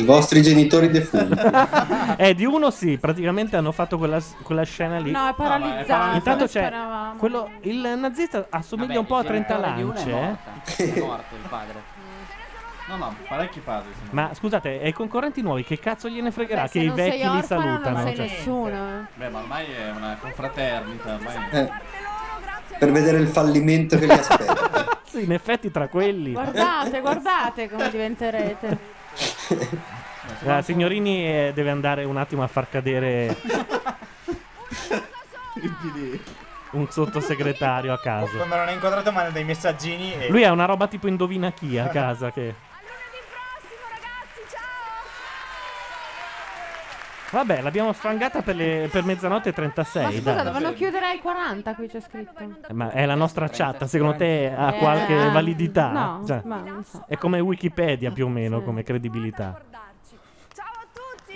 I vostri genitori defunti. eh, di uno sì, praticamente hanno fatto quella, quella scena lì. No, è paralizzato, noi Intanto c'è sparavamo. quello, il nazista assomiglia un po' a 30 lance. eh. È morto il padre. No, no, parecchi padri. sono- Ma scusate, ai concorrenti nuovi che cazzo gliene fregherà Beh, se che i non vecchi sei li orfano, non salutano? sei Cioè, nessuno. Beh, ma ormai è una confraternita. Ormai... Eh, per vedere il fallimento che li aspetta. sì, in effetti tra quelli. Guardate, guardate come diventerete. Eh, signorini eh, deve andare un attimo a far cadere un sottosegretario a caso. Quando non è inquadrato manda dei messaggini e... Lui ha una roba tipo indovina chi a casa che... Vabbè, l'abbiamo sfangata per, le- per mezzanotte e 36. Ma scusa, dai. dovevano chiudere ai 40, qui c'è scritto. Ma è la nostra chat, secondo te ha Eh, qualche ah, validità? No, Cioè, ma non so. È come Wikipedia più o meno, come credibilità.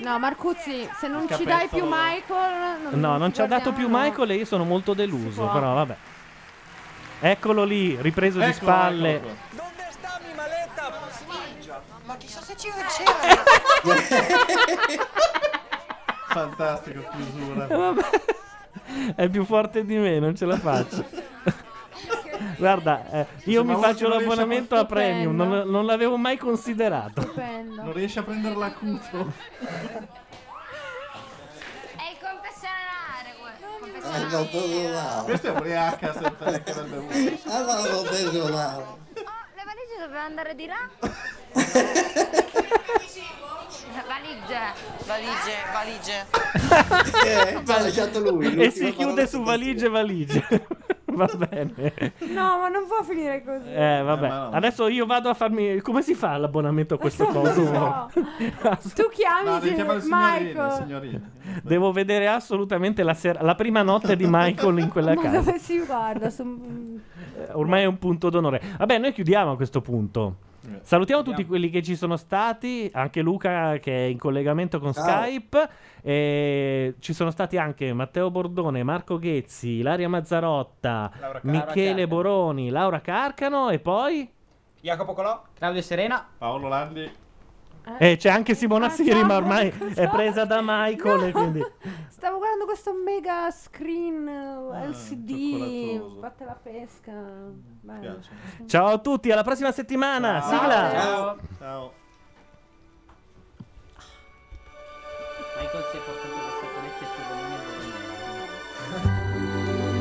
No, Marcuzzi, se non Il ci dai più cappello- Michael... Non, No, non ti ci ha dato più guardiamo, no. Michael e io sono molto Si deluso, può. però vabbè. Eccolo lì, ripreso Ecco, di Eccolo, spalle. eccolo qua. Ma chissà se ci c'era. Fantastico, chiusura. Eh, Vabbè. È più forte di me, non ce la faccio. Guarda, eh, io Ma mi uno faccio che non riesce l'abbonamento a- a Premium, non, Stupendo. non l'avevo mai considerato. Non riesce a prendere l'acuto. È il confessionale questo. Al Eh. confessionale. Ah. Questo è ubriaca senza neanche aver bevuto. Ah, ma l'ho preso là. Le valigie dovevano andare di là? valigie. Valigie, valigie. Eh, ci ha lasciato lui. e si chiude su valigie e valigie. Va bene. No, ma non può finire così. Eh, vabbè. Adesso io vado a farmi. Come si fa l'abbonamento a questo coso? Tu chiami No, devi chiamare il signorino, il Michael. signorino. Devo vedere assolutamente la, sera- la prima notte di Michael in quella Ma casa. dove si guarda? Su- Eh, Ormai è un punto d'onore. Vabbè, noi chiudiamo a questo punto. Salutiamo tutti quelli che ci sono stati, anche Luca che è in collegamento con Ciao. Skype. E ci sono stati anche Matteo Bordone, Marco Ghezzi, Ilaria Mazzarotta, Laura Car- Michele Carcano. Boroni, Laura Carcano e poi Jacopo Colò? Claudio Serena. Paolo Landi. E eh, c'è anche Simona Siri, ma ormai è presa da Michael. e Quindi... Stavo guardando questo mega screen eh, Ah, LCD. cioccolatoso. Fatte la pesca. Bello. Ciao a tutti, alla prossima settimana. Sigla. Ciao. Ciao. Michael si è portato le saponette e il tubo non è buono.